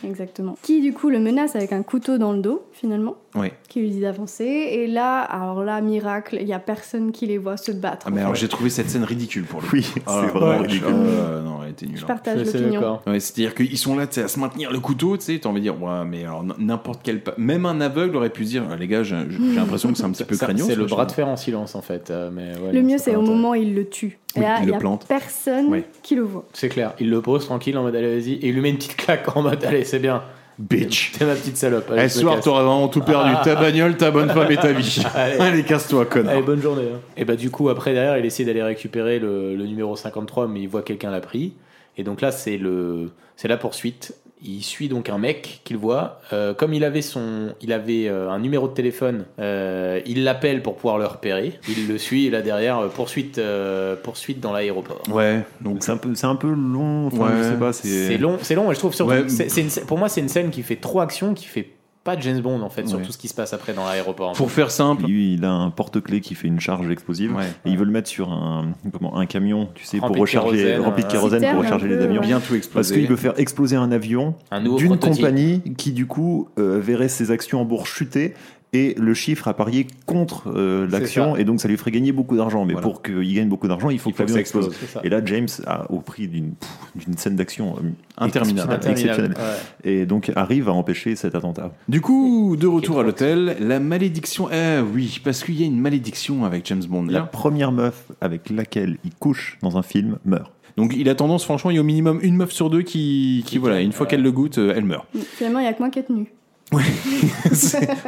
Speaker 12: Exactement. Qui du coup le menace avec un couteau dans le dos finalement,
Speaker 2: Ouais.
Speaker 12: qui lui dit d'avancer. Et là, alors là, miracle, il y a personne qui les voit se battre.
Speaker 2: Ah, mais alors j'ai trouvé cette scène ridicule pour le
Speaker 10: Oui,
Speaker 2: coup.
Speaker 10: c'est
Speaker 2: Ah,
Speaker 10: vraiment
Speaker 2: ouais,
Speaker 10: ridicule.
Speaker 2: euh, non, elle était nulle.
Speaker 12: Je partage Je suis assez l'opinion. d'accord.
Speaker 2: Ouais, C'est-à-dire qu'ils sont là tu sais, à se maintenir le couteau, tu sais, t'as envie de dire, ouais, mais alors n- n'importe quel. pa- Même un aveugle aurait pu se dire, Ah, les gars, j'ai j'ai l'impression que c'est un petit peu
Speaker 11: Ça,
Speaker 2: craignos.
Speaker 11: C'est le
Speaker 2: machin.
Speaker 11: bras de fer en silence en fait. euh, mais ouais,
Speaker 12: le
Speaker 11: non,
Speaker 12: mieux,
Speaker 11: pas
Speaker 12: c'est au
Speaker 11: intéressant.
Speaker 12: moment où il le tue. Et
Speaker 11: Oui,
Speaker 12: là,
Speaker 11: il
Speaker 12: il
Speaker 11: le
Speaker 12: y a
Speaker 11: plante.
Speaker 12: personne
Speaker 11: Oui.
Speaker 12: qui le voit.
Speaker 11: C'est clair, il le pose tranquille en mode allez vas-y et il lui met une petite claque en mode allez c'est bien.
Speaker 10: Bitch.
Speaker 11: T'es ma petite salope.
Speaker 2: Eh, ce soir, t'auras vraiment tout perdu.
Speaker 11: Ah.
Speaker 2: Ta bagnole, ta bonne femme et ta vie. Allez, casse-toi, connard.
Speaker 11: Allez, bonne journée. hein. Et bah, du coup, après, derrière, il essaie d'aller récupérer le, le numéro 53, mais il voit que quelqu'un l'a pris. Et donc là, c'est le, c'est la poursuite. Il suit donc un mec qu'il voit. Euh, comme il avait son, il avait euh, un numéro de téléphone, euh, il l'appelle pour pouvoir le repérer. Il le suit et là derrière euh, poursuite, euh, poursuite dans l'aéroport.
Speaker 10: Ouais, donc c'est un peu, c'est un peu long. Enfin,
Speaker 11: Ouais.
Speaker 10: je sais pas, c'est.
Speaker 11: C'est long, c'est long, et je trouve surtout.
Speaker 10: Ouais.
Speaker 11: c'est- c'est une scè- pour moi, c'est une scène qui fait trois actions, qui fait pas de James Bond en fait sur
Speaker 10: Ouais.
Speaker 11: tout ce qui se passe après dans l'aéroport.
Speaker 10: Pour faire simple, lui, il a un porte-clés qui fait une charge explosive et il veut le mettre sur un comment un camion, tu sais,
Speaker 11: Rempli
Speaker 10: pour
Speaker 11: de
Speaker 10: recharger
Speaker 11: kérosène,
Speaker 10: rempli de
Speaker 11: un-
Speaker 10: kérosène
Speaker 11: Citerne
Speaker 10: pour
Speaker 11: un
Speaker 10: recharger
Speaker 11: peu,
Speaker 10: les avions.
Speaker 11: ouais. Bien tout
Speaker 10: Parce
Speaker 11: exploser.
Speaker 10: qu'il veut faire exploser un avion
Speaker 11: Un nouveau
Speaker 10: d'une
Speaker 11: prototype.
Speaker 10: compagnie qui du coup euh, verrait ses actions en bourse chuter. Et le chiffre à parier contre euh, l'action,
Speaker 11: ça.
Speaker 10: et donc ça lui ferait gagner beaucoup d'argent. Mais pour qu'il gagne beaucoup d'argent, il faut que
Speaker 11: faut que
Speaker 10: l'avion
Speaker 11: ça
Speaker 10: explose.
Speaker 11: explose, c'est ça.
Speaker 10: Et là, James a, au prix d'une pff, d'une scène d'action euh,
Speaker 2: Interminable.
Speaker 10: exceptionnelle,
Speaker 2: Interminable,
Speaker 10: exceptionnelle. et donc arrive à empêcher cet attentat.
Speaker 2: Du coup, de retour à l'hôtel, la malédiction. Eh oui, parce qu'il y a une malédiction avec James Bond.
Speaker 10: La
Speaker 2: là.
Speaker 10: première meuf avec laquelle il couche dans un film meurt.
Speaker 2: Donc il a tendance, franchement, il y a au minimum une meuf sur deux qui, qui voilà, une fois qu'elle le goûte, euh, elle meurt.
Speaker 12: Mm. Finalement, il n'y a que moi qui ai tenu.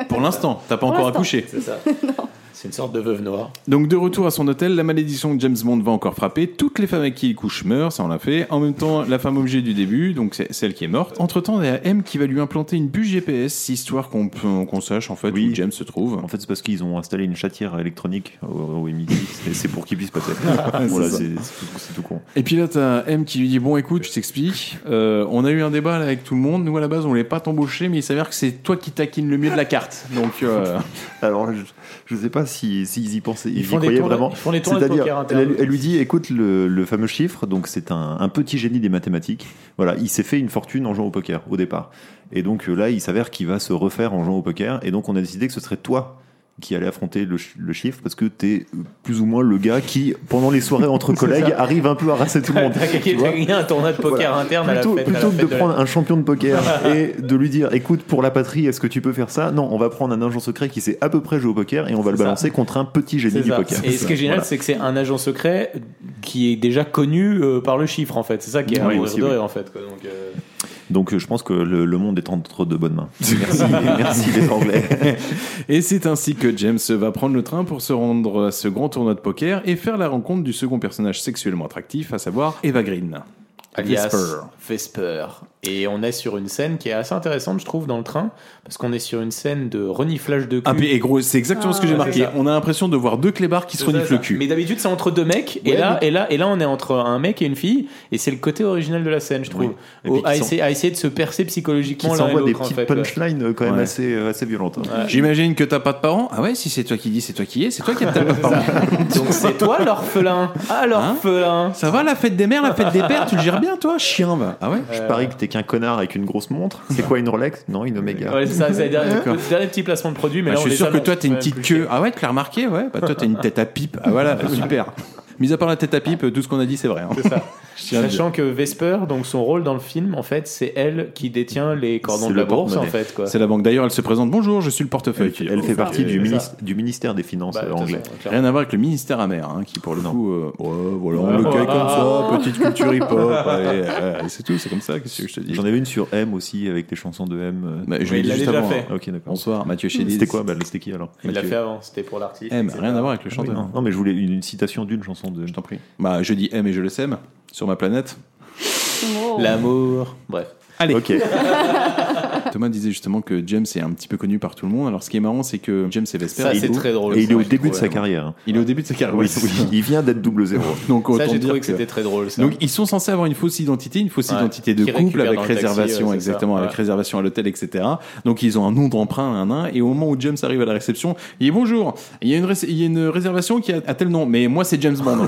Speaker 2: Pour l'instant, t'as pas
Speaker 12: Pour
Speaker 2: encore
Speaker 12: l'instant.
Speaker 2: accouché.
Speaker 11: C'est ça. C'est une sorte de veuve noire.
Speaker 2: Donc de retour à son hôtel, la malédiction que James Bond va encore frapper. Toutes les femmes avec qui il couche meurent, ça on l'a fait. En même temps, la femme objet du début, donc c'est celle qui est morte. Entre temps, il y a M qui va lui implanter une bûche GPS, histoire qu'on peut- qu'on sache en fait où James se trouve.
Speaker 10: En fait, c'est parce qu'ils ont installé une chatière électronique au, au MIDI. C'est- C'est pour qu'ils puissent passer.
Speaker 2: Ouais,
Speaker 10: voilà,
Speaker 2: c'est ça.
Speaker 10: c'est c'est tout, c'est tout con.
Speaker 2: Et puis là, t'as M qui lui dit Bon, écoute, je t'explique. Euh, on a eu un débat là, avec tout le monde. Nous, à la base, on voulait pas t'embaucher, mais il s'avère que c'est toi qui taquines le mieux de la carte. Donc, euh,
Speaker 10: Alors, je, je sais pas si s'ils y pensaient, ils,
Speaker 2: font
Speaker 10: y
Speaker 2: des
Speaker 10: croyaient
Speaker 2: tours de-
Speaker 10: vraiment.
Speaker 2: ils font des tours de
Speaker 10: C'est-à-dire,
Speaker 2: poker
Speaker 10: elle,
Speaker 2: internes.
Speaker 10: elle lui dit, écoute le, le fameux chiffre. Donc, c'est un, un petit génie des mathématiques. Voilà, il s'est fait une fortune en jouant au poker au départ. Et donc euh, là, il s'avère qu'il va se refaire en jouant au poker. Et donc, on a décidé que ce serait toi qui allais affronter le, ch- le chiffre parce que t'es euh, plus ou moins le gars qui, pendant les soirées entre
Speaker 11: C'est
Speaker 10: collègues,
Speaker 11: ça.
Speaker 10: arrive un peu à rasser tout le monde.
Speaker 11: T'as
Speaker 10: tu vois.
Speaker 11: gagné un tournoi de poker
Speaker 10: Voilà.
Speaker 11: interne
Speaker 10: plutôt,
Speaker 11: à la fête.
Speaker 10: plutôt
Speaker 11: à la
Speaker 10: que
Speaker 11: fête
Speaker 10: de
Speaker 11: de la-
Speaker 10: prendre un champion de poker et de lui dire écoute pour la patrie est-ce que tu peux faire ça non on va prendre un agent secret qui sait à peu près jouer au poker et on va le
Speaker 11: C'est ça.
Speaker 10: balancer contre un petit génie
Speaker 11: C'est
Speaker 10: du
Speaker 11: ça.
Speaker 10: poker
Speaker 11: Et ce qui est génial, c'est que c'est un agent secret qui est déjà connu euh, par le chiffre en fait. C'est ça qui est un
Speaker 10: Oui,
Speaker 11: mourir
Speaker 10: aussi,
Speaker 11: de
Speaker 10: oui.
Speaker 11: rire, en fait. quoi. Donc, euh,
Speaker 10: donc euh, je pense que le, le monde est entre de bonnes mains merci, merci les anglais
Speaker 2: et c'est ainsi que James va prendre le train pour se rendre à ce grand tournoi de poker et faire la rencontre du second personnage sexuellement attractif, à savoir Eva Green.
Speaker 11: alias
Speaker 2: Vesper.
Speaker 11: Vesper. Et on est sur une scène qui est assez intéressante, je trouve, dans le train, parce qu'on est sur une scène de reniflage de cul.
Speaker 2: Ah, puis, et gros, c'est exactement ce que j'ai
Speaker 11: Ah,
Speaker 2: marqué.
Speaker 11: c'est ça.
Speaker 2: On a l'impression de voir deux clébards qui se
Speaker 11: C'est ça,
Speaker 2: reniflent le
Speaker 11: ça.
Speaker 2: cul.
Speaker 11: Mais d'habitude, c'est entre deux mecs, et,
Speaker 2: Ouais,
Speaker 11: là, et, là, et là, on est entre un mec et une fille, et c'est le côté original de la scène, je trouve.
Speaker 10: Et puis
Speaker 11: Au- à,
Speaker 10: qui s'en-
Speaker 11: essayer, à essayer de se percer
Speaker 10: qui
Speaker 11: psychologiquement l'un et
Speaker 10: s'envoie des
Speaker 11: l'autre, en
Speaker 10: petites
Speaker 11: fait, ouais.
Speaker 10: punchlines euh, quand même
Speaker 2: Ouais.
Speaker 10: assez, euh, assez violentes hein.
Speaker 2: J'imagine que t'as pas de parents. Ah ouais, si c'est toi qui dis, c'est toi qui es, c'est toi qui as pas de parents.
Speaker 11: Donc c'est toi l'orphelin. Ah
Speaker 2: Hein
Speaker 11: l'orphelin.
Speaker 2: Ça va la fête des mères, la fête des pères, tu le gères bien toi, chien va. Ah ouais.
Speaker 10: je parie que t'es qu'un connard avec une grosse montre c'est quoi une Rolex non une Omega
Speaker 11: Ouais, c'est ça, c'est le dernier,
Speaker 2: D'accord.
Speaker 11: le dernier petit placement de produit. Mais
Speaker 2: Bah,
Speaker 11: là, on
Speaker 2: je
Speaker 11: les
Speaker 2: suis sûr que
Speaker 11: annonce
Speaker 2: toi, t'as une
Speaker 11: quand même
Speaker 2: petite
Speaker 11: plus.
Speaker 2: queue. Ah ouais, tu l'as remarqué Ouais, bah toi, t'as une tête à pipe. Ah voilà, super. Mis à part la tête à pipe, tout ce qu'on a dit, c'est vrai. hein.
Speaker 11: C'est ça.
Speaker 2: Je tiens à le dire.
Speaker 11: Sachant que Vesper, donc son rôle dans le film, en fait, c'est elle qui détient les cordons
Speaker 2: C'est
Speaker 11: de la
Speaker 2: le
Speaker 11: bourse, en
Speaker 2: porte-monnaie.
Speaker 11: fait. Quoi.
Speaker 2: C'est la banque. D'ailleurs, elle se présente. Bonjour, je suis le portefeuille.
Speaker 10: elle, elle fait partie du,
Speaker 2: ministère
Speaker 10: ministre- du ministère des finances euh,
Speaker 11: Bah, de toute
Speaker 10: anglais
Speaker 11: façon, clairement.
Speaker 2: Rien à voir avec le ministère amer, hein, qui pour le coup, euh, ouais, voilà, on
Speaker 10: Ouais,
Speaker 2: le
Speaker 10: voilà.
Speaker 2: cueille comme ça, petite culture hip-hop, allez, allez, c'est tout, c'est comme ça, qu'est-ce que je te dis
Speaker 10: J'en avais une sur M aussi avec les chansons de M. euh,
Speaker 2: Bah, je l'ai
Speaker 11: Mais il
Speaker 2: dit
Speaker 11: l'a
Speaker 2: juste
Speaker 11: déjà
Speaker 2: avant.
Speaker 11: fait.
Speaker 2: hein.
Speaker 10: Ok, d'accord.
Speaker 2: Bonsoir, Mathieu Chédid.
Speaker 10: C'était quoi bah, C'était qui alors
Speaker 11: Il l'a
Speaker 10: Mathieu.
Speaker 11: fait avant, c'était pour l'artiste.
Speaker 2: M,
Speaker 11: etc.
Speaker 2: Eh ben, rien à voir avec le
Speaker 10: Oui,
Speaker 2: chanteur.
Speaker 10: non. Non, mais je voulais une, une citation d'une chanson de. Je t'en
Speaker 2: prie. Bah, je dis M et je le sème, sur ma planète.
Speaker 11: Oh. L'amour. Bref.
Speaker 2: Allez. Ok. Thomas disait justement que James est un petit peu connu par tout le monde. Alors, ce qui est marrant, c'est que James et Vesper.
Speaker 11: Ça,
Speaker 2: il-
Speaker 11: c'est très drôle.
Speaker 10: Et il est au
Speaker 11: Ouais, je
Speaker 10: début de
Speaker 11: trouve,
Speaker 10: sa
Speaker 11: vraiment.
Speaker 10: carrière.
Speaker 2: Il est au début de sa carrière.
Speaker 10: Oui,
Speaker 2: ouais, c'est ça.
Speaker 10: oui, il vient d'être double zéro.
Speaker 2: Donc,
Speaker 11: Ça,
Speaker 2: autant
Speaker 11: j'ai
Speaker 2: dire
Speaker 11: trouvé que c'était très drôle. Ça.
Speaker 2: Donc ils sont censés avoir une fausse identité, une fausse
Speaker 11: Ouais.
Speaker 2: identité de
Speaker 11: Qui
Speaker 2: couple
Speaker 11: récupère
Speaker 2: avec
Speaker 11: dans le taxi,
Speaker 2: réservation,
Speaker 11: ouais, c'est ça.
Speaker 2: exactement, avec
Speaker 11: Ouais.
Speaker 2: réservation à l'hôtel, etc. Donc ils ont un nom d'emprunt, un nain, et au moment où James arrive à la réception, il dit bonjour, il y a une, rés- il y a une réservation qui a, a tel nom, mais moi c'est James Bond.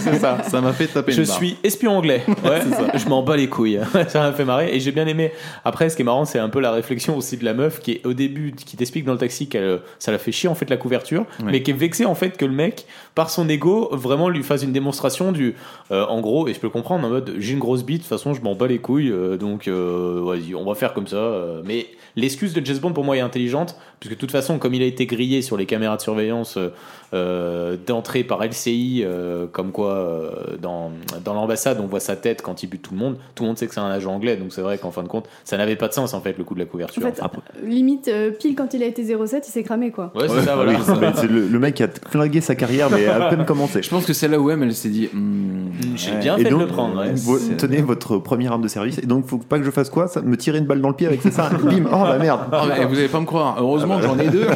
Speaker 11: c'est ça.
Speaker 2: ça m'a fait taper
Speaker 11: Je
Speaker 2: une barre.
Speaker 11: suis espion anglais. Ouais, Je m'en bats les couilles. ça m'a fait marrer et j'ai bien aimé. Après, ce qui est marrant, c'est un peu la réflexion aussi de la meuf qui est au début, qui t'explique dans le taxi qu'elle, euh, ça la fait chier en fait la couverture,
Speaker 2: Ouais.
Speaker 11: mais qui est vexée en fait que le mec, par son ego, vraiment lui fasse une démonstration du, euh, en gros, et je peux le comprendre en mode, j'ai une grosse bite, de toute façon, je m'en bats les couilles, euh, donc euh, vas-y, on va faire comme ça. euh, mais l'excuse de James Bond pour moi est intelligente, puisque de toute façon, comme il a été grillé sur les caméras de surveillance. euh, euh, d'entrée par LCI, euh, comme quoi euh, dans, dans l'ambassade on voit sa tête quand il bute tout le monde. Tout le monde sait que c'est un agent anglais, donc c'est vrai qu'en fin de compte ça n'avait pas de sens en fait, le coup de la couverture.
Speaker 12: En
Speaker 2: Ah,
Speaker 12: fait, limite, euh, pile quand il a été 07, il s'est cramé quoi.
Speaker 11: Ouais, c'est ça, voilà.
Speaker 10: Ah oui, c'est- mais c'est le, le mec qui a flingué sa carrière, mais à peine commencé.
Speaker 2: Je pense que celle-là, OM, elle s'est dit. hmm,
Speaker 11: J'ai bien fait de le Ah, prendre, ouais.
Speaker 10: vous
Speaker 11: C'est-
Speaker 10: tenez votre première arme de service. Et donc, faut pas que je fasse quoi ça Me tirer une balle dans le pied avec c'est ça Bim Oh la merde
Speaker 11: Ah,
Speaker 2: Oh, mais vous allez pas me croire. Heureusement que j'en ai deux.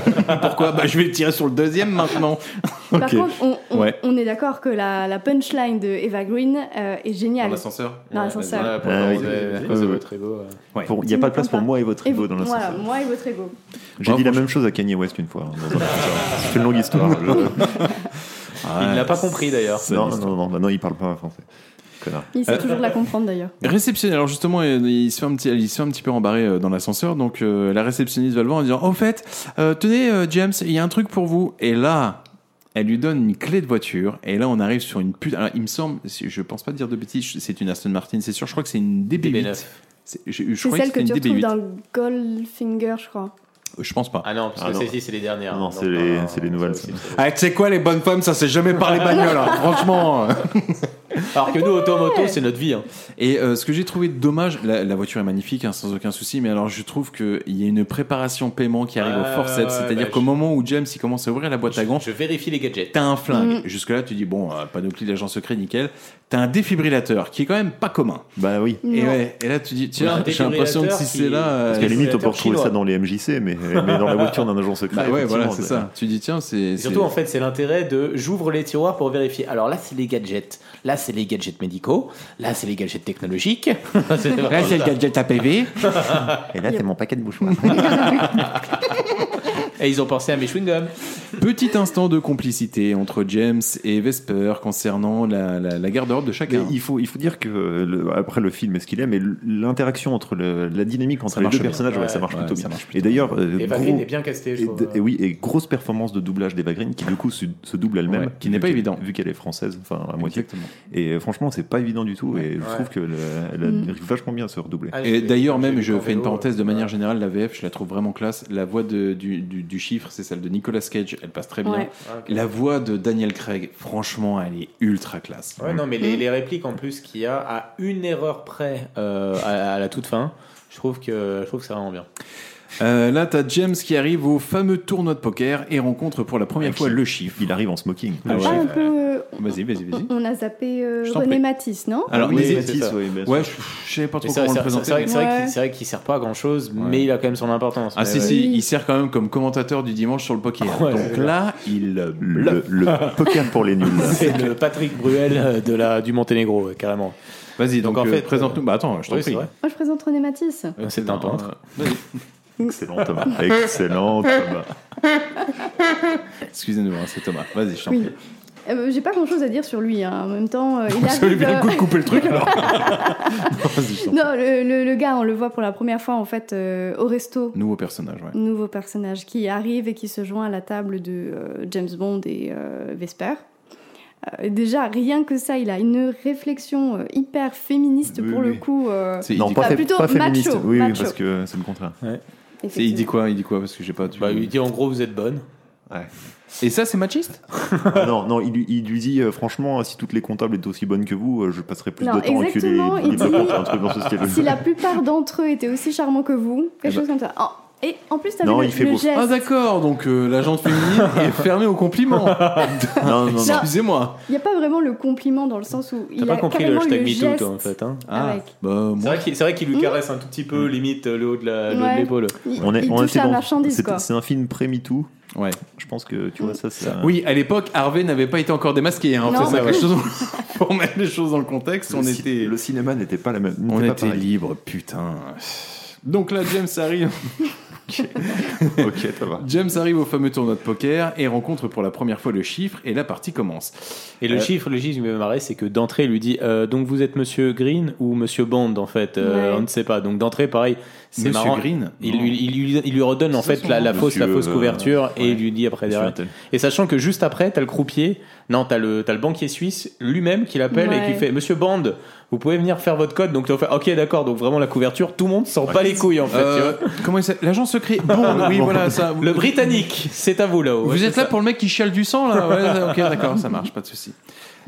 Speaker 2: Pourquoi Bah, je vais tirer sur le deuxième maintenant.
Speaker 12: Par contre, on, on-
Speaker 2: Ouais.
Speaker 12: on est d'accord que la, la punchline de Eva Green euh, est géniale.
Speaker 2: Dans l'ascenseur
Speaker 12: Dans l'ascenseur.
Speaker 11: Ouais, pour
Speaker 10: Ah
Speaker 11: le
Speaker 10: oui.
Speaker 11: rose et-
Speaker 10: Euh,
Speaker 11: rose et votre ego, ouais.
Speaker 10: Pour- Il n'y a pas de place pour moi et votre
Speaker 12: Et
Speaker 10: ego
Speaker 12: vous-
Speaker 10: dans l'ascenseur.
Speaker 12: Voilà, moi et votre ego.
Speaker 10: J'ai dit la même chose à Kanye West une fois. hein, dans un ascenseur. C'est une longue histoire. je-
Speaker 11: Il l'a pas compris, d'ailleurs.
Speaker 10: Non,
Speaker 11: Cette
Speaker 10: non, non, bah non, il parle pas français. Connard.
Speaker 12: Il sait
Speaker 2: Euh,
Speaker 12: toujours de la comprendre d'ailleurs.
Speaker 2: Réceptionné, alors justement, il, il se fait un petit, il se fait un petit peu embarrer euh, dans l'ascenseur, donc euh, la réceptionniste va le voir en disant Au fait, euh, tenez, euh, James, il y a un truc pour vous. Et là, elle lui donne une clé de voiture, et là, on arrive sur une pute. Alors, il me semble, si- je pense pas dire de bêtises, c'est une Aston Martin, c'est sûr, je crois que c'est une DB8. C'est- Je, je
Speaker 12: C'est
Speaker 2: croyais
Speaker 12: celle que
Speaker 2: c'était
Speaker 12: tu
Speaker 2: une
Speaker 12: retrouves
Speaker 2: DB8.
Speaker 12: dans le Goldfinger, je crois.
Speaker 2: Je pense pas.
Speaker 11: Ah non, parce
Speaker 10: Ah
Speaker 11: que
Speaker 10: non.
Speaker 11: celle-ci, c'est les dernières.
Speaker 10: Non,
Speaker 11: Donc,
Speaker 10: c'est les, c'est les nouvelles. ça.
Speaker 2: Ah, tu sais quoi, les bonnes femmes, ça c'est jamais par les bagnoles, hein. franchement.
Speaker 11: Alors que nous, automoto, c'est notre vie. hein.
Speaker 2: Et euh, ce que j'ai trouvé dommage, la, la voiture est magnifique, hein, sans aucun souci, mais alors je trouve qu'il y a une préparation paiement qui arrive
Speaker 11: Ah,
Speaker 2: au forceps,
Speaker 11: ouais,
Speaker 2: c'est-à-dire
Speaker 11: bah,
Speaker 2: qu'au
Speaker 11: je-
Speaker 2: moment où James il commence à ouvrir la boîte à gants,
Speaker 11: Je vérifie les gadgets.
Speaker 2: t'as un flingue. Jusque-là, tu dis, bon, euh, panoplie d'agent secret, nickel. T'as un défibrillateur qui est quand même pas commun.
Speaker 10: Bah oui.
Speaker 2: Et,
Speaker 11: Non.
Speaker 2: ouais, et là, tu dis,
Speaker 11: Oui,
Speaker 2: tiens,
Speaker 11: un
Speaker 2: j'ai l'impression que si
Speaker 11: défibrillateur
Speaker 2: c'est
Speaker 11: qui-
Speaker 2: là. euh,
Speaker 10: Parce qu'à la limite, on peut retrouver
Speaker 11: chinois.
Speaker 10: ça dans les MJC, mais, mais dans la voiture d'un agent secret.
Speaker 2: Bah ouais, voilà,
Speaker 10: effectivement,
Speaker 2: c'est ça. Tu dis, tiens, c'est.
Speaker 11: Et
Speaker 2: c'est-
Speaker 11: Surtout, en fait, c'est l'intérêt de j'ouvre les tiroirs pour vérifier. Alors là, c'est les gadgets. Là, c'est les gadgets médicaux. Là, c'est les gadgets technologiques.
Speaker 2: Là, c'est le gadget APV.
Speaker 10: Et là, c'est mon paquet de mouchoirs.
Speaker 11: Et ils ont pensé à mes chewing-gums.
Speaker 2: Petit instant de complicité entre James et Vesper concernant la, la, la garde-robe de
Speaker 10: Mais
Speaker 2: chacun.
Speaker 10: il faut, il faut dire que euh, le- après le film est ce qu'il est, mais l'interaction entre le- la dynamique entre
Speaker 2: Ça
Speaker 10: les
Speaker 2: marche
Speaker 10: deux
Speaker 2: bien.
Speaker 10: personnages, ouais,
Speaker 11: Ouais,
Speaker 10: ça marche
Speaker 2: ouais,
Speaker 10: plutôt
Speaker 2: ça
Speaker 10: bien.
Speaker 2: marche
Speaker 10: et d'ailleurs, euh,
Speaker 11: Et
Speaker 10: gros-
Speaker 11: Vagrine est bien castée, je
Speaker 10: et,
Speaker 11: trouve.
Speaker 10: d- et oui,
Speaker 2: euh,
Speaker 10: et grosse performance de doublage d'Eva Green qui du coup se, se double elle-même,
Speaker 2: Ouais, qui n'est
Speaker 10: vu
Speaker 2: pas
Speaker 10: qu'elle-
Speaker 2: évident.
Speaker 10: vu qu'elle est française, enfin à moitié.
Speaker 2: Exactement.
Speaker 10: Et euh, franchement, c'est pas évident du tout, et je
Speaker 11: Ouais.
Speaker 10: trouve que le- elle
Speaker 12: Mm.
Speaker 10: arrive vachement bien à se redoubler.
Speaker 11: Ah,
Speaker 2: Et
Speaker 11: j'ai-
Speaker 2: d'ailleurs,
Speaker 11: j'ai
Speaker 2: même,
Speaker 11: vu
Speaker 2: je
Speaker 11: qu'en
Speaker 2: fais une
Speaker 11: vélo,
Speaker 2: parenthèse de
Speaker 11: euh,
Speaker 2: manière générale, la VF, je la trouve vraiment classe. La voix de- du, du- du chiffre, c'est celle de Nicolas Cage, elle passe très bien.
Speaker 12: Ouais.
Speaker 11: Ah, ok.
Speaker 2: La voix de Daniel Craig, franchement, elle est ultra classe.
Speaker 11: Ouais, non, mais les, les répliques en plus qu'il y a à une erreur près euh, à, à la toute fin, je trouve que, je trouve que c'est vraiment bien.
Speaker 2: Euh, là, t'as James qui arrive au fameux tournoi de poker et rencontre pour la première
Speaker 10: Le
Speaker 2: fois le chiffre.
Speaker 10: Il arrive en smoking.
Speaker 2: Ah
Speaker 12: Pas un peu.
Speaker 2: Vas-y, vas-y,
Speaker 12: on-
Speaker 2: vas-y.
Speaker 12: On a zappé euh,
Speaker 2: Je t'en
Speaker 12: René
Speaker 2: prie. Ah.
Speaker 12: Matisse, non
Speaker 2: Alors,
Speaker 11: oui,
Speaker 2: il-
Speaker 11: c'est ça.
Speaker 10: oui, bien sûr.
Speaker 2: Ouais, je je savais pas
Speaker 11: Mais
Speaker 2: trop
Speaker 11: C'est vrai,
Speaker 2: comment le
Speaker 11: c'est vrai-
Speaker 2: présenter.
Speaker 11: c'est vrai, que- c'est vrai
Speaker 12: Ouais.
Speaker 11: qu'il- c'est vrai qu'il sert pas à grand chose, mais il a quand même son importance.
Speaker 2: Ah
Speaker 11: Mais
Speaker 2: si,
Speaker 11: ouais. Ah
Speaker 2: si, il sert quand même comme commentateur du dimanche sur le poker.
Speaker 11: Ouais,
Speaker 2: Donc
Speaker 11: c'est
Speaker 2: là, il... euh,
Speaker 10: Le, le poker pour les nuls.
Speaker 11: C'est le Patrick Bruel euh, de la, du Monténégro, ouais, carrément.
Speaker 2: Vas-y, donc,
Speaker 11: Donc, en
Speaker 2: euh,
Speaker 11: fait,
Speaker 2: présente-nous. Bah attends, je t'en
Speaker 11: Oui, c'est
Speaker 2: prie. Euh,
Speaker 11: vrai.
Speaker 12: Moi, je présente René Matisse.
Speaker 11: C'est un peintre.
Speaker 10: Excellent Thomas. Excellent Thomas.
Speaker 2: Excusez-nous, hein, c'est Thomas. Vas-y, je t'en
Speaker 12: Oui.
Speaker 2: prie.
Speaker 12: Euh, J'ai pas grand chose à dire sur lui. hein. En même temps, euh, il
Speaker 2: Ça lui
Speaker 12: arrive.
Speaker 2: fait
Speaker 12: euh,
Speaker 2: le coup de couper le truc alors. Vas-y, je t'en prie.
Speaker 12: Non, le, le- le gars, on le voit pour la première fois en fait euh, au resto.
Speaker 2: Nouveau personnage, ouais.
Speaker 12: Nouveau personnage qui arrive et qui se joint à la table de euh, James Bond et euh, Vesper. Euh, déjà, rien que ça, il a une réflexion euh, hyper féministe
Speaker 2: Oui,
Speaker 12: pour le
Speaker 2: oui.
Speaker 12: coup. euh,
Speaker 2: C'est- il
Speaker 10: Non,
Speaker 2: dit
Speaker 10: pas,
Speaker 12: quoi
Speaker 10: fait-
Speaker 12: Plutôt
Speaker 10: pas féministe.
Speaker 12: macho,
Speaker 10: oui, oui,
Speaker 12: macho.
Speaker 10: parce que c'est le contraire.
Speaker 2: C'est- Il dit
Speaker 12: effectivement.
Speaker 2: quoi Il dit quoi Parce que j'ai pas.
Speaker 11: Bah, il dit en gros, vous êtes bonne.
Speaker 2: Et ça, c'est machiste
Speaker 10: Ah non, non, il, lui- il lui dit euh, franchement, si toutes les comptables étaient aussi bonnes que vous, euh, je passerais plus
Speaker 12: Non,
Speaker 10: de temps à enculer
Speaker 12: exactement,
Speaker 10: les- les
Speaker 12: il
Speaker 10: blocs
Speaker 12: dit-
Speaker 10: un truc dans ce style.
Speaker 12: Si la plupart d'entre eux étaient aussi charmants que vous,
Speaker 2: Eh ben,
Speaker 12: quelque chose comme ça. Oh, Et en plus, t'as vu
Speaker 10: Non,
Speaker 12: le,
Speaker 10: il fait
Speaker 12: le
Speaker 10: beau.
Speaker 12: geste.
Speaker 2: Ah d'accord, donc euh, l'agente féminine est fermée aux compliments.
Speaker 10: Non, non, non.
Speaker 2: Excusez-moi.
Speaker 12: Il n'y a pas vraiment le compliment dans le sens où il
Speaker 11: T'as
Speaker 12: a
Speaker 11: pas compris le
Speaker 12: carrément
Speaker 11: hashtag
Speaker 12: le
Speaker 11: MeToo,
Speaker 12: geste
Speaker 11: toi, en fait. Hein.
Speaker 12: Ah,
Speaker 11: Mmh.
Speaker 12: avec.
Speaker 2: Bah
Speaker 11: C'est
Speaker 2: moi.
Speaker 11: vrai qu'il c'est vrai qu'il lui caresse un tout petit peu, limite, le haut de la- le haut de
Speaker 12: Ouais.
Speaker 11: l'épaule.
Speaker 12: Il,
Speaker 10: On est,
Speaker 12: il
Speaker 10: on
Speaker 12: touche
Speaker 10: était
Speaker 12: à la
Speaker 10: dans-
Speaker 12: marchandise,
Speaker 10: c'est-
Speaker 12: quoi.
Speaker 10: C'est un film pré-MeToo.
Speaker 2: Ouais.
Speaker 10: Je pense que tu vois ça. c'est un-
Speaker 2: Oui, à l'époque, Harvey n'avait pas été encore démasqué. Hein,
Speaker 12: Non. bah
Speaker 2: faut mettre les choses- Pour mettre les choses dans le contexte,
Speaker 10: Le
Speaker 2: on
Speaker 10: ci-
Speaker 2: était,
Speaker 10: Le cinéma n'était pas la même.
Speaker 2: on
Speaker 10: n'était pas
Speaker 2: était
Speaker 10: pareil.
Speaker 2: libre, putain. Donc là, James arrive.
Speaker 10: ok, ça va.
Speaker 2: James arrive au fameux tournoi de poker et rencontre pour la première fois le chiffre et la partie commence.
Speaker 11: Et le
Speaker 2: Euh,
Speaker 11: chiffre, le chiffre qui me fait marrer, c'est que d'entrée, il lui dit euh, Donc vous êtes monsieur Green ou monsieur Bond, en fait euh,
Speaker 12: Ouais.
Speaker 11: On ne sait pas. Donc d'entrée, pareil, c'est
Speaker 2: Monsieur
Speaker 11: marrant.
Speaker 2: Green
Speaker 11: il,
Speaker 2: Non.
Speaker 11: lui, il, lui, il lui redonne, en
Speaker 2: C'est
Speaker 11: fait,
Speaker 2: son
Speaker 11: la, la
Speaker 10: nom.
Speaker 11: fausse, la
Speaker 10: Monsieur,
Speaker 11: fausse
Speaker 10: euh,
Speaker 11: couverture et
Speaker 10: ouais.
Speaker 11: il lui dit après
Speaker 10: Monsieur
Speaker 11: derrière.
Speaker 10: Intel.
Speaker 11: Et sachant que juste après, t'as le croupier, non, t'as le, t'as le banquier suisse lui-même qui l'appelle et
Speaker 12: Ouais.
Speaker 11: qui fait Monsieur Band, vous pouvez venir faire votre code. Donc tu vas faire Ok, d'accord, donc vraiment la couverture, tout le monde s'en bat les couilles en fait. tu
Speaker 2: Euh,
Speaker 11: vois.
Speaker 2: comment il s'appelle L'agent secret. Bon, oui, voilà ça.
Speaker 11: Le Britannique, c'est à vous là-haut.
Speaker 2: Vous
Speaker 11: Ouais,
Speaker 2: êtes
Speaker 11: c'est
Speaker 2: là
Speaker 11: ça.
Speaker 2: pour le mec qui chiale du sang là Ouais, ok, d'accord, ça marche, pas de souci.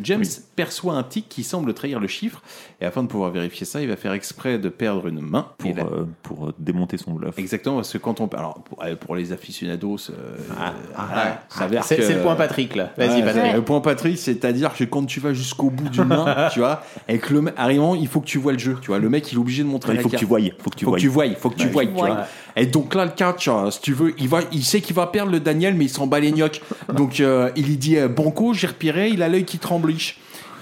Speaker 2: James perçoit un tic qui semble trahir le chiffre. Et afin de pouvoir vérifier ça, il va faire exprès de perdre une main.
Speaker 10: Pour,
Speaker 2: Et là-
Speaker 10: euh, pour euh, démonter son bluff.
Speaker 2: Exactement, parce que quand on. Alors, pour, euh, pour les aficionados, euh,
Speaker 11: ah,
Speaker 2: voilà,
Speaker 11: ah,
Speaker 2: ça veut
Speaker 11: c'est-
Speaker 2: dire que-
Speaker 11: c'est le point Patrick, là. Vas-y, Patrick.
Speaker 2: c'est Le point Patrick, c'est-à-dire que quand tu vas jusqu'au bout d'une main, tu vois, avec le. Arrivant, il faut que tu vois le jeu, tu vois. Le mec, il est obligé de montrer
Speaker 10: Il
Speaker 2: la
Speaker 10: faut que
Speaker 2: carte.
Speaker 10: tu voyes, faut que tu
Speaker 2: faut que
Speaker 10: voyes.
Speaker 2: tu voyes, faut que tu
Speaker 10: Ouais.
Speaker 2: voyes, tu vois.
Speaker 10: Ouais.
Speaker 2: Et donc là, le catch, euh, si tu veux, il, va, il sait qu'il va perdre le Daniel, mais il s'en bat les gnocques. Donc euh, il lui dit euh, Banco, j'ai repiré, il a l'œil qui tremble.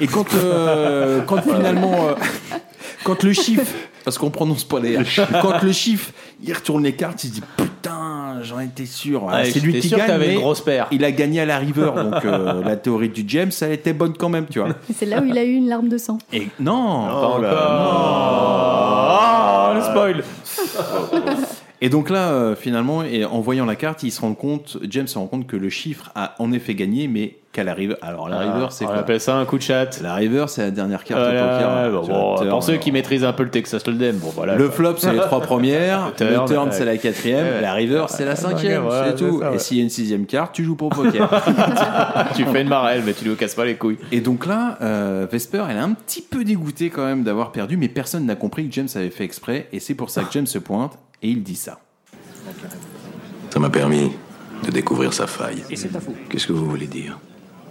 Speaker 2: Et quand, euh, quand finalement, euh, quand le chiffre, parce qu'on prononce pas les R, quand le chiffre, il retourne les cartes, il se dit Putain, j'en étais sûr. Voilà,
Speaker 11: Ouais,
Speaker 2: c'est lui
Speaker 11: j'étais
Speaker 2: qui
Speaker 11: sûr que
Speaker 2: gagne.
Speaker 11: t'avais une
Speaker 2: mais
Speaker 11: grosse paire.
Speaker 2: Il a gagné à l'arriveur, donc euh, la théorie du James, elle était bonne quand même, tu vois.
Speaker 12: Et c'est là où il a eu une larme de sang.
Speaker 2: Et non,
Speaker 11: Oh, le spoil
Speaker 2: Et donc là, euh, finalement, et en voyant la carte, il se rend compte, James se rend compte que le chiffre a en effet gagné, mais qu'à la river. Alors la
Speaker 11: Ah,
Speaker 2: river, c'est
Speaker 11: on
Speaker 2: quoi
Speaker 11: appelle ça un coup de chat.
Speaker 2: La river, c'est la dernière carte
Speaker 11: Voilà,
Speaker 2: au poker. hein.
Speaker 11: bon,
Speaker 2: Tu
Speaker 11: bon,
Speaker 2: vois, turn,
Speaker 11: pour ceux qui maîtrisent un peu le Texas Hold'em, bon voilà.
Speaker 2: Le
Speaker 11: quoi.
Speaker 2: flop, c'est les trois premières.
Speaker 11: Turn,
Speaker 2: le turn,
Speaker 11: ouais.
Speaker 2: c'est la quatrième.
Speaker 11: Ouais.
Speaker 2: La river, c'est la
Speaker 11: Ouais,
Speaker 2: cinquième.
Speaker 11: ouais,
Speaker 2: c'est tout.
Speaker 11: c'est ça, ouais.
Speaker 2: Et s'il y a une sixième carte, tu joues pour poker.
Speaker 11: tu fais une marelle, mais tu lui casses pas les couilles.
Speaker 2: Et donc là, euh, Vesper, elle est un petit peu dégoûtée quand même d'avoir perdu, mais personne n'a compris que James avait fait exprès. Et c'est pour ça que James se pointe et il dit ça.
Speaker 14: Ça m'a permis de découvrir sa faille.
Speaker 17: Et c'est pas faux.
Speaker 14: Qu'est-ce que vous voulez dire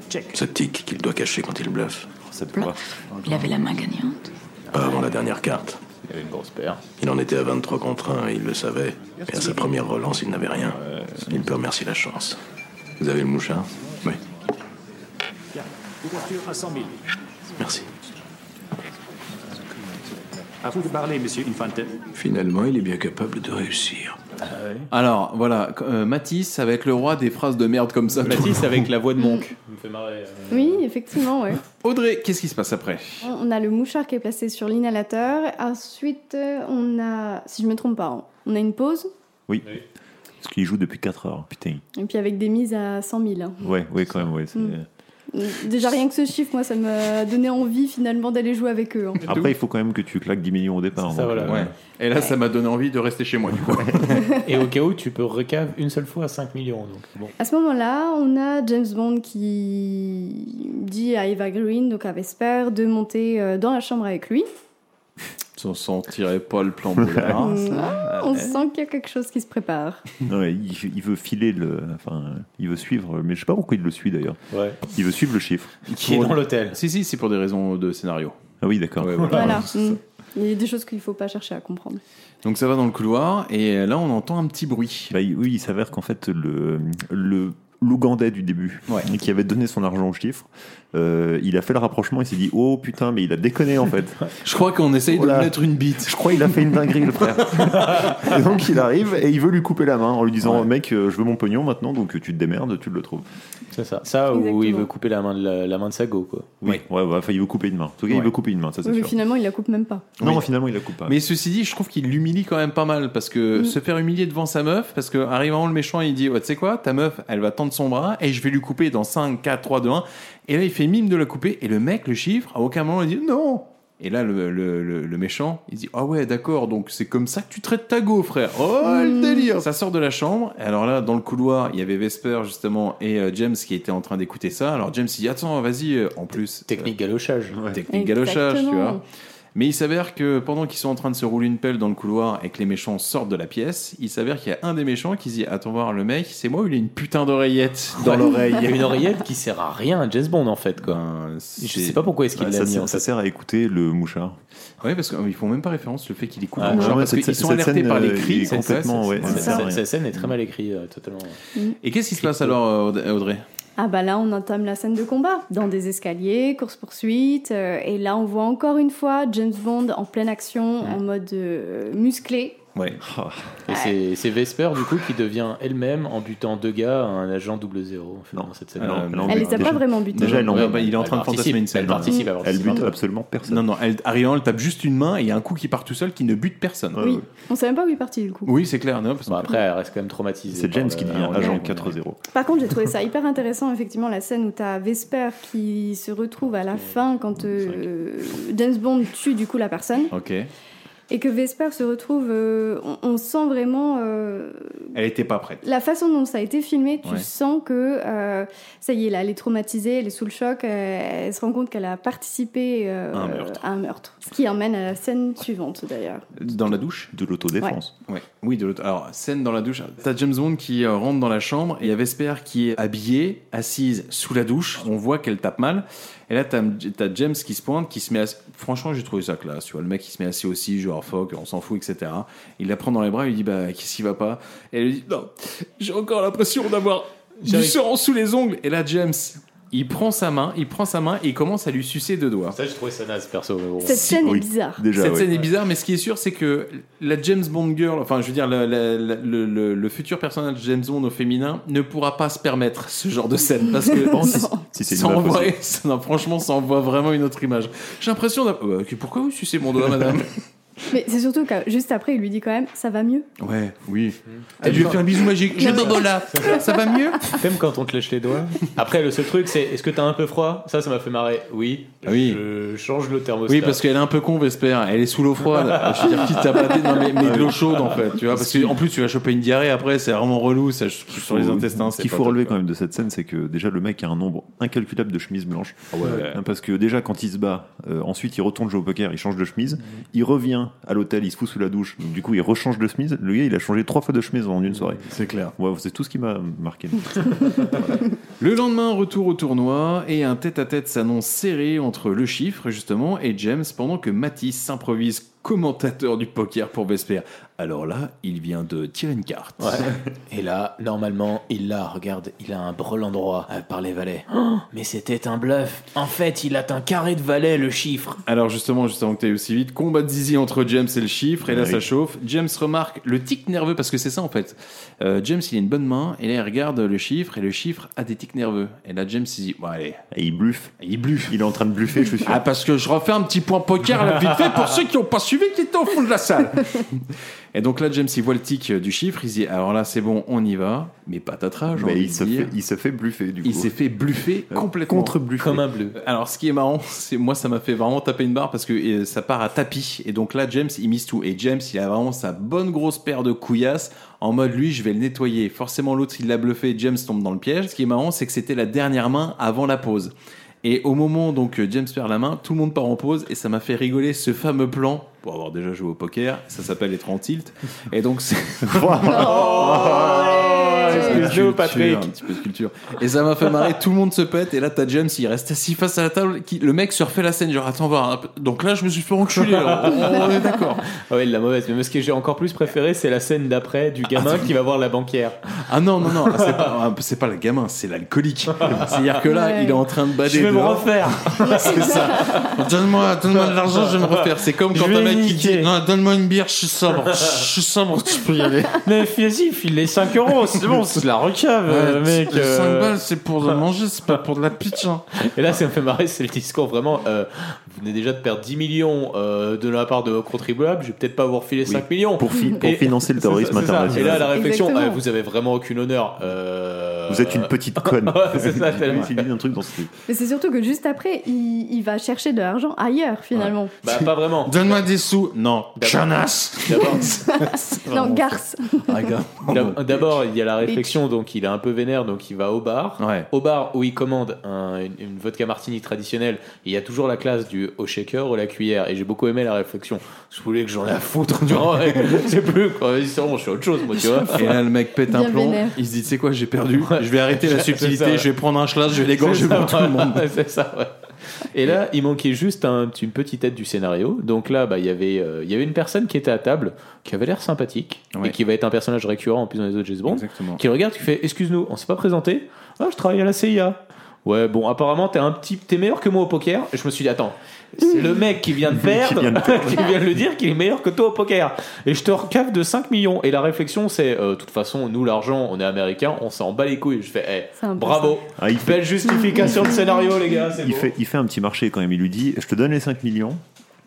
Speaker 17: Check.
Speaker 14: Ce tic qu'il doit cacher quand il bluffe.
Speaker 16: Il avait la main gagnante.
Speaker 14: Pas avant la dernière carte.
Speaker 11: Il avait une grosse paire.
Speaker 14: Il en était à 23 contre 1 et il le savait. Et à sa première relance, il n'avait rien. Il peut remercier la chance. Vous avez le mouchard Oui.
Speaker 17: Ouverture à 100 000.
Speaker 14: Merci.
Speaker 17: À vous de parler, monsieur Infante.
Speaker 14: Finalement, il est bien capable de réussir.
Speaker 2: Alors voilà, euh, Matisse, ça va être le roi des phrases de merde comme ça.
Speaker 11: Matisse avec la voix de Monk.
Speaker 12: Oui, effectivement, ouais.
Speaker 2: Audrey, qu'est-ce qui se passe après
Speaker 12: On a le mouchard qui est placé sur l'inhalateur. Ensuite, euh, on a, si je me trompe pas, hein, on a une pause.
Speaker 10: Oui. Parce qu'il joue depuis 4 heures. Putain.
Speaker 12: Et puis avec des mises à 100 000. hein.
Speaker 10: Ouais, ouais, quand même, ouais. c'est-
Speaker 12: Mm. Déjà rien que ce chiffre, moi, ça m'a donné envie finalement d'aller jouer avec eux. hein.
Speaker 10: Après, il faut quand même que tu claques 10 millions au départ.
Speaker 11: ça,
Speaker 10: donc,
Speaker 11: voilà.
Speaker 10: euh,
Speaker 11: Ouais.
Speaker 2: Et là, ça m'a donné envie de rester chez moi, du coup.
Speaker 11: Et au cas où, tu peux recave une seule fois à 5 millions. Donc, bon.
Speaker 12: À ce moment-là, on a James Bond qui dit à Eva Green, donc à Vesper, de monter euh, dans la chambre avec lui.
Speaker 2: On sentirait pas le plan boulard.
Speaker 10: hein.
Speaker 12: Ah, on sent qu'il y a quelque chose qui se prépare.
Speaker 10: Non, mais il, il veut filer le. Enfin, il veut suivre, mais je sais pas pourquoi il le suit d'ailleurs.
Speaker 11: Ouais.
Speaker 10: Il veut suivre le chiffre.
Speaker 2: Qui est dans
Speaker 11: l'hôtel.
Speaker 2: Si, si, c'est pour des raisons de scénario.
Speaker 10: Ah oui, d'accord.
Speaker 12: Voilà. Mm. Il y a des choses qu'il ne faut pas chercher à comprendre.
Speaker 2: Donc ça va dans le couloir et là on entend un petit bruit.
Speaker 10: Bah, il- oui, il s'avère qu'en fait le le l'Ougandais du début, qui avait donné son argent au chiffre, euh, il a fait le rapprochement, il s'est dit oh putain mais il a déconné en fait.
Speaker 2: Je crois qu'on essaye de
Speaker 10: Voilà.
Speaker 2: lui mettre une bite.
Speaker 10: Je crois qu'il a fait une dinguerie le frère. et donc il arrive et il veut lui couper la main en lui disant mec euh, je veux mon pognon maintenant donc euh, tu te démerdes tu le trouves.
Speaker 11: C'est ça. Ça où il veut couper la main de, la, la main de Sago, quoi.
Speaker 10: Oui. Ouais, ouais, enfin il veut couper une main. En tout cas il
Speaker 11: Ouais.
Speaker 10: veut couper une main ça c'est
Speaker 12: Oui, mais
Speaker 10: sûr.
Speaker 12: finalement, il la coupe même pas.
Speaker 10: Non finalement il la coupe pas.
Speaker 2: Mais ceci dit, je trouve qu'il l'humilie quand même pas mal parce que
Speaker 12: Mm.
Speaker 2: se faire humilier devant sa meuf, parce que arrivant le méchant, il dit Ouais, Tu sais quoi, ta meuf, elle va tendre son bras et je vais lui couper dans 5, 4, 3, 2, 1. Et là, il fait mime de la couper et le mec, le chiffre, à aucun moment, il dit Non Et là, le, le- le- le méchant, il dit Ah ouais, d'accord, donc c'est comme ça que tu traites ta go, frère. Oh le délire Ça sort de la chambre. Et alors là, dans le couloir, il y avait Vesper justement et euh, James qui était en train d'écouter ça. Alors James, il dit Attends, vas-y, euh, en plus.
Speaker 11: Technique galochage.
Speaker 2: Technique galochage, tu
Speaker 11: Exactement.
Speaker 2: vois. Mais il s'avère que pendant qu'ils sont en train de se rouler une pelle dans le couloir et que les méchants sortent de la pièce, il s'avère qu'il y a un des méchants qui se dit Attends voir le mec, c'est moi ou il a une putain d'oreillette dans
Speaker 11: Ouais.
Speaker 2: l'oreille
Speaker 11: Il y a une oreillette qui sert à rien à Jazz Bond en fait quoi.
Speaker 2: Ben,
Speaker 11: je sais pas pourquoi est-ce qu'il
Speaker 10: Ouais,
Speaker 11: l'a
Speaker 10: ça,
Speaker 11: mis
Speaker 10: sert-
Speaker 11: en
Speaker 10: ça
Speaker 11: fait.
Speaker 10: sert à écouter le mouchard.
Speaker 2: Oui, parce qu'ils font même pas référence le fait qu'il écoute
Speaker 10: Ah,
Speaker 2: le genre,
Speaker 10: ouais,
Speaker 2: parce
Speaker 10: cette-
Speaker 2: qu'ils sont
Speaker 10: cette
Speaker 2: alertés
Speaker 10: scène,
Speaker 2: par les
Speaker 10: euh,
Speaker 2: cris.
Speaker 10: est
Speaker 2: c'est ça,
Speaker 10: complètement,
Speaker 2: c'est-
Speaker 10: ouais,
Speaker 2: c'est
Speaker 10: ouais,
Speaker 2: ça.
Speaker 10: c'est vrai.
Speaker 11: Cette scène est
Speaker 2: Mm.
Speaker 11: très mal écrite euh, totalement.
Speaker 2: Et qu'est-ce qui se passe alors, euh, Audrey
Speaker 12: Ah bah là, on entame la scène de combat, dans des escaliers, course-poursuite, euh, et là, on voit encore une fois James Bond en pleine action, en mode euh, musclé.
Speaker 2: Ouais.
Speaker 10: Ah,
Speaker 2: Euh,
Speaker 11: Et c'est- c'est Vesper du coup qui devient elle-même en butant deux gars à un agent double zéro en fait, dans cette scène.
Speaker 2: Ah, non, non,
Speaker 12: Elle les a pas vraiment butés.
Speaker 10: Oh, Déjà, elle en-
Speaker 2: Ouais, bah, il est en
Speaker 11: Elle
Speaker 2: train de
Speaker 11: participe,
Speaker 2: fantasmer une scène. hein.
Speaker 11: elle participe, elle
Speaker 10: Elle
Speaker 11: participe.
Speaker 10: bute absolument personne.
Speaker 2: Non, non, elle, arrivant, elle tape juste une main et il y a un coup qui part tout seul qui ne bute personne.
Speaker 12: Oui, on sait même pas où il est parti du coup.
Speaker 2: Oui, c'est clair. Non, parce que-
Speaker 11: Après, elle reste quand même traumatisée.
Speaker 10: C'est
Speaker 11: par euh,
Speaker 10: James
Speaker 11: le-
Speaker 10: qui devient
Speaker 11: la-
Speaker 10: agent
Speaker 11: la-
Speaker 10: 4-0.
Speaker 12: Par contre, j'ai trouvé ça hyper intéressant, effectivement, la scène où t'as Vesper qui se retrouve à la fin quand euh, James Bond tue du coup la personne.
Speaker 2: Ok.
Speaker 12: et que Vesper se retrouve. euh, on, on sent vraiment. euh,
Speaker 2: Elle était pas prête.
Speaker 12: la façon dont ça a été filmé, tu
Speaker 2: Ouais.
Speaker 12: sens que euh, ça y est, là, elle est traumatisée, elle est sous le choc, euh, elle se rend compte qu'elle a participé euh,
Speaker 10: À un meurtre.
Speaker 12: à un meurtre. Ce qui emmène à la scène suivante d'ailleurs.
Speaker 2: Dans la douche
Speaker 10: De l'autodéfense.
Speaker 2: Ouais. Oui, de l'autre. Alors, scène dans la douche. T'as James Bond qui euh, rentre dans la chambre et il y a Vesper qui est habillée, assise sous la douche. On voit qu'elle tape mal. Et là, t'as t'as James qui se pointe, qui se met. ass- Franchement, j'ai trouvé ça classe. Tu vois, le mec qui se met assis aussi, genre fuck, on s'en fout, etc. Il la prend dans les bras, il lui dit bah qu'est-ce qui va pas Et elle lui dit non, j'ai encore l'impression d'avoir du
Speaker 11: J'arrive.
Speaker 2: sang sous les ongles. Et là, James. Il prend sa main, il prend sa main et il commence à lui sucer deux doigts.
Speaker 11: Ça, j'ai trouvé ça naze perso.
Speaker 12: Cette scène est bizarre.
Speaker 2: Cette scène est bizarre, mais ce qui est sûr, c'est que la James Bond girl, enfin, je veux dire, la- la- la- le, le- le futur personnage James Bond au féminin ne pourra pas se permettre ce genre de scène parce que
Speaker 10: Non.
Speaker 2: ça-
Speaker 10: Si c'est une
Speaker 2: ça
Speaker 10: meuf
Speaker 2: envoie-
Speaker 10: aussi.
Speaker 2: ça- non, franchement, ça envoie vraiment une autre image. J'ai l'impression d'avoir. Euh, que- pourquoi vous sucez mon doigt, madame
Speaker 12: Mais c'est surtout que juste après, il lui dit quand même, ça va mieux.
Speaker 2: Ouais, oui. Ah,
Speaker 11: Elle lui a fait un
Speaker 2: bisou magique.
Speaker 12: J'ai Bobola. Ça va mieux
Speaker 11: Même quand on te lèche les doigts. Après, le seul truc, c'est est-ce que t'as un peu froid Ça, ça m'a fait marrer. Oui.
Speaker 2: Ah oui.
Speaker 11: Je change le thermostat.
Speaker 2: Oui, parce qu'elle est un peu con, Vesper. Elle est sous l'eau froide. Je veux dire, qui t'a pas dit non, mais, mais de l'eau chaude, en fait. Tu vois, parce qu'en plus, tu vas choper une diarrhée après, c'est vraiment relou, ça, sur les intestins.
Speaker 10: Ce
Speaker 2: c'est
Speaker 10: qu'il
Speaker 2: pas
Speaker 10: faut
Speaker 2: top.
Speaker 10: relever quand même de cette scène, c'est que déjà le mec a un nombre incalculable de chemises blanches.
Speaker 2: Ah ouais.
Speaker 10: Hein, Parce que déjà quand il se bat, euh, ensuite il retourne jouer au poker, il change de chemise,
Speaker 2: Mm-hmm.
Speaker 10: il revient à l'hôtel, il se fout sous la douche, donc du coup il rechange de chemise. Le gars il a changé trois fois de chemise en une soirée.
Speaker 2: C'est clair.
Speaker 10: c'est tout ce qui m'a marqué.
Speaker 2: Le lendemain, retour au tournoi et un tête-à-tête s'annonce serré entre le chiffre, justement, et James, pendant que Matisse s'improvise commentateur du poker pour Vesper. Alors là, il vient de tirer une carte.
Speaker 11: Et là, normalement, il l'a, regarde, il a un brelan droit euh, par les valets. mais c'était un bluff. En fait, il atteint carré de valet le chiffre.
Speaker 2: Alors justement, juste avant que tu aussi vite, combat de zizi entre James et le chiffre, et là
Speaker 11: Ouais.
Speaker 2: ça chauffe. James remarque le tic nerveux, parce que c'est ça en fait. Euh, James, il a une bonne main, et là il regarde le chiffre, et le chiffre a des tics nerveux. Et là James, il dit, bon allez.
Speaker 10: Et il bluffe.
Speaker 2: Il bluffe.
Speaker 10: Il est en train de bluffer, je suis sûr.
Speaker 2: Ah, parce que je refais un petit point poker là, vite fait, pour ceux qui n'ont pas suivi, qui étaient au fond de la salle. et donc là, James, il voit le tic euh, du chiffre, il se dit, alors là c'est bon, on y va, mais patatras, j'ai
Speaker 10: Mais
Speaker 2: envie
Speaker 10: il
Speaker 2: de
Speaker 10: se,
Speaker 2: dire.
Speaker 10: fait, il se fait bluffer Euh, du coup.
Speaker 2: Il s'est fait bluffer complètement.
Speaker 10: Contre-bluffé.
Speaker 11: Comme un bleu.
Speaker 2: Alors, ce qui est marrant, c'est moi, ça m'a fait vraiment taper une barre parce que euh, ça part à tapis. Et donc là, James, il mise tout. Et James, il a vraiment sa bonne grosse paire de couillasses en mode lui, je vais le nettoyer. Forcément, l'autre, il l'a bluffé. James tombe dans le piège. Ce qui est marrant, c'est que c'était la dernière main avant la pause. Et au moment donc euh, James perd la main, tout le monde part en pause et ça m'a fait rigoler ce fameux plan pour avoir déjà joué au poker. Ça s'appelle être en tilt. Et donc c'est
Speaker 11: Oh, espèce de Patrick.
Speaker 2: un petit peu de culture. Et ça m'a fait marrer, tout le monde se pète, et là t'as James, il reste assis face à la table, qui, le mec se refait la scène, genre attends voir, un peu. donc là je me suis fait enculer, alors, Oh, on est d'accord.
Speaker 11: Ah Ouais, il l'a mauvaise. Mais ce que j'ai encore plus préféré, c'est la scène d'après du gamin qui va voir la banquière.
Speaker 2: Ah non, non, non, ah, c'est pas, ah, c'est pas le gamin, c'est l'alcoolique. C'est-à-dire que là,
Speaker 11: Ouais.
Speaker 2: il est en train de bader.
Speaker 11: Je vais me
Speaker 2: dehors.
Speaker 11: refaire.
Speaker 2: c'est ça. Donne-moi, donne-moi de l'argent, je vais me refaire. C'est comme
Speaker 11: Je
Speaker 2: quand
Speaker 11: vais
Speaker 2: un mec qui
Speaker 11: niquer.
Speaker 2: dit, non, donne-moi une bière, je suis sobre, je suis sobre, tu peux y aller.
Speaker 11: Mais vas-y, file les 5 euros, c'est bon, c'est de la recave, euh, mec.
Speaker 2: Les cinq
Speaker 11: euh.
Speaker 2: balles, c'est pour de manger, c'est pas pour de la pitch. hein.
Speaker 11: Et là, ça me fait marrer, c'est le discours vraiment. euh, vous venez déjà de perdre 10 millions euh, de la part de vos contribuables, je vais peut-être pas vous refiler 5 millions.
Speaker 10: pour fi- pour
Speaker 11: Et-
Speaker 10: financer le
Speaker 11: C'est ça,
Speaker 10: terrorisme
Speaker 11: c'est ça.
Speaker 10: international.
Speaker 11: Et là, la réflexion,
Speaker 10: Exactement.
Speaker 11: ah, vous avez vraiment aucune honneur. euh,
Speaker 10: Vous êtes une petite conne.
Speaker 11: Ouais, c'est ça, tellement.
Speaker 10: Il dit un truc dans ce truc.
Speaker 12: Mais c'est surtout que juste après, il, il va chercher de l'argent ailleurs finalement.
Speaker 11: Bah, pas vraiment.
Speaker 2: Donne-moi des sous. Non, chanasse.
Speaker 11: D'abord,
Speaker 2: Bah,
Speaker 12: non, garce.
Speaker 11: D'ab- D'abord, il y a la réflexion, donc il est un peu vénère, donc il va au bar. Au bar où il commande un- une, une vodka martini traditionnelle, il y a toujours la classe du au shaker ou la cuillère. Et j'ai beaucoup aimé la réflexion. Je voulais que j'en ai à foutre. tu vois, ouais. C'est plus, quoi. Vas-y, c'est bon, je fais autre chose, moi, tu vois.
Speaker 2: Et là, le mec pète un
Speaker 11: Bien
Speaker 2: plomb.
Speaker 11: vénère.
Speaker 2: Il se dit, tu sais quoi, j'ai perdu. Je vais arrêter la
Speaker 11: C'est
Speaker 2: subtilité.
Speaker 11: ça.
Speaker 2: Je vais prendre un schlass, je vais l'égorger
Speaker 11: C'est ça,
Speaker 2: pour tout le monde.
Speaker 11: ouais, c'est ça, ouais. Et là, il manquait juste un, petit- une petite aide du scénario. Donc là, bah, il y avait, euh, il y avait une personne qui était à table, qui avait l'air sympathique,
Speaker 2: Ouais.
Speaker 11: et qui va être un personnage récurrent en plus dans les autres James Bond,
Speaker 2: Exactement.
Speaker 11: qui regarde, qui fait Excuse-nous, on s'est pas présenté Ah, je travaille à la CIA. Ouais, bon, apparemment, t'es un petit, t'es meilleur que moi au poker. Et je me suis dit, attends, c'est le mec qui vient de perdre, qui, vient de le dire qu'il est meilleur que toi au poker. Et je te recave de 5 millions. Et la réflexion, c'est, euh, de toute façon, nous, l'argent, on est américain, on s'en bat les couilles. Je fais, eh,
Speaker 12: C'est un peu
Speaker 11: bravo.
Speaker 10: Ah, il
Speaker 11: Belle justification de scénario, les gars. c'est
Speaker 10: Il
Speaker 11: beau.
Speaker 10: fait, il fait un petit marché quand même. Il lui dit Je te donne les 5 millions,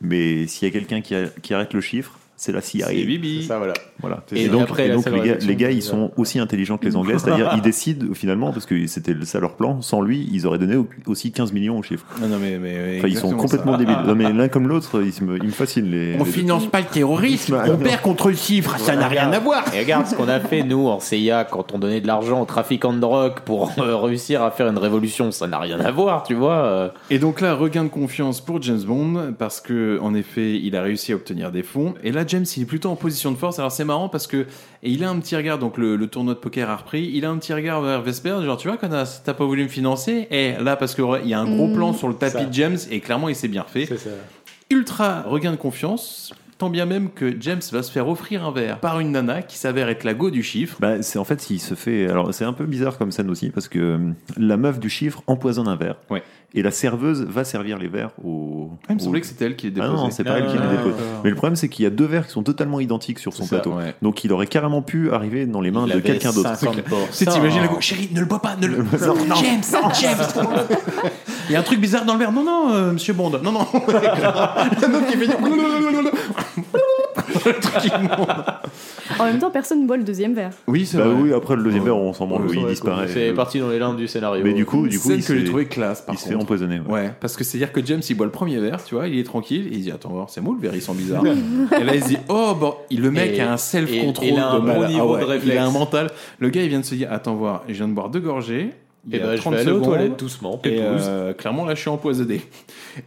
Speaker 10: mais s'il y a quelqu'un qui, a- qui arrête le chiffre, c'est la CIA.
Speaker 11: C'est Bibi.
Speaker 10: Ça,
Speaker 11: voilà.
Speaker 10: voilà.
Speaker 11: Et
Speaker 10: Et, donc,
Speaker 11: après,
Speaker 10: et
Speaker 11: la
Speaker 10: donc,
Speaker 11: salle
Speaker 10: les, gars,
Speaker 11: rédaction,
Speaker 10: les gars,
Speaker 11: c'est
Speaker 10: ils
Speaker 11: ça.
Speaker 10: sont aussi intelligents que les Anglais, c'est-à-dire ils décident finalement, parce que c'était le- ça leur plan, sans lui, ils auraient donné au- aussi 15 millions au chiffre.
Speaker 2: Non, non, mais, mais,
Speaker 10: Enfin, ils sont
Speaker 2: exactement
Speaker 10: complètement
Speaker 2: ça.
Speaker 10: débiles. Non, mais l'un comme l'autre, ils me, ils me fascinent. Les,
Speaker 2: On
Speaker 10: les deux.
Speaker 2: finance pas le terrorisme,
Speaker 10: Ah,
Speaker 2: on
Speaker 10: non.
Speaker 2: perd contre le chiffre, ça n'a rien à voir.
Speaker 11: Et regarde ce qu'on a fait, nous, en CIA, quand on donnait de l'argent aux trafiquants de drogue pour euh, réussir à faire une révolution, ça n'a rien à voir, tu vois. euh.
Speaker 2: Et donc là, regain de confiance pour James Bond parce que en effet, il a réussi à obtenir des fonds. Et là, James, il est plutôt en position de force. Alors c'est marrant parce que et il a un petit regard. Donc le, le tournoi de poker a repris. Il a un petit regard vers Vesper, genre tu vois, connasse, t'as pas voulu me financer. Et là, parce que il y a un gros
Speaker 11: Mm.
Speaker 2: plan sur le tapis
Speaker 11: Ça.
Speaker 2: de James et clairement, il s'est bien fait. Ultra regain de confiance. Tant bien même que James va se faire offrir un verre par une nana qui s'avère être la go du chiffre.
Speaker 10: Bah, c'est en fait, il se fait. Alors, c'est un peu bizarre comme scène aussi, parce que euh, la meuf du chiffre empoisonne un verre. Et la serveuse va servir les verres au.
Speaker 2: Ah, il me
Speaker 10: au-
Speaker 2: semblait que c'était elle qui les
Speaker 10: Ah non,
Speaker 2: déposait.
Speaker 10: c'est pas elle qui
Speaker 2: Ah,
Speaker 10: les dépose.
Speaker 2: d'accord.
Speaker 10: Mais le problème, c'est qu'il y a deux verres qui sont totalement identiques sur son
Speaker 2: C'est ça,
Speaker 10: plateau.
Speaker 2: ouais.
Speaker 10: Donc, il aurait carrément pu arriver dans les mains
Speaker 2: Il
Speaker 10: de
Speaker 2: avait
Speaker 10: quelqu'un d'autre.
Speaker 11: 50%.
Speaker 2: Tu sais, t'imagines la go- Chérie, ne le bois pas, ne le.
Speaker 10: Non, non.
Speaker 2: James, James. Il y a un truc bizarre dans le verre. Non, non, euh, monsieur Bond. Non, non. la meuf qui fait. Le truc immonde.
Speaker 12: En même temps, personne ne boit le deuxième verre.
Speaker 2: Oui, c'est
Speaker 10: Bah
Speaker 2: vrai.
Speaker 10: oui, après le deuxième verre, on s'en branle, il disparaît.
Speaker 11: C'est parti dans les limbes du scénario.
Speaker 10: Mais du coup, du coup,
Speaker 2: Scène
Speaker 10: il
Speaker 2: que j'ai
Speaker 10: s'est-
Speaker 2: trouvé classe, par
Speaker 10: Il se fait
Speaker 2: contre.
Speaker 10: empoisonner. ouais.
Speaker 2: Ouais, parce que c'est-à-dire que James il boit le premier verre, tu vois, il est tranquille, et il dit Attends, voir, c'est moi le verre, ils sont bizarres. et là il se dit Oh, bon, il- le mec
Speaker 11: Et-
Speaker 2: a un self-control
Speaker 11: et- il a un
Speaker 2: de malade. Ah
Speaker 11: bon niveau de
Speaker 2: Il a
Speaker 11: réflexe.
Speaker 2: un mental. Le gars il vient de se dire Attends, voir, je viens de boire deux gorgées. Il
Speaker 11: Et
Speaker 2: y a
Speaker 11: bah, je
Speaker 2: 30
Speaker 11: vais aller aux
Speaker 2: secondes,
Speaker 11: toilettes doucement,
Speaker 2: Et
Speaker 11: pépouze.
Speaker 2: euh, clairement, là, je suis empoisonné.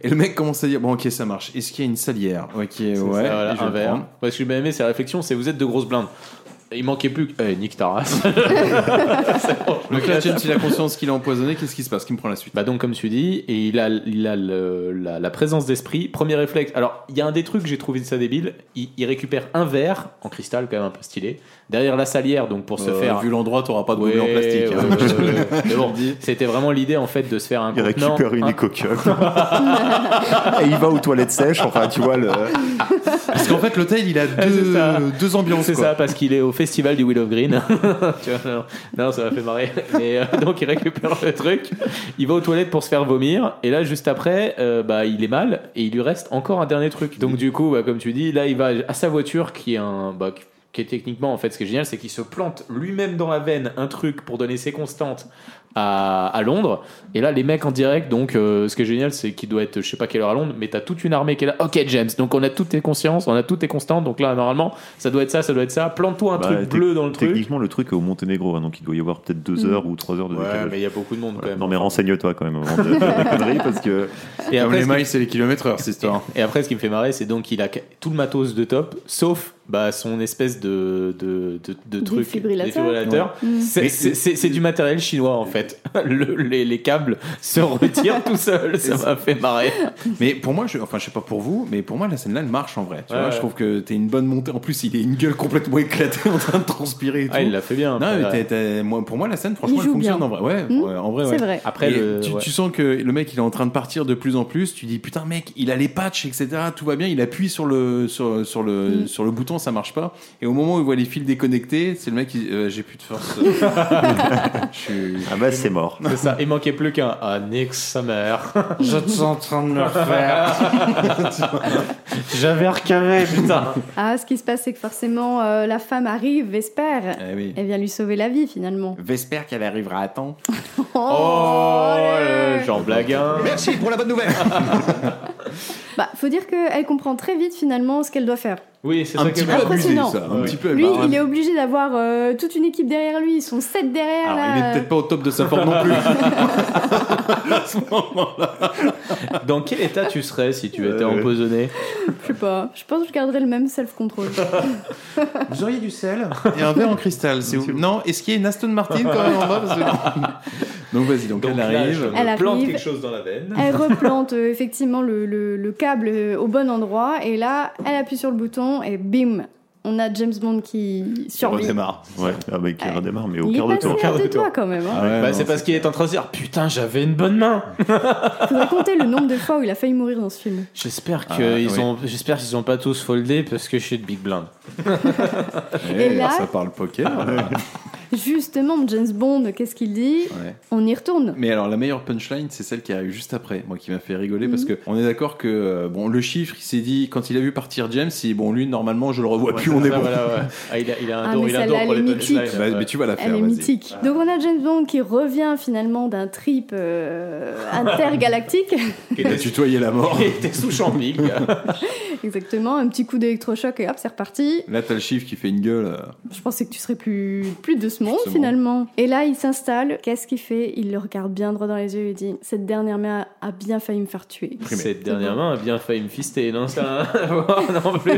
Speaker 2: Et le mec commence à dire Bon, ok, ça marche. Est-ce qu'il y a une salière Ok, ouais.
Speaker 11: Ça, voilà,
Speaker 2: et je vais
Speaker 11: un
Speaker 2: le
Speaker 11: verre.
Speaker 2: prendre.
Speaker 11: Moi, ce que j'ai bien aimé, c'est la réflexion c'est vous êtes de grosses blindes. Il manquait plus que. Eh, nique ta race.
Speaker 2: Donc là, James, il a conscience qu'il est empoisonné. Qu'est-ce qui se passe Qui me prend la suite
Speaker 11: Bah donc comme tu dis, et il a, il a le- la, la présence d'esprit. Premier réflexe. Alors il y a un des trucs que j'ai trouvé ça débile. Il, il récupère un verre en cristal quand même un peu stylé derrière la salière donc pour se
Speaker 2: Euh,
Speaker 11: faire.
Speaker 2: Vu l'endroit, t'auras pas de
Speaker 11: Ouais,
Speaker 2: gobelet en plastique.
Speaker 11: ouais,
Speaker 2: hein.
Speaker 11: ouais, ouais, ouais. Mais bon, c'était vraiment l'idée en fait de se faire un
Speaker 10: Il
Speaker 11: contenant,
Speaker 10: récupère une
Speaker 11: un-
Speaker 10: éco-cup. Et il va aux toilettes sèches, enfin, tu vois, le.
Speaker 2: Parce qu'en fait, l'hôtel, il a deux, deux ambiances.
Speaker 11: C'est
Speaker 2: quoi.
Speaker 11: ça, parce qu'il est au festival du Willow Green. tu vois, non, non, ça m'a fait marrer. Mais, euh, donc il récupère le truc, il va aux toilettes pour se faire vomir, et là juste après, euh, bah, il est mal, et il lui reste encore un dernier truc. Donc du coup, bah, comme tu dis, là il va à sa voiture qui est un... Bah, qui est techniquement en fait ce qui est génial c'est qu'il se plante lui-même dans la veine un truc pour donner ses constantes à, à Londres et là les mecs en direct donc euh, ce qui est génial c'est qu'il doit être je sais pas quelle heure à Londres mais t'as toute une armée qui est là ok James donc on a toutes tes consciences on a toutes tes constantes donc là normalement ça doit être ça ça doit être ça plante-toi un
Speaker 10: Bah,
Speaker 11: truc
Speaker 10: tec-
Speaker 11: bleu dans le truc
Speaker 10: Techniquement, le truc est au Monténégro, hein, donc il doit y avoir peut-être deux
Speaker 11: Mm.
Speaker 10: heures ou trois heures de
Speaker 11: Ouais,
Speaker 10: décalage.
Speaker 11: mais il y a beaucoup de monde quand même.
Speaker 10: euh, Non, mais renseigne-toi quand même avant de faire des conneries, parce que.
Speaker 11: Et
Speaker 2: Comme
Speaker 11: après,
Speaker 2: les
Speaker 11: ce qui-
Speaker 2: mailles, c'est les kilomètres heure, cette histoire.
Speaker 11: Et après, ce qui me fait marrer, c'est donc qu'il a tout le matos de top, sauf bah, son espèce de, de, de, de truc
Speaker 12: Défibrillateur.
Speaker 11: défibrillateur.
Speaker 12: Ouais. Mm.
Speaker 11: C'est-
Speaker 12: Mais-
Speaker 11: C'est c'est- c'est du matériel chinois en fait. Le- les, les câbles se retirent tout seuls, ça m'a fait marrer.
Speaker 2: Mais pour moi, je, enfin, je sais pas pour vous, mais pour moi, la scène-là, elle marche en vrai. Tu
Speaker 11: Ouais,
Speaker 2: vois,
Speaker 11: ouais.
Speaker 2: je trouve que t'es une bonne montée. En plus, il est une gueule complètement éclatée en train de transpirer. Et
Speaker 11: Ah,
Speaker 2: tout.
Speaker 11: il l'a fait bien.
Speaker 2: Non,
Speaker 11: après,
Speaker 2: mais
Speaker 11: ouais.
Speaker 2: t'as- t'as- moi, pour moi, la scène, franchement,
Speaker 11: Il
Speaker 2: elle
Speaker 11: joue
Speaker 2: fonctionne
Speaker 11: bien.
Speaker 2: en vrai. Ouais,
Speaker 11: Hmm,
Speaker 2: ouais, Ah. en vrai,
Speaker 11: c'est
Speaker 2: ouais.
Speaker 11: vrai. Après,
Speaker 2: Et
Speaker 11: le-
Speaker 2: tu,
Speaker 11: ouais.
Speaker 2: tu sens que le mec, il est en train de partir de plus en plus. Tu dis, putain, mec, il a les patchs, etc. Tout va bien. Il appuie sur le, sur, sur le,
Speaker 11: Hmm.
Speaker 2: sur le bouton, ça marche pas. Et au moment où il voit les fils déconnectés, c'est le mec qui, euh, j'ai plus de force.
Speaker 10: Ah bah, c'est mort.
Speaker 11: C'est ça, il manquait plus qu'un ah, Nick sa mère.
Speaker 2: Je suis en train de le faire.
Speaker 11: J'avais recavé, putain.
Speaker 12: Ah, ce qui se passe, c'est que forcément, euh, la femme arrive, Vesper.
Speaker 2: Eh oui.
Speaker 12: Elle vient lui sauver la vie finalement.
Speaker 2: J'espère qu'elle arrivera à temps.
Speaker 11: Oh, j'en blague un.
Speaker 2: Merci pour la bonne nouvelle.
Speaker 12: Bah, faut dire qu'elle comprend très vite finalement ce qu'elle doit faire.
Speaker 11: Oui, c'est
Speaker 2: Un
Speaker 11: ça
Speaker 2: petit
Speaker 11: qui
Speaker 2: peu
Speaker 11: m'a-
Speaker 2: abusé,
Speaker 12: Impressionnant.
Speaker 2: ça. Un petit peu.
Speaker 12: Lui,
Speaker 2: bah,
Speaker 12: il est obligé d'avoir euh, toute une équipe derrière lui. Ils sont sept derrière
Speaker 2: Alors,
Speaker 12: là.
Speaker 2: il est peut-être pas au top de sa forme non plus.
Speaker 11: Dans quel état tu serais si tu étais
Speaker 10: Euh,
Speaker 11: empoisonné
Speaker 12: Je sais pas. Je pense que je garderai le même self-control.
Speaker 2: Vous auriez du sel Et un verre en cristal, c'est où Non, est-ce qu'il y a une Aston Martin quand même en bas Parce que- Donc vas-y, donc, elle arrive.
Speaker 12: Elle arrive.
Speaker 11: plante quelque chose dans la veine.
Speaker 12: elle replante euh, effectivement le, le- le câble euh, au bon endroit. Et là, elle appuie sur le bouton et bim, on a James Bond qui survit.
Speaker 10: Ouais, ah bah, qui redémarre, mais au
Speaker 12: Il est
Speaker 10: quart de
Speaker 12: passé
Speaker 10: tour.
Speaker 12: à deux doigts quand même. hein.
Speaker 11: bah, c'est parce qu'il est en train de se dire Putain, j'avais une bonne main
Speaker 10: Ah.
Speaker 12: Faudrait compter le nombre de fois où il a failli mourir dans ce film.
Speaker 11: J'espère
Speaker 2: Ah,
Speaker 11: qu'ils
Speaker 2: oui.
Speaker 11: ont, j'espère qu'ils ont pas tous
Speaker 10: Eh,
Speaker 11: foldé parce que je suis de Big Blind.
Speaker 10: ah,
Speaker 12: Et là-
Speaker 2: Ça parle Ah, poker.
Speaker 12: Justement, James Bond, qu'est-ce qu'il dit On y retourne.
Speaker 2: Mais alors la meilleure punchline, c'est celle qui arrive juste après, moi qui m'a fait rigoler
Speaker 12: Mhm.
Speaker 2: parce que on est d'accord que euh, bon le chiffre, il s'est dit quand il a vu partir James, il dit, bon lui normalement je le revois plus, on est bon.
Speaker 11: Ah, il a, il a un
Speaker 12: Ah,
Speaker 11: don,
Speaker 12: mais
Speaker 11: il a un
Speaker 12: celle-là,
Speaker 11: don pour
Speaker 12: elle
Speaker 11: les
Speaker 12: est
Speaker 11: punchlines.
Speaker 12: mythique.
Speaker 2: Bah, mais tu vas la faire,
Speaker 12: Elle est
Speaker 2: vas-y.
Speaker 12: mythique. Donc on a James Bond qui revient finalement d'un trip euh, intergalactique.
Speaker 2: Il a tutoyé la mort.
Speaker 11: Il était sous Chambly.
Speaker 12: Exactement, un petit coup d'électrochoc et hop, c'est reparti.
Speaker 2: Là t'as le chiffre qui fait une gueule. euh.
Speaker 12: Je pensais que tu serais plus, plus de ce monde
Speaker 2: ce monde.
Speaker 12: finalement. Et là, il s'installe. Qu'est-ce qu'il fait Il le regarde bien droit dans les yeux et dit Cette dernière main a bien failli me faire tuer.
Speaker 11: Cette dernière main a bien failli me fister, non ça hein. Non plus.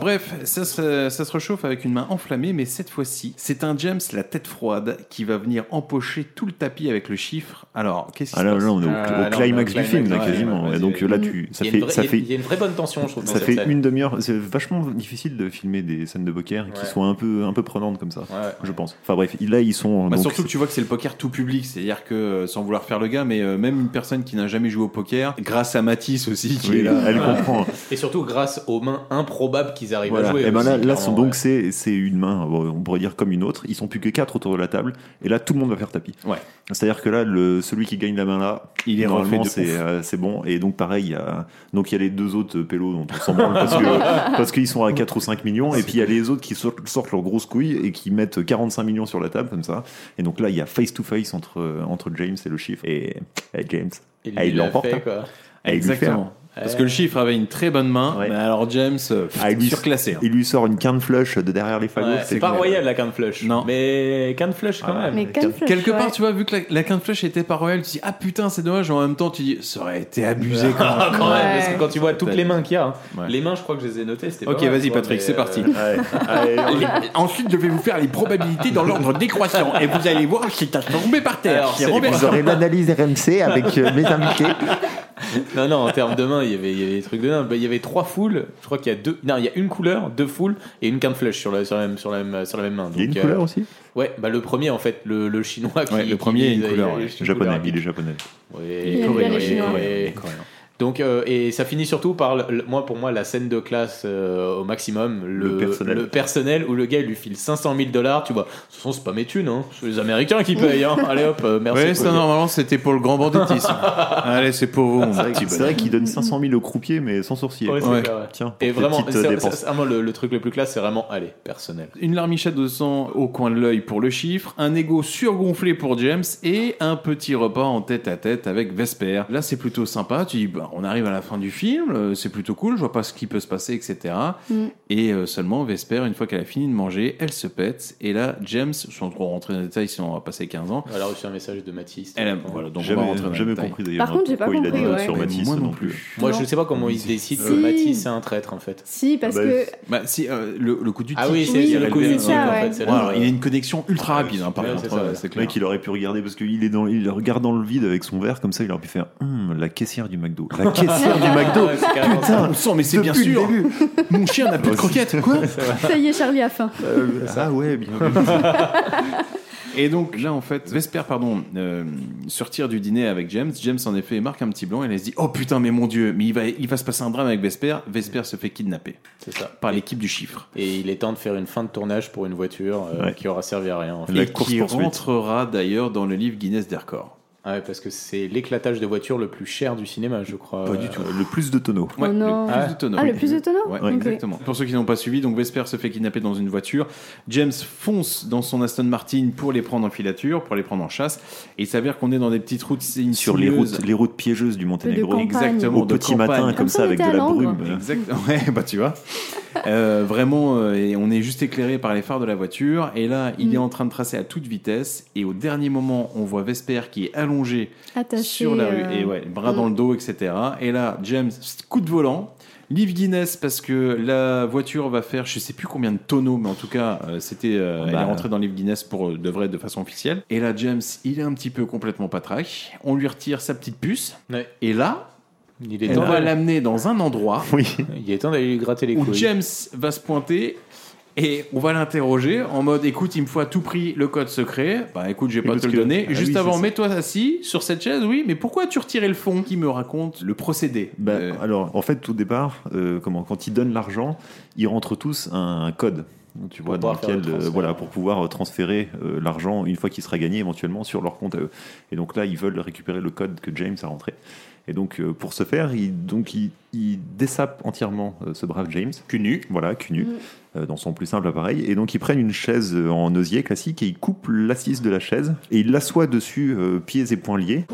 Speaker 2: Bref, ça se, ça se réchauffe avec une main enflammée, mais cette fois-ci, c'est un James la tête froide qui va venir empocher tout le tapis avec le chiffre. Alors, qu'est-ce qui
Speaker 10: Ah là,
Speaker 2: se passe
Speaker 10: là, on est au,
Speaker 2: Ah,
Speaker 10: au
Speaker 2: là, on est
Speaker 10: climax du film, là,
Speaker 2: ouais,
Speaker 10: quasiment.
Speaker 2: ouais,
Speaker 10: Et
Speaker 2: vas-y,
Speaker 10: donc
Speaker 2: vas-y.
Speaker 10: là, tu, ça
Speaker 11: Il y a une
Speaker 10: fait,
Speaker 11: vraie-
Speaker 10: ça fait,
Speaker 11: il y a une vraie bonne tension, je trouve, dans
Speaker 10: Ça
Speaker 11: cette
Speaker 10: fait
Speaker 11: scène.
Speaker 10: une demi-heure. C'est vachement difficile de filmer des scènes de poker qui
Speaker 11: Ouais.
Speaker 10: sont un peu, un peu prenantes comme ça,
Speaker 2: ouais.
Speaker 10: je pense. Enfin bref, là, ils sont.
Speaker 2: Bah,
Speaker 10: donc,
Speaker 2: surtout que tu vois que c'est le poker tout public, c'est-à-dire que euh, sans vouloir faire le gars, mais euh, même une personne qui n'a jamais joué au poker, grâce à Matisse aussi, qui est là,
Speaker 11: Et surtout grâce aux mains improbables qu'ils arrivent
Speaker 10: Voilà.
Speaker 11: à jouer.
Speaker 10: et ben
Speaker 11: aussi,
Speaker 10: là, là
Speaker 11: clairement,
Speaker 10: sont donc c'est c'est une main, bon, on pourrait dire comme une autre. Ils sont plus que quatre autour de la table, et là tout le monde va faire tapis.
Speaker 2: Ouais.
Speaker 10: C'est-à-dire que là, le, celui qui gagne la main là,
Speaker 2: Il est
Speaker 10: normalement
Speaker 2: refait de
Speaker 10: c'est
Speaker 2: ouf.
Speaker 10: euh, c'est bon. Et donc pareil, il y a, donc il y a les deux autres euh, pélos dont on s'en branle parce que parce qu'ils sont à 4 ou 5 millions, et puis il y a les autres qui sortent, sortent leurs grosses couilles et qui mettent 45 millions sur la table comme ça. Et donc là, il y a face to face entre euh, entre James et le chiffre et, et James.
Speaker 11: Il
Speaker 10: Ah,
Speaker 11: lui l'a
Speaker 10: l'emporte,
Speaker 11: fait,
Speaker 10: hein.
Speaker 11: quoi.
Speaker 10: Ah, il lui fait,
Speaker 2: Exactement.
Speaker 10: hein.
Speaker 2: Parce que le chiffre avait une très bonne main, mais alors James, euh, pff,
Speaker 10: Ah, il lui-
Speaker 2: surclassé. hein.
Speaker 10: Il lui sort une quinte flush de derrière les fagots.
Speaker 11: Ouais, c'est pas
Speaker 10: clair.
Speaker 11: royal la canne flush. Non. Mais canne flush quand
Speaker 10: Ah,
Speaker 11: même.
Speaker 10: mais Mais canne canne- flush,
Speaker 2: Quelque part, tu vois, vu que la, la quinte flèche était pas royale, tu dis ah putain, c'est dommage, mais en même temps, tu dis ça aurait été abusé quand même.
Speaker 11: Quand même, parce que quand tu vois toutes les
Speaker 2: mains
Speaker 11: mains qu'il y a, hein.
Speaker 2: Ouais.
Speaker 11: les mains, je crois que je les ai notées. c'était
Speaker 2: Ok,
Speaker 11: pas mal,
Speaker 2: vas-y
Speaker 11: quoi,
Speaker 2: Patrick,
Speaker 11: mais,
Speaker 2: c'est
Speaker 11: euh,
Speaker 2: parti.
Speaker 11: allez, on-
Speaker 2: Les- Ensuite, je vais vous faire les probabilités dans l'ordre décroissant. Et vous allez voir, c'est à tomber par terre.
Speaker 11: Alors,
Speaker 2: c'est
Speaker 11: c'est-
Speaker 2: Robert.
Speaker 11: vous aurez
Speaker 10: l'analyse RMC avec euh, mes invités.
Speaker 11: non, non, en termes de mains, il y avait il y avait des trucs de dingue. Bah, Il y avait trois foules. Je crois qu'il y a deux. Non, il y a une couleur, deux foules et une canne flush sur la, sur la, même, sur la, même, sur la même main.
Speaker 10: Il y a
Speaker 11: Donc,
Speaker 10: une
Speaker 11: euh,
Speaker 10: couleur aussi
Speaker 11: Ouais, bah le premier en fait, le, le chinois qui.
Speaker 10: Ouais, le
Speaker 11: qui-
Speaker 10: premier a une
Speaker 11: il- il-
Speaker 10: couleur,
Speaker 11: il-
Speaker 10: ouais.
Speaker 11: il-
Speaker 10: Japonais,
Speaker 11: couleur.
Speaker 10: il est japonais.
Speaker 11: Ouais,
Speaker 10: Il aime bien
Speaker 11: coréen,
Speaker 10: les
Speaker 11: ouais,
Speaker 10: Chinois.
Speaker 11: ouais. Donc euh, et ça finit surtout par le- le- moi pour moi la scène de classe euh, au maximum le,
Speaker 10: Le personnel.
Speaker 11: personnel où le gars il lui file 500 000 dollars tu vois ce sont c'est pas mes thunes hein c'est les Américains qui payent hein allez hop euh, merci
Speaker 2: Oui, ça normalement c'était pour le grand banditisme. Allez, c'est pour vous. mon
Speaker 10: C'est vrai,
Speaker 2: petit
Speaker 10: c'est
Speaker 2: bonhomme.
Speaker 10: vrai qu'il donne 500 000 au croupier, mais sans sourciller.
Speaker 11: Ouais, c'est
Speaker 10: quoi.
Speaker 11: clair, ouais.
Speaker 10: Tiens, euh,
Speaker 11: et vraiment
Speaker 10: petite
Speaker 11: c'est-
Speaker 10: dépense.
Speaker 11: c'est- ah, moi, le, le truc le plus classe c'est vraiment allez personnel
Speaker 2: Une larmichette de sang au coin de l'œil pour le chiffre, un ego surgonflé pour James et un petit repas en tête à tête avec Vesper. Là, c'est plutôt sympa. Tu dis, bah, on arrive à la fin du film, euh, c'est plutôt cool, je vois pas ce qui peut se passer, etc.
Speaker 12: Mm.
Speaker 2: Et euh, seulement, Vesper, une fois qu'elle a fini de manger, elle se pète. Et là, James, sans trop rentrer dans les détails, sinon on va passer 15 ans.
Speaker 11: elle a reçu un message de Matisse
Speaker 2: Elle a- voilà, donc on
Speaker 10: Jamais-
Speaker 2: va rentrer dans les
Speaker 10: jamais
Speaker 2: détails.
Speaker 10: compris, d'ailleurs,
Speaker 12: Par contre, j'ai pas
Speaker 10: pourquoi il a
Speaker 12: compris,
Speaker 10: dit, euh,
Speaker 12: ouais.
Speaker 10: sur
Speaker 2: Mais
Speaker 10: Matisse
Speaker 2: moi non
Speaker 10: non plus.
Speaker 11: moi
Speaker 12: Non.
Speaker 11: je ne sais pas comment ils décident que
Speaker 12: Si.
Speaker 11: Matisse est un traître en fait
Speaker 12: Si, parce
Speaker 2: Bah,
Speaker 12: que.
Speaker 2: Bah, si, euh, le, le coup du
Speaker 11: Ah oui,
Speaker 2: tic,
Speaker 11: c'est-
Speaker 2: il
Speaker 11: c'est le
Speaker 2: a
Speaker 11: coup
Speaker 2: levé
Speaker 11: du
Speaker 2: un
Speaker 11: tic,
Speaker 2: truc.
Speaker 11: en fait, c'est
Speaker 2: Ouais,
Speaker 11: là.
Speaker 2: alors, il a une connexion ultra rapide, hein, par
Speaker 11: euh, Ouais,
Speaker 2: contre.
Speaker 11: c'est ça,
Speaker 2: ouais,
Speaker 11: ouais.
Speaker 2: c'est
Speaker 10: Le
Speaker 2: clair.
Speaker 10: mec, il aurait pu regarder parce qu'il est dans, il regarde dans le vide avec son verre comme ça, il aurait pu faire Hum, la caissière du McDo. La caissière du McDo.
Speaker 11: Ah Ouais, c'est carrément
Speaker 10: Putain,
Speaker 2: On sent, mais c'est bien
Speaker 10: depuis le
Speaker 2: sûr. hein. Mon chien n'a plus de croquettes, quoi.
Speaker 12: Ça y est, Charlie a faim.
Speaker 10: Euh, ça ouais, bien.
Speaker 2: Et donc là, en fait, Vesper, pardon, euh, se retire du dîner avec James. James, en effet, marque un petit blanc. Elle se dit, oh putain, mais mon dieu, mais il va, il va se passer un drame avec Vesper. Vesper se fait kidnapper
Speaker 11: c'est ça
Speaker 2: par l'équipe du chiffre.
Speaker 11: et il est temps de faire une fin de tournage pour une voiture euh, qui aura servi à rien en fait.
Speaker 2: et qui rentrera d'ailleurs dans le livre Guinness des records.
Speaker 11: Ah ouais, parce que c'est l'éclatage de voiture le plus cher du cinéma, je crois.
Speaker 2: Pas du tout.
Speaker 10: Le plus de tonneaux.
Speaker 2: Ouais,
Speaker 12: Oh non.
Speaker 2: le plus de tonneaux.
Speaker 12: Ah, le plus de tonneaux
Speaker 2: Ouais,
Speaker 12: Ok.
Speaker 2: exactement. Pour ceux qui n'ont pas suivi, donc Vesper se fait kidnapper dans une voiture. James fonce dans son Aston Martin pour les prendre en filature, pour les prendre en chasse. Et il s'avère qu'on est dans des petites routes sinueuses.
Speaker 10: Sur les routes, les routes piégeuses du Monténégro.
Speaker 12: campagne.
Speaker 2: Exactement,
Speaker 10: Au
Speaker 2: de
Speaker 10: petit
Speaker 2: campagne.
Speaker 10: matin, comme
Speaker 12: Comme
Speaker 10: ça,
Speaker 12: ça, on
Speaker 10: avec de
Speaker 12: était à
Speaker 10: la
Speaker 12: Londres.
Speaker 10: brume.
Speaker 2: Exactement. Ouais, bah tu vois. Euh, vraiment, euh, et on est juste éclairé par les phares de la voiture. Et là, il
Speaker 12: Mm.
Speaker 2: est en train de tracer à toute vitesse. Et au dernier moment, on voit Vesper qui est allongé
Speaker 12: Attaché,
Speaker 2: sur la rue.
Speaker 12: euh,
Speaker 2: Et ouais, bras
Speaker 12: mm.
Speaker 2: dans le dos, etc. Et là, James, coup de volant. Liv Guinness, parce que la voiture va faire je sais plus combien de tonneaux, mais en tout cas, euh, c'était, euh, elle est
Speaker 10: Bah,
Speaker 2: rentrée dans le livre Guinness pour euh, de vrai, de façon officielle. Et là, James, il est un petit peu complètement patraque. On lui retire sa petite puce.
Speaker 11: Ouais.
Speaker 2: Et là,
Speaker 11: Il est
Speaker 2: on
Speaker 11: temps
Speaker 2: va
Speaker 11: d'aller-
Speaker 2: l'amener dans un endroit
Speaker 11: Il est temps d'aller lui gratter les
Speaker 2: où
Speaker 11: couilles.
Speaker 2: James va se pointer et on va l'interroger en mode écoute, il me faut à tout prix le code secret. Bah écoute, je vais
Speaker 10: Oui,
Speaker 2: pas
Speaker 10: parce
Speaker 2: te le
Speaker 10: que-
Speaker 2: donner.
Speaker 10: Ah
Speaker 2: Juste
Speaker 10: oui,
Speaker 2: avant,
Speaker 10: c'est ça.
Speaker 2: mets-toi assis sur cette chaise, oui, mais pourquoi as-tu retiré le fond Qui me raconte le procédé
Speaker 10: Bah, euh, Alors, en fait, au départ, euh, comment, quand ils donnent l'argent, ils rentrent tous un code. tu vois, dans lequel, euh, voilà, pour pouvoir transférer euh, l'argent une fois qu'il sera gagné éventuellement sur leur compte à eux. Et donc là, ils veulent récupérer le code que James a rentré. Et donc euh, pour ce faire, il, donc il, il dessape entièrement euh, ce brave James.
Speaker 1: Cunu.
Speaker 10: Voilà, cunu, euh, dans son plus simple appareil. Et donc ils prennent une chaise euh, en osier classique et ils coupent l'assise de la chaise et ils l'assoient dessus, euh, pieds et poings liés.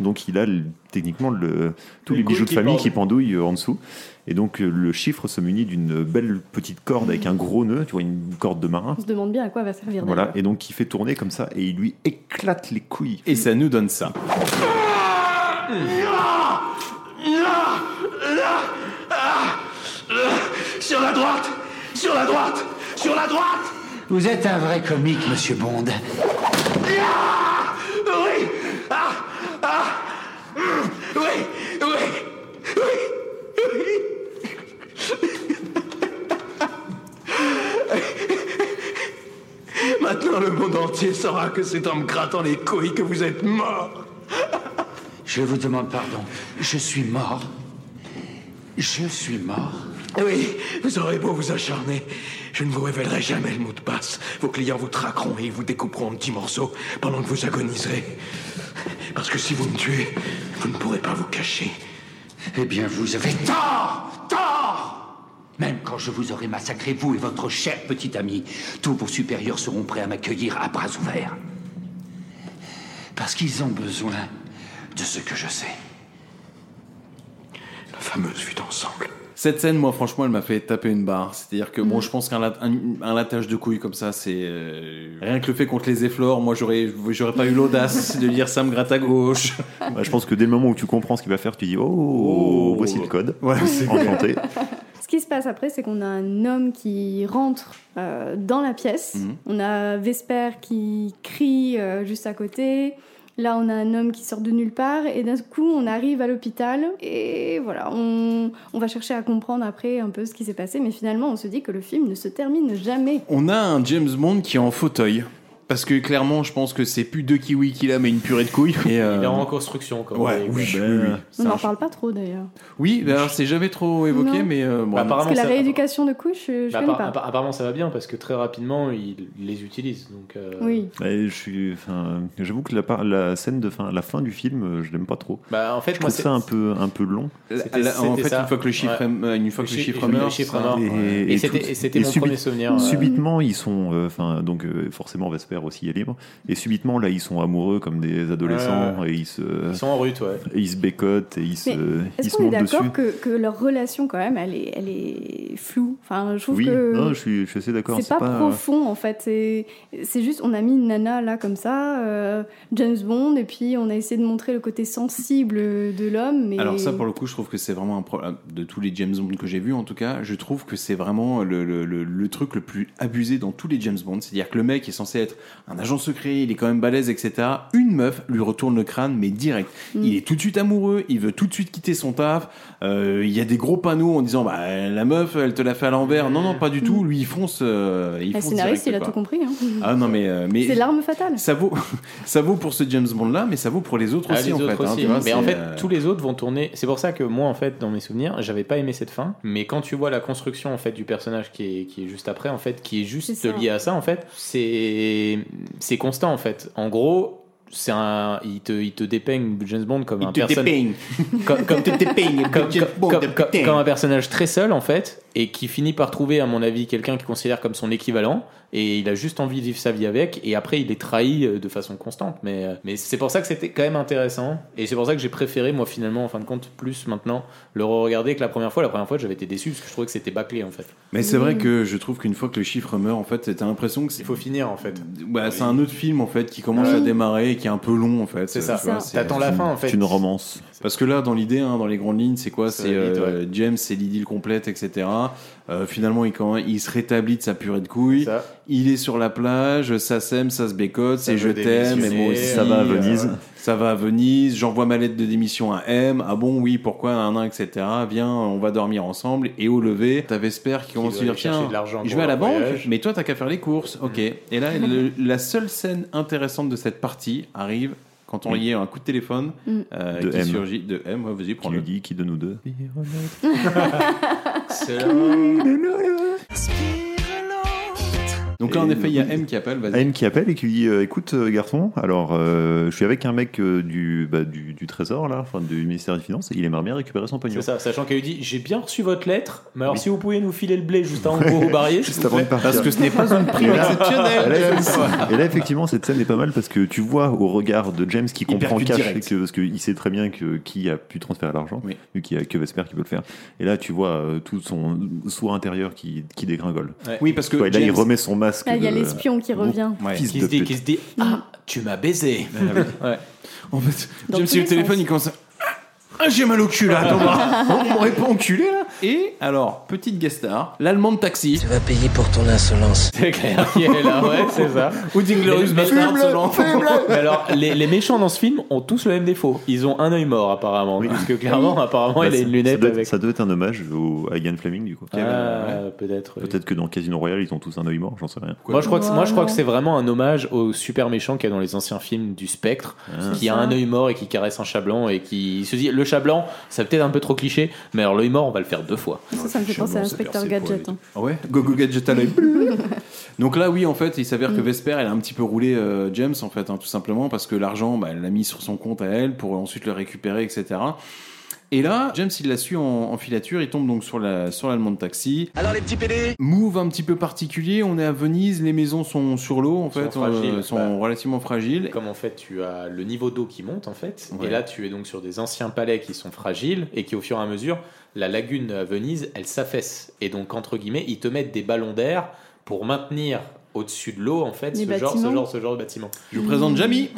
Speaker 10: Donc il a le- techniquement le- tous les,
Speaker 11: Les
Speaker 10: bijoux de
Speaker 11: couilles qui
Speaker 10: famille
Speaker 11: pendent.
Speaker 10: qui pendouillent euh, en dessous. Et donc euh, le chiffre se munit d'une belle petite corde avec un gros nœud, tu vois, une corde de marin.
Speaker 12: On se demande bien à quoi va servir.
Speaker 10: Voilà,
Speaker 12: d'ailleurs.
Speaker 10: et donc il fait tourner comme ça et il lui éclate les couilles.
Speaker 2: Et ça nous donne ça.
Speaker 7: Là Là Ah Là Sur la droite Sur la droite Sur la droite
Speaker 5: Vous êtes un vrai comique, monsieur Bond.
Speaker 7: Ah Oui Ah Ah Hum, Oui Oui Oui Oui Maintenant, le monde entier saura que c'est en me grattant les couilles que vous êtes mort.
Speaker 5: Je vous demande pardon. Je suis mort. Je suis mort.
Speaker 7: Oui, vous aurez beau vous acharner, je ne vous révélerai jamais le mot de passe. Vos clients vous traqueront et ils vous découperont en petits morceaux pendant que vous agoniserez. Parce que si vous me tuez, vous ne pourrez pas vous cacher.
Speaker 5: Eh bien, vous avez tort Tort Même quand je vous aurai massacré, vous et votre cher petit ami, tous vos supérieurs seront prêts à m'accueillir à bras ouverts. Parce qu'ils ont besoin de ce que je sais.
Speaker 7: La fameuse vue d'ensemble.
Speaker 2: Cette scène, moi, franchement, elle m'a fait taper une barre. C'est-à-dire que, bon, je pense qu'un lat- un- un latage de couilles comme ça, c'est. euh, Rien que le fait qu'on te les effleure, moi, j'aurais j'aurais pas eu l'audace de lire ça me gratte à gauche.
Speaker 10: Bah, je pense que dès le moment où tu comprends ce qu'il va faire, tu dis Oh, voici le code. Enchanté.
Speaker 12: Ce qui se passe après, c'est qu'on a un homme qui rentre euh, dans la pièce.
Speaker 10: Mhm.
Speaker 12: On a Vesper qui crie euh, juste à côté. Là, on a un homme qui sort de nulle part. Et d'un coup, on arrive à l'hôpital. Et voilà, on, on va chercher à comprendre après un peu ce qui s'est passé. Mais finalement, on se dit que le film ne se termine jamais.
Speaker 2: On a un James Bond qui est en fauteuil. Parce que clairement, je pense que c'est plus deux kiwis qu'il a, mais une purée de couilles. Et, euh,
Speaker 11: Il est en reconstruction, comme
Speaker 2: Ouais,
Speaker 11: on dit. Bah,
Speaker 2: oui, oui, oui.
Speaker 12: On n'en parle pas trop d'ailleurs.
Speaker 2: Oui, bah, alors, c'est jamais trop évoqué,
Speaker 12: Non.
Speaker 2: mais euh, bon,
Speaker 12: Parce
Speaker 11: apparemment,
Speaker 12: que la
Speaker 11: ça-
Speaker 12: rééducation de couche, euh, je, je
Speaker 11: Bah,
Speaker 12: connais
Speaker 11: appar-
Speaker 12: pas.
Speaker 11: appa- apparemment, ça va bien parce que très rapidement, ils les utilisent. Donc, euh,
Speaker 12: Oui.
Speaker 10: Ouais, je suis, enfin, j'avoue que la, par- la scène de fin, la fin du film, euh, je l'aime pas trop.
Speaker 11: Bah, en fait,
Speaker 10: je
Speaker 11: moi,
Speaker 10: trouve
Speaker 11: c'est-
Speaker 10: ça un peu, un peu long.
Speaker 11: C'était-
Speaker 2: la- en
Speaker 11: c'était
Speaker 2: fait,
Speaker 11: ça.
Speaker 2: une fois que le chiffre est-
Speaker 11: Ouais.
Speaker 2: euh, une fois que le chiffre
Speaker 11: le
Speaker 2: meurt,
Speaker 11: chiffre
Speaker 2: ça-
Speaker 11: est mort. Ah, Et, c'était- et c'était
Speaker 10: et
Speaker 11: mon
Speaker 10: subi-
Speaker 11: premier souvenir. euh,
Speaker 10: Subitement, ils sont, euh, enfin, donc euh, forcément Vesper aussi est libre. Et subitement, là, ils sont amoureux comme des adolescents et ils se,
Speaker 11: euh, Ils sont en rut, ouais.
Speaker 10: et ils se bécotent et ils se,
Speaker 12: Mais
Speaker 10: ils
Speaker 12: Est-ce
Speaker 10: se
Speaker 12: qu'on est
Speaker 10: montent dessus.
Speaker 12: d'accord que, que leur relation, quand même, elle est, elle est floue Enfin, je trouve
Speaker 10: Oui,
Speaker 12: que.
Speaker 10: non, je suis, je suis assez d'accord.
Speaker 12: C'est pas,
Speaker 2: euh,
Speaker 12: profond en fait, c'est c'est juste on a mis une nana là comme ça, euh, James Bond, et puis on a essayé de montrer le côté sensible de l'homme. Mais...
Speaker 2: Alors ça, pour le coup, je trouve que c'est vraiment un problème de tous les James Bond que j'ai vus. En tout cas, je trouve que c'est vraiment le, le- le- le truc le plus abusé dans tous les James Bond. C'est-à-dire que le mec est censé être un agent secret, il est quand même balèze, etc. Une meuf lui retourne le crâne, mais direct.
Speaker 12: Hmm. Mm.
Speaker 2: Il est tout de suite amoureux, il veut tout de suite quitter son taf. Euh, il y a des gros panneaux en disant bah la meuf, elle te l'a fait à l'envers. Non, non, pas du tout. Lui, il fonce. euh, il
Speaker 12: Mm. la
Speaker 2: fonce
Speaker 12: scénariste,
Speaker 2: direct,
Speaker 12: il a
Speaker 2: quoi.
Speaker 12: tout compris. hein.
Speaker 2: Ah non, mais euh, mais
Speaker 12: C'est l'arme fatale.
Speaker 2: ça vaut ça vaut pour ce James Bond là, mais ça vaut pour les autres
Speaker 11: Ah,
Speaker 2: aussi
Speaker 11: les
Speaker 2: en
Speaker 11: autres
Speaker 2: fait. hein,
Speaker 11: aussi.
Speaker 2: tu vois,
Speaker 11: mais en
Speaker 2: c'est,
Speaker 11: fait,
Speaker 2: euh,
Speaker 11: tous les autres vont tourner. C'est pour ça que moi, en fait, dans mes souvenirs, j'avais pas aimé cette fin. Mais quand tu vois la construction en fait du personnage qui est, qui est juste après, en fait, qui est juste
Speaker 12: C'est ça.
Speaker 11: lié à ça, en fait, c'est c'est constant en fait. En gros. C'est un, il te, il te dépeigne James Bond comme un
Speaker 1: te dépeigne.
Speaker 11: personnage comme, comme-
Speaker 1: Il te dépeigne,
Speaker 11: comme-
Speaker 1: James Bond,
Speaker 11: comme- comme-
Speaker 1: putain.
Speaker 11: comme un personnage très seul en fait et qui finit par trouver à mon avis quelqu'un qu'il considère comme son équivalent et il a juste envie de vivre sa vie avec et après il est trahi euh, de façon constante mais, euh, mais c'est pour ça que c'était quand même intéressant et c'est pour ça que j'ai préféré moi finalement en fin de compte plus maintenant le re-regarder que la première fois la première fois j'avais été déçu parce que je trouvais que c'était bâclé en fait
Speaker 2: Mais c'est vrai que je trouve qu'une fois que le chiffre meurt, en fait, t'as l'impression que c'est. Il
Speaker 11: faut finir, en fait.
Speaker 2: Bah, c'est un autre film, en fait, qui commence
Speaker 11: Oui.
Speaker 2: à démarrer et qui est un peu long, en fait.
Speaker 11: C'est
Speaker 2: tu
Speaker 11: ça.
Speaker 2: vois,
Speaker 11: C'est ça. T'attends la fin, en fait.
Speaker 10: C'est une romance.
Speaker 2: Parce que là, dans l'idée, hein, dans les grandes lignes, c'est quoi
Speaker 11: Ça
Speaker 2: C'est
Speaker 11: va vite,
Speaker 2: euh, James, c'est l'idylle complète, etc. Euh, finalement, il, quand, il se rétablit de sa purée de couilles. Il est sur la plage, ça sème, ça se bécote, c'est je
Speaker 10: veut
Speaker 2: t'aime, et moi
Speaker 10: démissionner,
Speaker 2: aussi.
Speaker 10: ça va à Venise.
Speaker 2: euh, ça va à Venise, j'envoie ma lettre de démission à M. Ah bon, oui, pourquoi, un an, etc. Viens, on va dormir ensemble. Et au lever, t'as Vesper qui commence à
Speaker 11: doit
Speaker 2: dire
Speaker 11: aller chercher
Speaker 2: tiens,
Speaker 11: de l'argent
Speaker 2: je
Speaker 11: pour
Speaker 2: vais à la
Speaker 11: leur
Speaker 2: banque,
Speaker 11: voyage. Mm.
Speaker 2: mais toi, t'as qu'à faire les courses. Ok. Et là, le- la seule scène intéressante de cette partie arrive quand on y est un coup de téléphone
Speaker 12: Mm.
Speaker 2: euh,
Speaker 10: De
Speaker 2: qui
Speaker 10: M.
Speaker 2: surgit de M. Ouais, Vas-y, prends-le.
Speaker 10: Qui nous dit qui de nous deux
Speaker 2: Donc là, en effet, il y a M qui appelle. Vas-y.
Speaker 10: M qui appelle et qui dit euh, écoute euh, garçon, alors euh, je suis avec un mec euh, du, bah, du, du trésor là, enfin du ministère des Finances, et il aimerait bien récupérer son pognon.
Speaker 11: C'est ça, sachant qu'elle lui dit J'ai bien reçu votre lettre, mais alors si vous pouvez nous filer le blé juste avant que vous barrier,
Speaker 10: Juste avant de partir.
Speaker 11: parce que ce n'est pas une prime
Speaker 10: Et là-
Speaker 11: exceptionnelle.
Speaker 10: Et là,
Speaker 11: James.
Speaker 10: et là, effectivement, cette scène est pas mal parce que tu vois au regard de James qui
Speaker 11: Il
Speaker 10: comprend
Speaker 11: percute
Speaker 10: cash,
Speaker 11: direct.
Speaker 10: que, parce qu'il sait très bien que, qui a pu transférer l'argent, vu qu'il y a que Vesper qui peut le faire. Et là, tu vois euh, tout son soir intérieur qui, qui dégringole.
Speaker 11: Ouais.
Speaker 2: Oui, parce que
Speaker 10: Tu vois, et là, il
Speaker 2: James-
Speaker 10: remet son masque.
Speaker 12: Là, Ah, il y a
Speaker 10: de-
Speaker 12: l'espion qui revient. Hmm.
Speaker 10: Ouais.
Speaker 11: Qui
Speaker 10: Fils
Speaker 11: se
Speaker 10: de
Speaker 11: dit,
Speaker 10: pute.
Speaker 11: qui se dit Ah, tu m'as baisé. Ouais.
Speaker 2: En fait,
Speaker 12: Dans
Speaker 2: James,
Speaker 12: tous
Speaker 2: il
Speaker 12: les
Speaker 2: le téléphone,
Speaker 12: sens.
Speaker 2: il commence à. Ah, j'ai mal au cul là, attends, moi. on m'aurait pas enculé là Et alors, petite guest star, l'allemand de taxi. Tu vas payer pour ton insolence.
Speaker 11: C'est clair, qui est là, ouais, c'est ça.
Speaker 2: Ou Dinglorious Bastard,
Speaker 11: Fume-le,
Speaker 2: selon.
Speaker 11: Mais Alors, les, les méchants dans ce film ont tous le même défaut. Ils ont un œil mort, apparemment. Parce que clairement, apparemment,
Speaker 10: Bah,
Speaker 11: il a
Speaker 10: ça-
Speaker 11: une lunette
Speaker 10: ça doit,
Speaker 11: avec.
Speaker 10: ça doit être un hommage au, à Ian Fleming, du coup.
Speaker 11: Ah,
Speaker 10: Ouais.
Speaker 11: peut-être, oui.
Speaker 10: Peut-être que dans Casino Royale, ils ont tous un œil mort, j'en sais rien.
Speaker 11: Moi, je crois que c'est- moi, je crois que
Speaker 12: non.
Speaker 11: c'est vraiment un hommage au super méchant qu'il y a dans les anciens films du Spectre,
Speaker 10: Ah.
Speaker 12: C'est
Speaker 11: qui a
Speaker 12: ça.
Speaker 11: un œil mort et qui caresse un chat blanc et qui se dit le chat blanc, c'est peut-être un peu trop cliché, mais alors l'œil mort, on va le faire deux fois.
Speaker 12: Ça, ça me fait penser à l'inspecteur Gadget. hein.
Speaker 2: Ah ouais Gogo Gadget à l'œil. Donc là, oui, en fait, il s'avère
Speaker 12: Mm.
Speaker 2: que Vesper, elle a un petit peu roulé euh, James, en fait, hein, tout simplement, parce que l'argent, bah, elle l'a mis sur son compte à elle pour ensuite le récupérer, etc. Et là, James, il la suit en, en filature, il tombe donc sur la sur l'allemand de taxi.
Speaker 8: Alors les petits PD
Speaker 2: Move un petit peu particulier, on est à Venise, les maisons sont sur l'eau, en fait, euh,
Speaker 11: sont fragiles,
Speaker 2: sont
Speaker 11: bah.
Speaker 2: relativement fragiles.
Speaker 11: Comme en fait, tu as le niveau d'eau qui monte en fait,
Speaker 2: Ouais.
Speaker 11: et là tu es donc sur des anciens palais qui sont fragiles et qui au fur et à mesure, la lagune à Venise, elle s'affaisse et donc entre guillemets, ils te mettent des ballons d'air pour maintenir au-dessus de l'eau en fait
Speaker 12: Des
Speaker 11: ce genre, ce
Speaker 12: bâtiments.
Speaker 11: genre, ce genre de bâtiment.
Speaker 2: Je vous présente Jamie.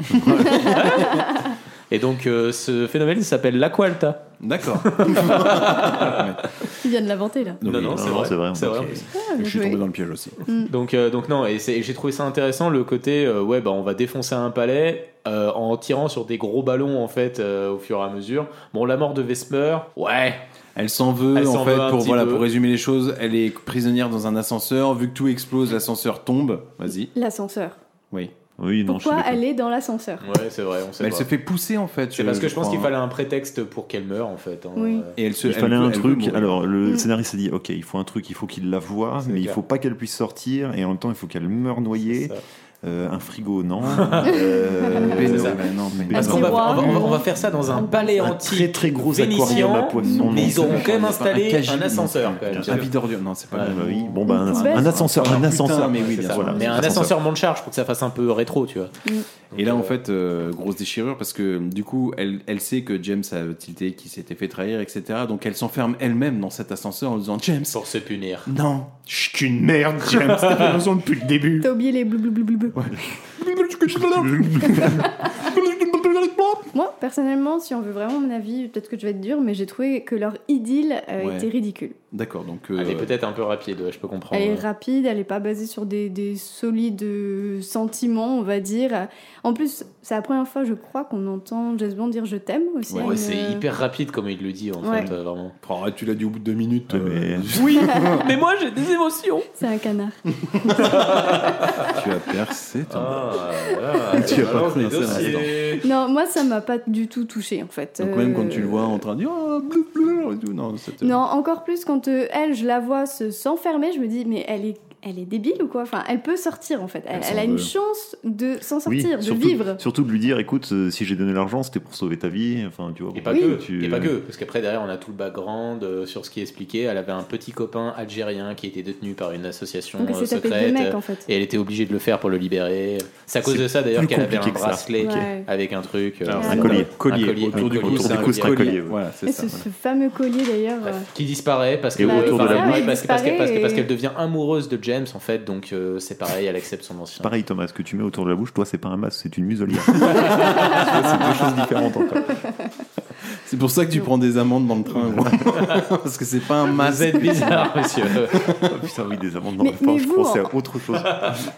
Speaker 11: Et donc euh, ce phénomène il s'appelle l'aqualta.
Speaker 12: Mm.
Speaker 2: D'accord.
Speaker 12: Ah, Il vient de l'inventer, là.
Speaker 11: Non, non, c'est vrai. C'est vrai, en plus.
Speaker 12: Ah, bien joué.
Speaker 2: le piège aussi.
Speaker 11: Donc, euh, donc non, et, c'est- et j'ai trouvé ça intéressant le côté euh, ouais bah on va défoncer un palais euh, en tirant sur des gros ballons en fait euh, au fur et à mesure. Bon la mort de Vesper, ouais.
Speaker 2: Elle s'en veut,
Speaker 11: Elle
Speaker 2: en
Speaker 11: s'en
Speaker 2: fait,
Speaker 11: veut un
Speaker 2: pour,
Speaker 11: petit
Speaker 2: voilà,
Speaker 11: peu.
Speaker 2: pour résumer les choses, elle est prisonnière dans un ascenseur, vu que tout
Speaker 11: Mm.
Speaker 2: explose, l'ascenseur tombe. Vas-y.
Speaker 12: L'ascenseur.
Speaker 2: Oui.
Speaker 10: Oui, non,
Speaker 12: Pourquoi elle est dans l'ascenseur
Speaker 11: Ouais c'est vrai, on sait
Speaker 2: Mais elle
Speaker 11: pas.
Speaker 2: se fait pousser en fait.
Speaker 11: C'est parce que je pense
Speaker 2: crois,
Speaker 11: qu'il
Speaker 2: hein.
Speaker 11: fallait un prétexte pour qu'elle meure en fait. hein.
Speaker 12: Oui.
Speaker 11: Euh,
Speaker 2: Et elle se,
Speaker 10: il
Speaker 2: elle
Speaker 10: fallait
Speaker 2: veut-
Speaker 10: un
Speaker 2: elle veut
Speaker 10: truc.
Speaker 2: mourir.
Speaker 10: Alors, le
Speaker 12: Mm.
Speaker 10: scénariste s'est dit ok, il faut un truc, il faut qu'il la voie, mais il
Speaker 11: clair.
Speaker 10: faut pas qu'elle puisse sortir, et en même temps, il faut qu'elle meure noyée.
Speaker 11: C'est ça.
Speaker 10: Euh, un frigo, non.
Speaker 2: Mais
Speaker 10: euh,
Speaker 2: non, mais non, mais
Speaker 11: Parce
Speaker 10: non.
Speaker 11: qu'on va,
Speaker 12: tiroir,
Speaker 11: on va-
Speaker 12: non.
Speaker 11: on va faire ça dans un palais
Speaker 10: Un très
Speaker 11: entier.
Speaker 10: très gros
Speaker 11: vénitien,
Speaker 10: aquarium à poissons.
Speaker 11: Mais
Speaker 10: non,
Speaker 11: ils auront
Speaker 10: c'est
Speaker 11: quand même
Speaker 2: pas-
Speaker 11: installé
Speaker 2: un cagine,
Speaker 11: un
Speaker 2: non,
Speaker 11: ascenseur. quand même.
Speaker 2: Un vidorium, non, c'est pas
Speaker 10: pas-
Speaker 2: grave.
Speaker 10: bah oui, bon, bah, un,
Speaker 12: Une
Speaker 10: un
Speaker 12: poubelle.
Speaker 10: ascenseur,
Speaker 2: Ah,
Speaker 10: un
Speaker 2: putain,
Speaker 10: ascenseur.
Speaker 2: mais oui,
Speaker 10: c'est
Speaker 2: bien
Speaker 10: ça,
Speaker 2: sûr.
Speaker 10: voilà,
Speaker 11: Mais un ascenseur monte charge pour que ça fasse un peu rétro, tu vois.
Speaker 2: Et là, en fait, euh, grosse déchirure parce que du coup, elle, elle sait que James a tilté, qu'il s'était fait trahir, etc. Donc elle s'enferme elle-même dans cet ascenseur en disant James,
Speaker 11: Pour se punir.
Speaker 2: non, je suis qu'une merde, James, t'as fait raison depuis le début.
Speaker 12: T'as oublié les blablabla. Moi, personnellement, si on veut vraiment mon avis, peut-être que je vais être dure, mais j'ai trouvé que leur idylle euh,
Speaker 2: Ouais.
Speaker 12: était ridicule.
Speaker 2: D'accord, donc.
Speaker 11: Elle est
Speaker 2: euh,
Speaker 11: peut-être un peu rapide, ouais, je peux comprendre.
Speaker 12: Elle est rapide, elle n'est pas basée sur des, des solides euh, sentiments, on va dire. En plus, c'est la première fois, je crois, qu'on entend James Bond dire je t'aime aussi. euh,
Speaker 11: Ouais,
Speaker 12: à une-
Speaker 11: c'est hyper rapide comme il le dit en
Speaker 12: Ouais.
Speaker 11: fait, euh, vraiment.
Speaker 2: Oh, tu l'as dit au bout de deux minutes.
Speaker 10: Ah,
Speaker 2: euh,
Speaker 10: mais-
Speaker 11: Oui, mais moi j'ai des émotions.
Speaker 12: C'est un canard.
Speaker 2: tu as percé ton.
Speaker 11: Ah,
Speaker 10: Tu as pas
Speaker 11: balance les
Speaker 10: prononcé un
Speaker 11: dossiers.
Speaker 12: non, moi, ça m'a pas du tout touchée, en fait.
Speaker 2: Donc même quand
Speaker 12: Euh,
Speaker 2: tu le vois en train de dire Ah, bleu, bleu, et tout, non, euh, c'est-
Speaker 12: Non, encore plus quand euh, elle, je la vois se- s'enfermer, je me dis, mais elle est, elle est débile ou quoi Enfin, elle peut sortir en fait. Elle,
Speaker 10: Elle s'en
Speaker 12: elle a une
Speaker 10: veut.
Speaker 12: chance de s'en
Speaker 10: Oui,
Speaker 12: sortir, de
Speaker 10: surtout,
Speaker 12: vivre.
Speaker 10: surtout de lui dire écoute, euh, si j'ai donné l'argent, c'était pour sauver ta vie. Enfin, tu vois,
Speaker 11: Et
Speaker 10: bon,
Speaker 11: pas,
Speaker 10: tu-
Speaker 11: que,
Speaker 10: tu-
Speaker 11: et pas que, parce qu'après derrière on a tout le background euh, sur ce qui est expliqué. Elle avait un petit copain algérien qui était détenu par une association
Speaker 12: Donc elle
Speaker 11: euh,
Speaker 12: s'est tapée
Speaker 11: secrète
Speaker 12: deux mecs
Speaker 11: euh,
Speaker 12: en fait.
Speaker 11: et elle était obligée de le faire pour le libérer. C'est à cause
Speaker 10: C'est
Speaker 11: de ça d'ailleurs
Speaker 10: plus
Speaker 11: qu'elle avait un
Speaker 10: compliqué que ça.
Speaker 11: bracelet
Speaker 12: Ok. Ouais.
Speaker 11: avec un truc. euh,
Speaker 10: Alors,
Speaker 12: un
Speaker 11: un
Speaker 10: collier.
Speaker 2: collier,
Speaker 11: un collier,
Speaker 2: autour du
Speaker 11: un
Speaker 2: cou,
Speaker 11: collier,
Speaker 2: c'est
Speaker 11: un
Speaker 2: un
Speaker 11: collier.
Speaker 2: collier.
Speaker 10: collier, ouais.
Speaker 2: Voilà, c'est
Speaker 12: Et
Speaker 2: ça.
Speaker 12: ce, ce fameux collier d'ailleurs.
Speaker 11: Bref,
Speaker 12: euh,
Speaker 11: qui disparaît parce
Speaker 10: Et
Speaker 11: que
Speaker 10: autour de la
Speaker 11: pareil,
Speaker 12: bouche.
Speaker 11: parce que- parce que- parce que- parce
Speaker 12: Et-
Speaker 11: qu'elle devient amoureuse de James en fait donc euh, c'est pareil elle accepte son ancien
Speaker 10: Pareil, Thomas, ce que tu mets autour de la bouche, toi, c'est pas un masque, c'est une muselière. Ah, Tu vois, c'est deux choses différentes encore.
Speaker 2: C'est pour ça que tu prends des amendes dans le train, gros. parce que c'est pas un
Speaker 11: vous
Speaker 2: mazette
Speaker 11: êtes bizarre monsieur
Speaker 10: Oh, putain, oui, des amendes dans
Speaker 12: Mais-
Speaker 10: la forme,
Speaker 12: mais
Speaker 10: je
Speaker 12: vous,
Speaker 10: pensais
Speaker 12: en-
Speaker 10: à autre chose.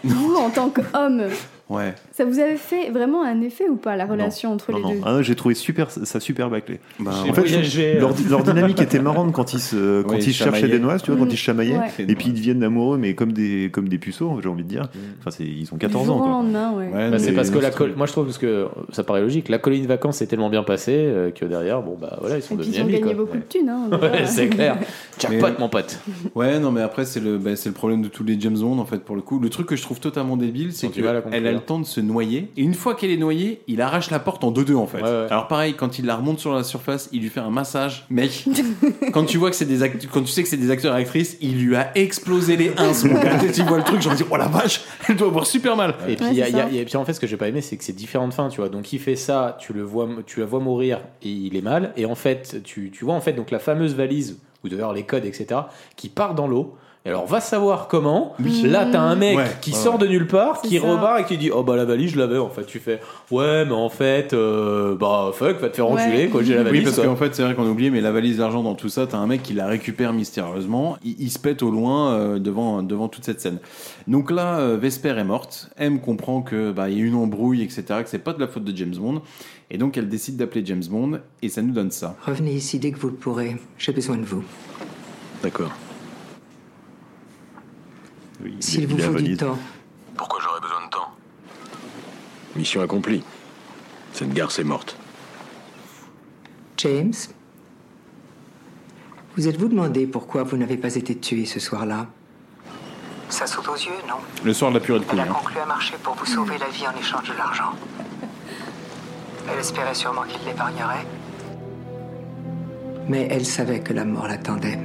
Speaker 12: Vous, en tant qu'homme,
Speaker 2: Ouais.
Speaker 12: Ça vous avait fait vraiment un effet ou pas la relation entre
Speaker 10: Non,
Speaker 12: les
Speaker 10: non.
Speaker 12: deux
Speaker 10: Ah, j'ai trouvé super, ça super bâclé.
Speaker 2: ouais.
Speaker 10: en fait,
Speaker 2: J'ai voyagé,
Speaker 10: je- leur,
Speaker 2: euh.
Speaker 10: leur dynamique était marrante quand ils, se, quand
Speaker 2: Ouais,
Speaker 10: ils
Speaker 2: ils
Speaker 10: cherchaient
Speaker 2: chamaillaient.
Speaker 10: des noises, tu vois,
Speaker 2: Mm.
Speaker 10: quand ils chamaillaient.
Speaker 12: Ouais.
Speaker 10: Et puis ils deviennent amoureux, mais comme des, comme des puceaux, j'ai envie de
Speaker 2: Mm.
Speaker 10: dire. Enfin, c'est- ils ont 14
Speaker 12: du jour
Speaker 10: ans.
Speaker 12: au
Speaker 10: Quoi.
Speaker 12: lendemain, ouais.
Speaker 10: Ouais,
Speaker 11: Bah, c'est
Speaker 10: mais-
Speaker 11: parce que la col- moi je trouve parce que euh, ça paraît logique, la colonie de vacances s'est tellement bien passée euh, que derrière, bon bah voilà, ils sont
Speaker 12: Et puis
Speaker 11: devenus
Speaker 12: ils ont
Speaker 11: amis.
Speaker 12: gagné
Speaker 11: quoi.
Speaker 12: beaucoup de thunes. Hein,
Speaker 11: Ouais,
Speaker 12: déjà.
Speaker 11: c'est clair. Jackpot,
Speaker 2: Mais-
Speaker 11: mon pote.
Speaker 2: Ouais, non, mais après, c'est le, bah, c'est le problème de tous les James Bond, en fait, pour le coup. Le truc que je trouve totalement débile, c'est
Speaker 11: Ils ont du mal à
Speaker 2: qu'elle
Speaker 11: conclure.
Speaker 2: a le temps de se noyer. Et une fois qu'elle est noyée, il arrache la porte en deux-deux, en fait. Alors, pareil, quand il la remonte sur la surface, il lui fait un massage. Mec, quand tu vois que c'est des act- quand tu sais que c'est des acteurs et actrices, il lui a explosé les ins, mon gars. Tu vois le truc, j'en dis, oh la vache, elle doit avoir super mal.
Speaker 11: Et puis, il y a- il y a- et puis, en fait, ce que j'ai pas aimé, c'est que c'est différentes fins, tu vois. Donc il fait ça, tu le vois, tu la vois mourir et il est mal. Et en fait, tu, tu vois en fait donc la fameuse valise ou d'ailleurs les codes, etc. qui part dans l'eau. Et alors va savoir comment.
Speaker 2: Oui.
Speaker 11: Là t'as un mec
Speaker 2: Ouais,
Speaker 11: qui
Speaker 2: ouais,
Speaker 11: sort de nulle part,
Speaker 2: C'est
Speaker 11: qui
Speaker 2: ça.
Speaker 11: repart et qui dit oh bah la valise je l'avais. En fait tu fais ouais mais en fait euh, bah fuck va te faire enculer quoi j'ai la valise.
Speaker 2: Oui, parce
Speaker 11: quoi.
Speaker 2: qu'en fait, c'est vrai qu'on a oublié, mais la valise d'argent dans tout ça, t'as un mec qui la récupère mystérieusement. Il, il se pète au loin euh, devant, devant toute cette scène. Donc là, euh, Vesper est morte. M comprend que bah, il y a une embrouille, etc., que c'est pas de la faute de James Bond. Et donc, elle décide d'appeler James Bond, et ça nous donne ça.
Speaker 18: Revenez ici dès que vous le pourrez. J'ai besoin de vous.
Speaker 14: D'accord.
Speaker 18: S'il vous faut du temps.
Speaker 14: Pourquoi j'aurais besoin de temps Mission accomplie. Cette gare, c'est morte.
Speaker 18: James Vous êtes-vous demandé pourquoi vous n'avez pas été tué ce soir-là Ça saute aux yeux, non
Speaker 2: Le soir de la purée de couilles. hein.
Speaker 18: conclu à marcher pour vous sauver la vie en échange de l'argent. Elle espérait sûrement qu'il l'épargnerait. Mais elle savait que la mort l'attendait.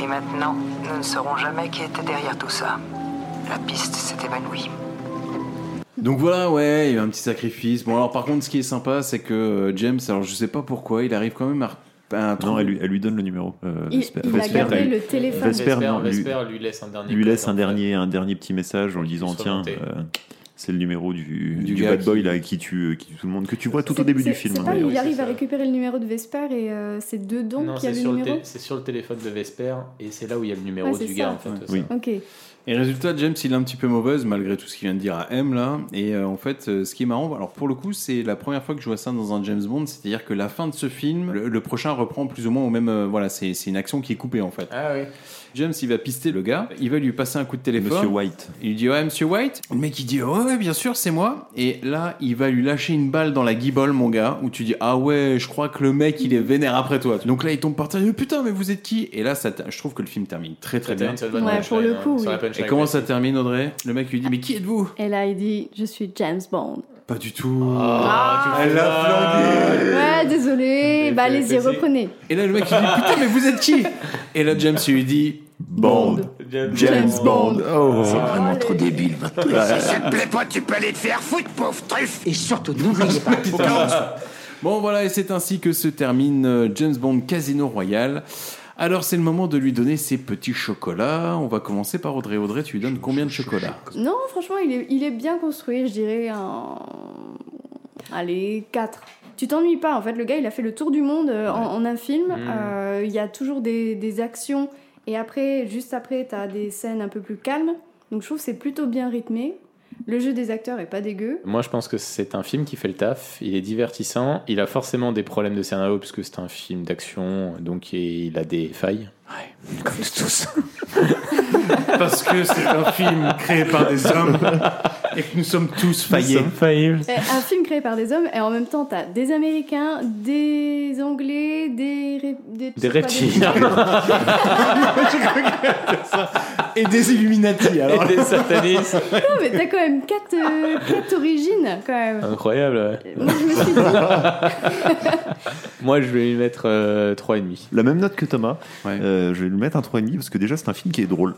Speaker 18: Et maintenant, nous ne saurons jamais qui était derrière tout ça. La piste s'est évanouie.
Speaker 2: Donc voilà, ouais, il y a eu un petit sacrifice. Bon, alors par contre, ce qui est sympa, c'est que euh, James, alors je sais pas pourquoi, il arrive quand même à.
Speaker 10: Non, elle lui, elle lui donne le numéro. euh,
Speaker 12: Il-
Speaker 10: Vesper.
Speaker 12: il a
Speaker 10: Vesper,
Speaker 12: gardé
Speaker 10: elle-
Speaker 12: le téléphone.
Speaker 10: Vesper,
Speaker 11: Vesper-
Speaker 10: non, lui,
Speaker 11: Vesper lui laisse un dernier
Speaker 10: lui
Speaker 11: code,
Speaker 10: laisse un dernier, un dernier petit message en lui disant
Speaker 11: soit
Speaker 10: tiens,
Speaker 11: monté.
Speaker 10: euh, c'est le numéro du,
Speaker 2: Du
Speaker 10: du,
Speaker 2: gars
Speaker 10: bad boy
Speaker 2: qui-
Speaker 10: là qui tue, euh, qui tue tout le monde que tu vois tout au début
Speaker 12: C'est-
Speaker 10: du film.
Speaker 12: C'est
Speaker 10: hein,
Speaker 12: pas,
Speaker 10: d'ailleurs.
Speaker 12: il arrive à récupérer le numéro de Vesper et euh, c'est dedans
Speaker 11: Non,
Speaker 12: qu'il y a
Speaker 11: c'est
Speaker 12: le
Speaker 11: sur, le
Speaker 12: numéro
Speaker 11: tél- c'est sur le téléphone de Vesper et c'est là où il y a le numéro
Speaker 12: Ouais, c'est
Speaker 11: du
Speaker 12: ça.
Speaker 11: gars en fait. c'est ça.
Speaker 12: Ok.
Speaker 2: Et résultat, James, il est un petit peu mauvaise malgré tout ce qu'il vient de dire à M là. Et euh, en fait, euh, ce qui est marrant, alors pour le coup, c'est la première fois que je vois ça dans un James Bond, c'est-à-dire que la fin de ce film, le, le prochain reprend plus ou moins au même. euh, voilà, c'est c'est une action qui est coupée en fait.
Speaker 11: Ah oui.
Speaker 2: James, il va pister le gars, il va lui passer un coup de téléphone.
Speaker 10: Monsieur White.
Speaker 2: Il lui dit ouais, Monsieur White. Le mec il dit ouais, ouais, bien sûr, c'est moi. Et là, il va lui lâcher une balle dans la guibole, mon gars, où tu dis ah ouais, je crois que le mec il est vénère après toi. Donc là, il tombe par terre. il dit, Putain, mais vous êtes qui Et là, ça, t- je trouve que le film termine très très
Speaker 11: Ça
Speaker 2: bien.
Speaker 11: termine sur une bonne
Speaker 12: Ouais,
Speaker 11: punchline,
Speaker 12: pour le
Speaker 11: hein,
Speaker 12: coup,
Speaker 11: sur la
Speaker 12: oui.
Speaker 11: punchline.
Speaker 2: Et comment ça termine, Audrey Le mec lui dit Mais qui êtes-vous
Speaker 12: Et là, il dit Je suis James Bond.
Speaker 2: Pas du tout.
Speaker 12: Ah,
Speaker 2: Elle a flanqué
Speaker 12: Ouais, désolé. Bah, allez-y,
Speaker 2: vas-y.
Speaker 12: reprenez.
Speaker 2: Et là, le mec lui dit Putain, mais vous êtes qui Et là, James lui dit Bond.
Speaker 11: James,
Speaker 2: Bond.
Speaker 10: Oh,
Speaker 14: C'est vraiment trop débile maintenant.
Speaker 3: Si ça te plaît pas, tu peux aller te faire foutre, pauvre truffe Et surtout, n'oubliez pas,
Speaker 2: Bon, voilà, et c'est ainsi que se termine euh, James Bond Casino Royale. Alors, c'est le moment de lui donner ses petits chocolats. On va commencer par Audrey. Audrey, tu lui donnes combien de chocolats
Speaker 12: Non, franchement, il est, il est bien construit, je dirais un. Allez, 4. Tu t'ennuies pas, en fait, le gars, il a fait le tour du monde euh, en, en un film.
Speaker 19: Mm.
Speaker 12: Euh, Il y a toujours des, des actions, et après, juste après, t'as des scènes un peu plus calmes. Donc je trouve que c'est plutôt bien rythmé. Le jeu des acteurs est pas dégueu.
Speaker 11: Moi, je pense que c'est un film qui fait le taf. Il est divertissant. Il a forcément des problèmes de scénario puisque c'est un film d'action, donc et il a des failles. comme tous.
Speaker 2: Parce que c'est un film créé par des hommes et que nous sommes tous faillés.
Speaker 12: Eh, un film créé par des hommes, et en même temps, t'as des Américains, des Anglais, des. ré- Des,
Speaker 11: Des
Speaker 12: pas
Speaker 11: reptiles.
Speaker 2: Et des Illuminati, hein. alors.
Speaker 11: Et des satanistes.
Speaker 12: Non, mais t'as quand même 4 origines, quand même.
Speaker 11: Euh. Incroyable. ouais. Moi, je vais lui mettre euh, 3,5.
Speaker 10: La même note que Thomas. Euh, je vais lui mettre un 3,5 parce que déjà c'est un film qui est drôle.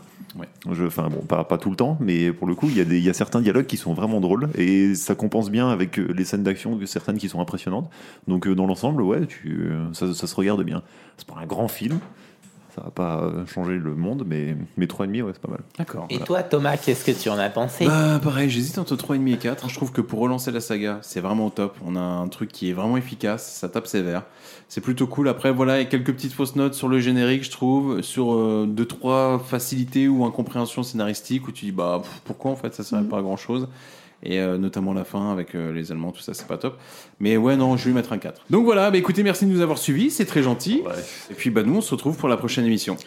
Speaker 10: Je- Enfin bon, pas, pas tout le temps, mais pour le coup, il y, a des- il y a certains dialogues qui sont vraiment drôles et ça compense bien avec euh, les scènes d'action, certaines qui sont impressionnantes. Donc euh, dans l'ensemble, ouais, tu, euh, ça, ça se regarde bien. C'est pas un grand film. Ça ça va pas euh, changer le monde, mais, mais 3,5, ouais, c'est pas mal.
Speaker 2: D'accord.
Speaker 11: Et toi, Thomas, qu'est-ce que tu en as pensé
Speaker 2: Bah pareil, j'hésite entre 3,5 et 4. Je trouve que pour relancer la saga, c'est vraiment au top. On a un truc qui est vraiment efficace, ça tape sévère. C'est plutôt cool. Après, voilà, il y a quelques petites fausses notes sur le générique, je trouve, sur 2 deux trois facilités ou incompréhensions scénaristiques où tu dis bah pff, pourquoi en fait ça servait pas à grand chose. Et euh, notamment la fin avec euh, les Allemands, tout ça, c'est pas top. Mais ouais, non, je vais lui mettre un 4. Donc voilà, bah écoutez, merci de nous avoir suivis, c'est très gentil. Et puis bah nous, on se retrouve pour la prochaine émission.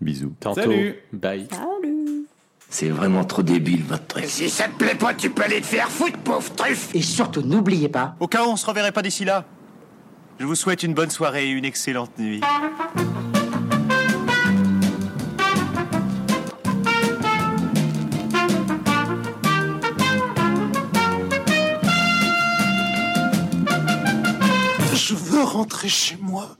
Speaker 10: Bisous.
Speaker 11: Tantôt.
Speaker 2: Salut
Speaker 11: Bye.
Speaker 12: ah,
Speaker 3: C'est vraiment trop débile, votre
Speaker 5: Et si ça te plaît pas, tu peux aller te faire foutre, pauvre truffe Et surtout, n'oubliez pas.
Speaker 19: Au cas où on se reverrait pas d'ici là, je vous souhaite une bonne soirée et une excellente nuit.
Speaker 14: Je veux rentrer chez moi.